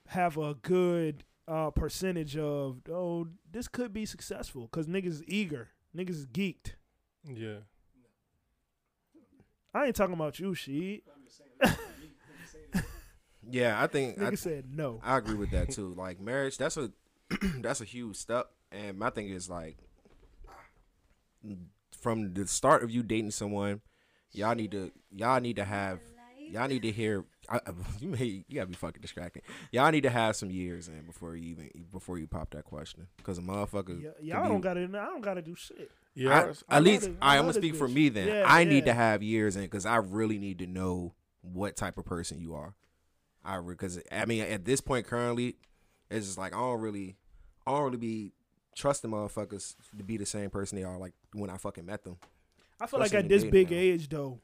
Speaker 1: have a good uh, percentage of oh, this could be successful because niggas is eager. Niggas is geeked.
Speaker 2: Yeah,
Speaker 1: I ain't talking about you, she.
Speaker 3: Yeah, I think I,
Speaker 1: Nigga said no.
Speaker 3: I agree with that too. Like marriage, that's a that's a huge step. And my thing is like from the start of you dating someone, y'all need to y'all need to have y'all need to hear. I, I- you may you gotta be fucking distracted. Y'all need to have some years in before you even before you pop that question because a motherfucker.
Speaker 1: Y-
Speaker 3: could
Speaker 1: y'all don't
Speaker 3: be-
Speaker 1: got to. I don't got to do shit.
Speaker 2: yeah.
Speaker 3: I-
Speaker 2: that's-
Speaker 1: I
Speaker 3: at
Speaker 1: love
Speaker 3: least
Speaker 1: this- I
Speaker 3: I,
Speaker 1: love
Speaker 3: am gonna
Speaker 1: this
Speaker 3: speak for
Speaker 1: bitch.
Speaker 3: me then.
Speaker 1: Yeah,
Speaker 3: I need
Speaker 1: yeah.
Speaker 3: to have years in because I really need to know what type of person you are. I because I mean at this point currently, it's just like I don't really, I don't really be trusting motherfuckers to be the same person they are like when I fucking met them.
Speaker 1: I feel like
Speaker 3: Especially
Speaker 1: at
Speaker 3: in
Speaker 1: this
Speaker 3: dating
Speaker 1: big
Speaker 3: now.
Speaker 1: age though,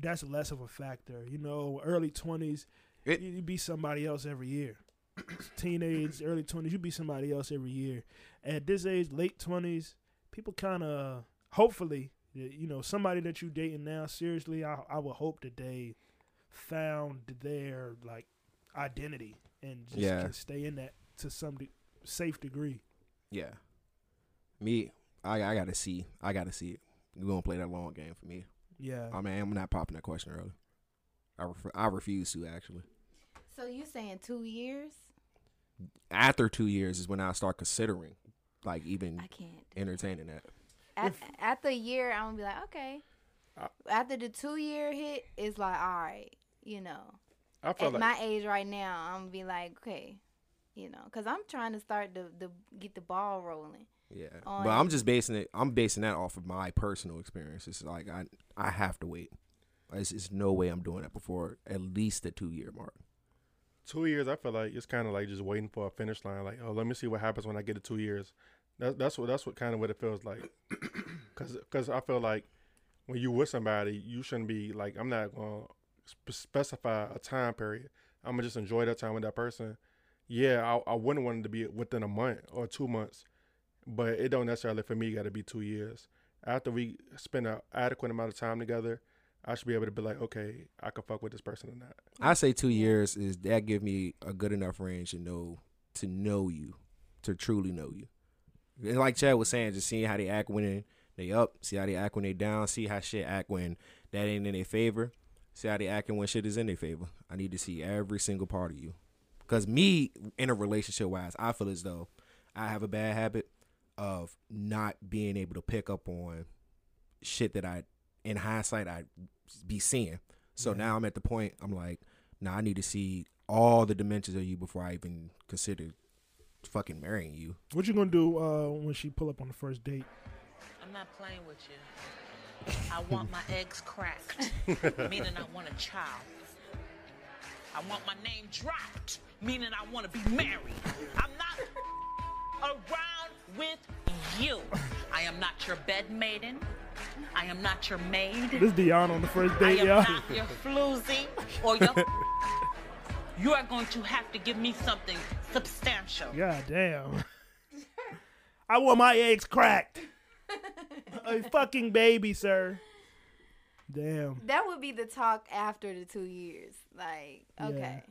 Speaker 1: that's less of a factor. You know, early twenties,
Speaker 3: It-
Speaker 1: you be somebody else every year. Teenage, early twenties, you be somebody else every year. At this age, late twenties, people kind of hopefully, y- you know, somebody that you dating now. Seriously, I I would hope that they found their like identity and just
Speaker 3: Yeah.
Speaker 1: can stay in that to some de- safe degree.
Speaker 3: Yeah. Me, I, I gotta see. I gotta see it. We gonna play that long game for me.
Speaker 1: Yeah.
Speaker 3: I mean, I'm not popping that question early. I ref- I refuse to actually.
Speaker 5: So you saying two years?
Speaker 3: After two years is when I start considering, like even
Speaker 5: I can't.
Speaker 3: entertaining that.
Speaker 5: At, after a year, I'm gonna be like, okay. After the two year hit, it's like, all right, you know.
Speaker 2: I
Speaker 5: At
Speaker 2: felt like
Speaker 5: my age right now, I'm gonna be like, okay, you know, because I'm trying to start the the get the ball rolling.
Speaker 3: Yeah.
Speaker 5: Oh,
Speaker 3: but
Speaker 5: yeah.
Speaker 3: I'm just basing it. I'm basing that off of my personal experience. It's like I I have to wait. It's, it's no way I'm doing that before at least the two year mark.
Speaker 2: two years. I feel like it's kind of like just waiting for a finish line. Like, oh, let me see what happens when I get to two years. That, that's what that's what kind of what it feels like. Cause, 'cause I feel like when you with somebody, you shouldn't be like I'm not gonna sp- specify a time period. I'm gonna just enjoy that time with that person. Yeah, I, I wouldn't want it to be within a month or two months, but it don't necessarily for me got to be two years. After we spend an adequate amount of time together, I should be able to be like, okay, I can fuck with this person or not.
Speaker 3: I say two years is that give me a good enough range to know to know you, to truly know you. And like Chad was saying, just seeing how they act when they up, see how they act when they down, see how shit act when that ain't in their favor, see how they acting when shit is in their favor. I need to see every single part of you. Cause me in a relationship wise, I feel as though I have a bad habit of not being able to pick up on shit that I in hindsight I be seeing. So now I'm at the point I'm like, now I need to see all the dimensions of you before I even consider fucking marrying you.
Speaker 1: What you gonna do uh, when she pull up on the first date?
Speaker 10: I'm not playing with you. I want my eggs cracked, meaning I want a child. I want my name dropped, meaning I want to be married. I'm not around with you. I am not your bed maiden. I am not your maid.
Speaker 1: This Dion on the first
Speaker 10: I
Speaker 1: date,
Speaker 10: am
Speaker 1: y'all.
Speaker 10: not your floozy or your. you are going to have to give me something substantial.
Speaker 1: God damn. I want my eggs cracked. a fucking baby, sir. Damn.
Speaker 5: That would be the talk after the two years. Like, okay,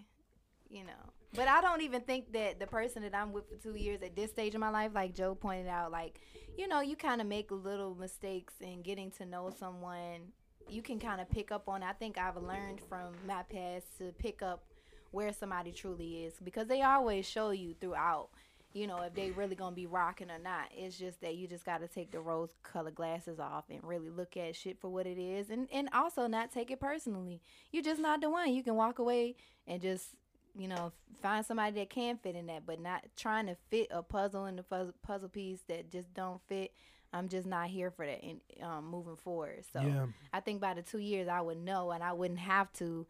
Speaker 5: you know. But I don't even think that the person that I'm with for two years at this stage of my life, like Joe pointed out, like, you know, you kind of make little mistakes in getting to know someone. You can kind of pick up on. I think I've learned from my past to pick up where somebody truly is because they always show you throughout you know if they really gonna be rocking or not it's just that you just gotta take the rose colored glasses off and really look at shit for what it is and and also not take it personally you're just not the one you can walk away and just you know find somebody that can fit in that but not trying to fit a puzzle in the puzzle, puzzle piece that just don't fit i'm just not here for that and um, moving forward so
Speaker 1: Yeah.
Speaker 5: i think by the two years i would know and i wouldn't have to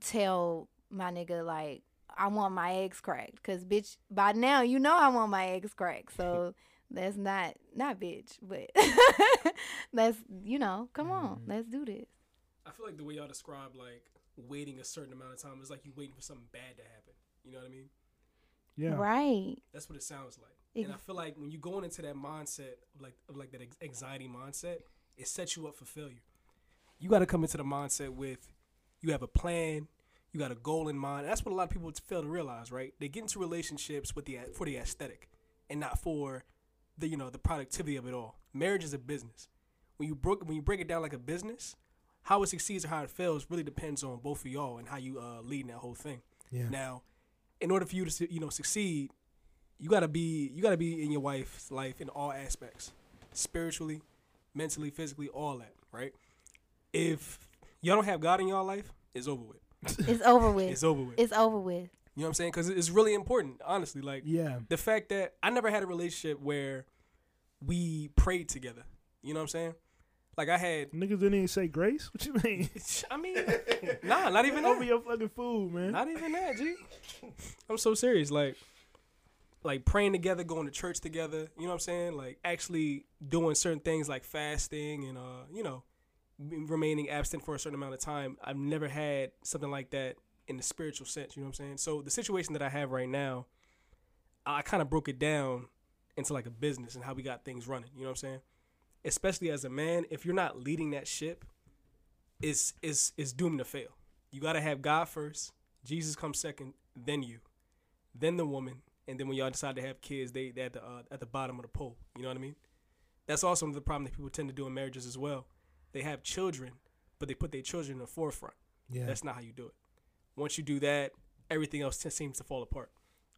Speaker 5: tell my nigga like I want my eggs cracked cuz bitch by now you know I want my eggs cracked. So that's not not bitch, but that's you know, come on.
Speaker 11: Mm.
Speaker 5: Let's do this.
Speaker 11: I feel like the way y'all describe like waiting a certain amount of time is like you waiting for something bad to happen. You know what I mean?
Speaker 1: Yeah.
Speaker 5: Right.
Speaker 11: That's what it sounds like. And I
Speaker 5: Ex-
Speaker 11: feel like when you're going into that mindset, of like of like that ex- anxiety mindset, it sets you up for failure. You got to come into the mindset with you have a plan, you got a goal in mind. That's what a lot of people fail to realize, right? They get into relationships with the for the aesthetic, and not for the you know the productivity of it all. Marriage is a business. When you broke when you break it down like a business, how it succeeds or how it fails really depends on both of y'all and how you uh, lead that whole thing.
Speaker 1: Yeah.
Speaker 11: Now, in order for you to su- you know succeed, you gotta be you gotta be in your wife's life in all aspects, spiritually, mentally, physically, all that, right? If y'all don't have God in y'all life, it's over with.
Speaker 5: It's over with.
Speaker 11: It's over with.
Speaker 5: It's over with.
Speaker 11: You know what I'm saying? Because it's really important, honestly. Like
Speaker 1: Yeah.
Speaker 11: the fact that I never had a relationship where we prayed together. You know what I'm saying? Like I had,
Speaker 1: Niggas didn't even say grace. What you mean?
Speaker 11: I mean, nah, not even that.
Speaker 1: Over your fucking food, man.
Speaker 11: Not even that, G. I'm so serious. Like, like praying together, going to church together. You know what I'm saying? Like actually doing certain things like fasting and uh, you know, remaining absent for a certain amount of time. I've never had something like that in the spiritual sense. You know what I'm saying? So the situation that I have right now, I kind of broke it down into like a business and how we got things running. You know what I'm saying? Especially as a man, if you're not leading that ship, it's it's it's doomed to fail. You gotta have God first. Jesus comes second, then you, then the woman, and then when y'all decide to have kids, they they at the uh, at the bottom of the pole. You know what I mean? That's also another problem that people tend to do in marriages as well. They have children, but they put their children in the forefront.
Speaker 1: Yeah.
Speaker 11: that's not how you do it. Once you do that, everything else t- seems to fall apart.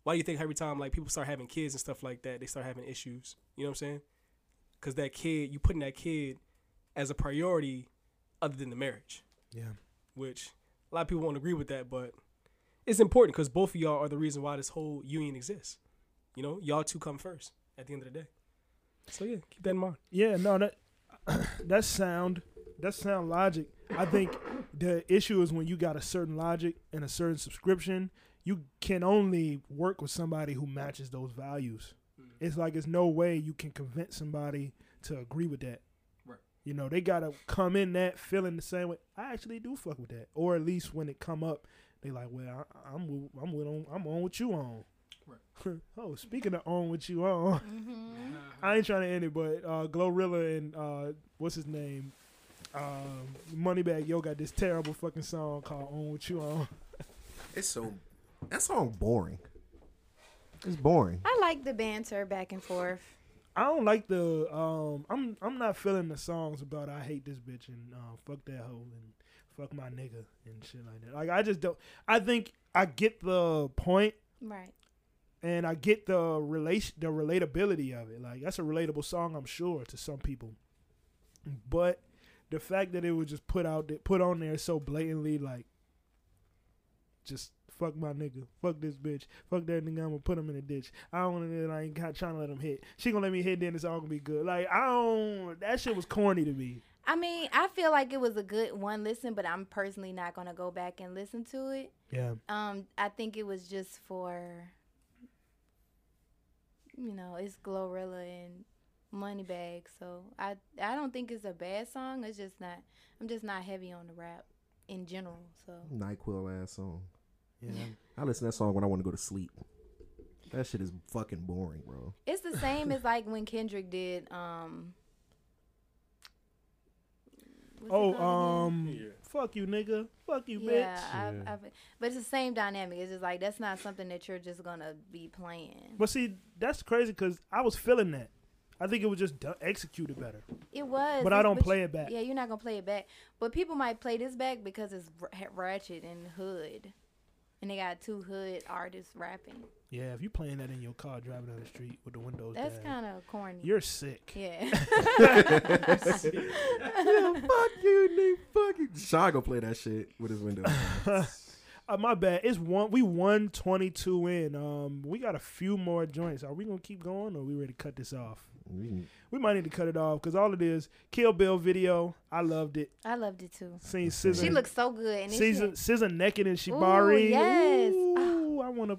Speaker 11: Why do you think every time like people start having kids and stuff like that, they start having issues? You know what I'm saying? Because that kid, you putting that kid as a priority other than the marriage
Speaker 1: Yeah.
Speaker 11: which a lot of people won't agree with that, but it's important because both of y'all are the reason why this whole union exists. You know, y'all two come first at the end of the day. So yeah, keep that in mind.
Speaker 1: Yeah, no, that that's sound. That's sound logic. I think the issue is when you got a certain logic and a certain subscription, you can only work with somebody who matches those values. It's like it's no way you can convince somebody to agree with that.
Speaker 11: Right.
Speaker 1: You know, they gotta come in that feeling the same way. I actually do fuck with that, or at least when it come up, they like, well, I, I'm with- I'm with on, I'm on with you on. Right. oh, speaking of on with you on, I ain't trying to end it, but uh, Glorilla and uh, what's his name, um, Moneybag Yo got this terrible fucking song called "On With You On."
Speaker 3: It's so that song boring. It's boring.
Speaker 5: I like the banter back and forth.
Speaker 1: I don't like the um. I'm I'm not feeling the songs about I hate this bitch and uh, fuck that hoe and fuck my nigga and shit like that. Like I just don't. I think I get the point
Speaker 5: Right.
Speaker 1: and I get the relation the relatability of it. Like that's a relatable song, I'm sure, to some people. But the fact that it was just put out th- put on there so blatantly, like just fuck my nigga, fuck this bitch, fuck that nigga, I'm gonna put him in a ditch. I don't want to. I ain't got, trying to let him hit. She gonna let me hit, then it's all gonna be good. Like I don't. That shit was corny to me.
Speaker 5: I mean, I feel like it was a good one listen, but I'm personally not gonna go back and listen to it.
Speaker 1: Yeah.
Speaker 5: Um, I think it was just for, you know, it's Glorilla and Moneybag, so I I don't think it's a bad song. It's just not. I'm just not heavy on the rap in general. So
Speaker 8: Nyquil ass song.
Speaker 1: Yeah.
Speaker 8: I listen to that song when I want to go to sleep. That shit is fucking boring, bro.
Speaker 5: it's the same as like when Kendrick did. Um, what's it
Speaker 1: oh
Speaker 5: called again?
Speaker 1: um. Fuck you, nigga. Fuck you,
Speaker 5: yeah,
Speaker 1: bitch.
Speaker 5: I've, I've, but it's the same dynamic. It's just like that's not something that you're just gonna be playing.
Speaker 1: But see, that's crazy because I was feeling that. I think it was just done, executed better.
Speaker 5: It was,
Speaker 1: But I
Speaker 5: it's-
Speaker 1: don't play
Speaker 5: you-
Speaker 1: it back.
Speaker 5: Yeah, you're not gonna play it back. But people might play this back because it's ra- ratchet and hood, and they got two hood artists rapping.
Speaker 1: Yeah, if you playing that in your car driving down the street with the windows
Speaker 5: That's
Speaker 1: down,
Speaker 5: kind of corny.
Speaker 1: you're sick.
Speaker 5: yeah.
Speaker 8: fuck you, nigga. Fuck you. Shy go play that shit with his window.
Speaker 1: Uh, my bad. It's one. We won twenty two in. Um, we got a few more joints. Are we gonna keep going, or we ready to cut this off? We might need to cut it off because all it is Kill Bill video. I loved it.
Speaker 5: I loved it too.
Speaker 1: Seen scissor.
Speaker 5: She looks so good, and
Speaker 1: scissor,
Speaker 5: it's
Speaker 1: scissor naked and Shibari.
Speaker 5: yes.
Speaker 1: Ooh, I wanna.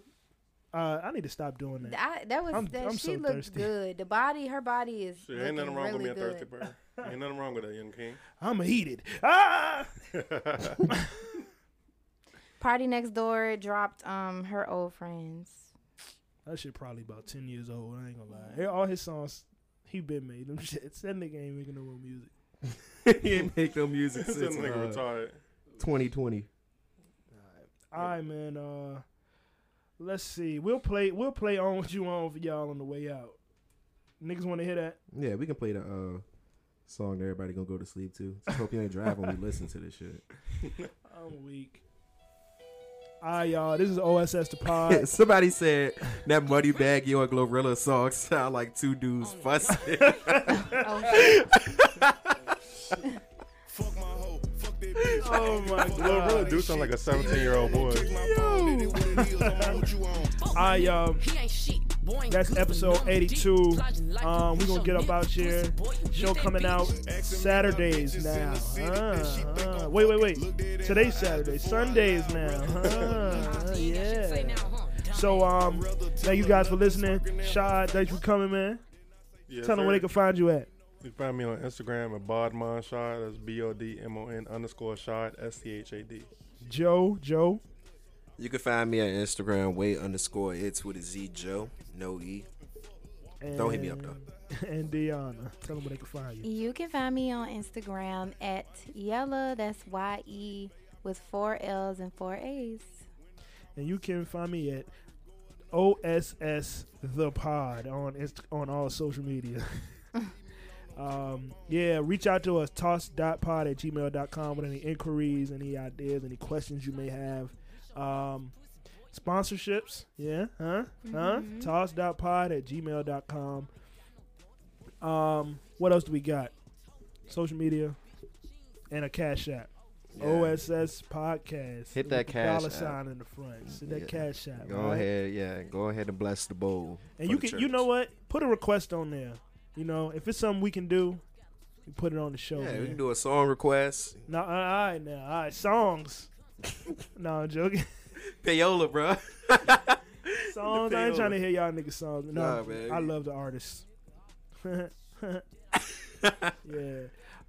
Speaker 1: Uh, I need to stop doing that.
Speaker 5: I, that was
Speaker 1: I'm-
Speaker 5: that,
Speaker 1: I'm
Speaker 5: she
Speaker 1: so
Speaker 5: looked
Speaker 1: thirsty.
Speaker 5: good. The body, her body is.
Speaker 2: Shit, ain't nothing
Speaker 5: looking
Speaker 2: wrong
Speaker 5: really
Speaker 2: with me a
Speaker 5: good.
Speaker 2: thirsty bird. Ain't nothing wrong with that, young king.
Speaker 1: I'ma eat it. Ah.
Speaker 5: Party next door dropped um her old friends.
Speaker 1: That shit probably about ten years old. I ain't gonna lie. All his songs, he been made them shits. That nigga ain't making no more music.
Speaker 8: he ain't make no music
Speaker 2: This
Speaker 8: since
Speaker 2: nigga
Speaker 8: uh,
Speaker 2: retired.
Speaker 8: 2020.
Speaker 1: All right, man. Uh, let's see. We'll play. We'll play on what you on for y'all on the way out. Niggas want to hear that.
Speaker 8: Yeah, we can play the uh, song that everybody gonna go to sleep to. Just hope you ain't driving when we listen to this shit.
Speaker 1: I'm weak. All right, y'all. This is OSS the pod.
Speaker 8: Somebody said that Muddy Bag Yo and Glorilla song sound like two dudes fussing.
Speaker 6: Fuck my hoe, fuck that bitch.
Speaker 1: oh my
Speaker 2: Lil
Speaker 1: god.
Speaker 2: Rilla do sound like a 17 year old boy.
Speaker 1: I um,
Speaker 12: He ain't shit. Boy ain't
Speaker 1: that's
Speaker 12: good,
Speaker 1: episode
Speaker 12: but I'm
Speaker 1: 82.
Speaker 12: dick.
Speaker 1: Um, we gonna get up out here. Show coming out Saturdays now. Uh, uh. Wait, wait, wait. Today's Saturday. Sundays now. Uh, yeah. So um, thank you guys for listening. Shad, thanks for coming, man.
Speaker 2: Yes,
Speaker 1: Tell them where
Speaker 2: sir.
Speaker 1: they can find you at.
Speaker 2: You can find me on Instagram at Bodmon Shot. That's B O D M O N underscore Shot S T H A D.
Speaker 1: Joe, Joe.
Speaker 3: You can find me on Instagram, way underscore it's with a Z Joe. No E.
Speaker 1: And,
Speaker 3: Don't hit me up, though.
Speaker 1: And Deanna. Tell them where they can find you.
Speaker 5: You can find me on Instagram at Yella. That's Y E with four L's and four A's.
Speaker 1: And you can find me at OSS the pod on Inst- on all social media. um, yeah, reach out to us, toss.pod at gmail.com with any inquiries, any ideas, any questions you may have. Um, sponsorships, yeah, huh? Huh?
Speaker 13: Mhm.
Speaker 1: Toss.pod at gmail.com. Um, what else do we got? Social media and a cash app. OSS podcast.
Speaker 3: Hit that
Speaker 1: With the
Speaker 3: cash
Speaker 1: dollar
Speaker 3: app.
Speaker 1: sign in the front. Hit that
Speaker 3: Yeah.
Speaker 1: cash app.
Speaker 3: Go
Speaker 1: all right?
Speaker 3: ahead, yeah. Go ahead and bless the bowl.
Speaker 1: And
Speaker 3: for
Speaker 1: you
Speaker 3: the
Speaker 1: can, you
Speaker 3: church.
Speaker 1: know what? Put a request on there. You know, if it's something we can do, we put it on the show.
Speaker 3: Yeah, we
Speaker 1: man.
Speaker 3: can do a song request.
Speaker 1: No, all right now, all right, songs. no, I'm joking.
Speaker 3: Payola, bro.
Speaker 1: Songs. I ain't trying to hear y'all niggas songs. No,
Speaker 3: Nah, man.
Speaker 1: I love the artists. yeah.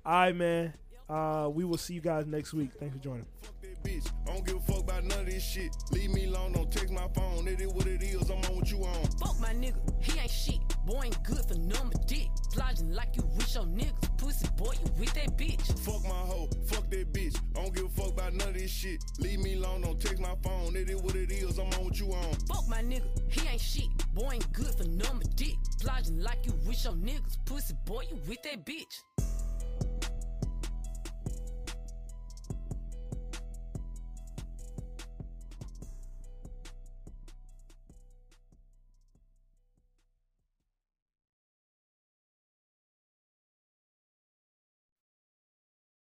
Speaker 1: All right, man. Uh, we will see you guys next week. Thanks for joining.
Speaker 2: bitch. I don't give a fuck about none of this shit. Leave me alone, don't text my phone. It is what it is, I'm on what you on.
Speaker 4: Fuck my nigga, he ain't shit. Boy ain't good for number dick. Plodging like you wish your niggas. Pussy boy, you with that bitch.
Speaker 2: Fuck my hoe, fuck that bitch. I don't give a fuck about none of this shit. Leave me alone, don't text my phone. It is what it is, I'm on what you on.
Speaker 4: Fuck my nigga, he ain't shit. Boy ain't good for number dick. Plodging like you wish your niggas. Pussy boy, you with that bitch.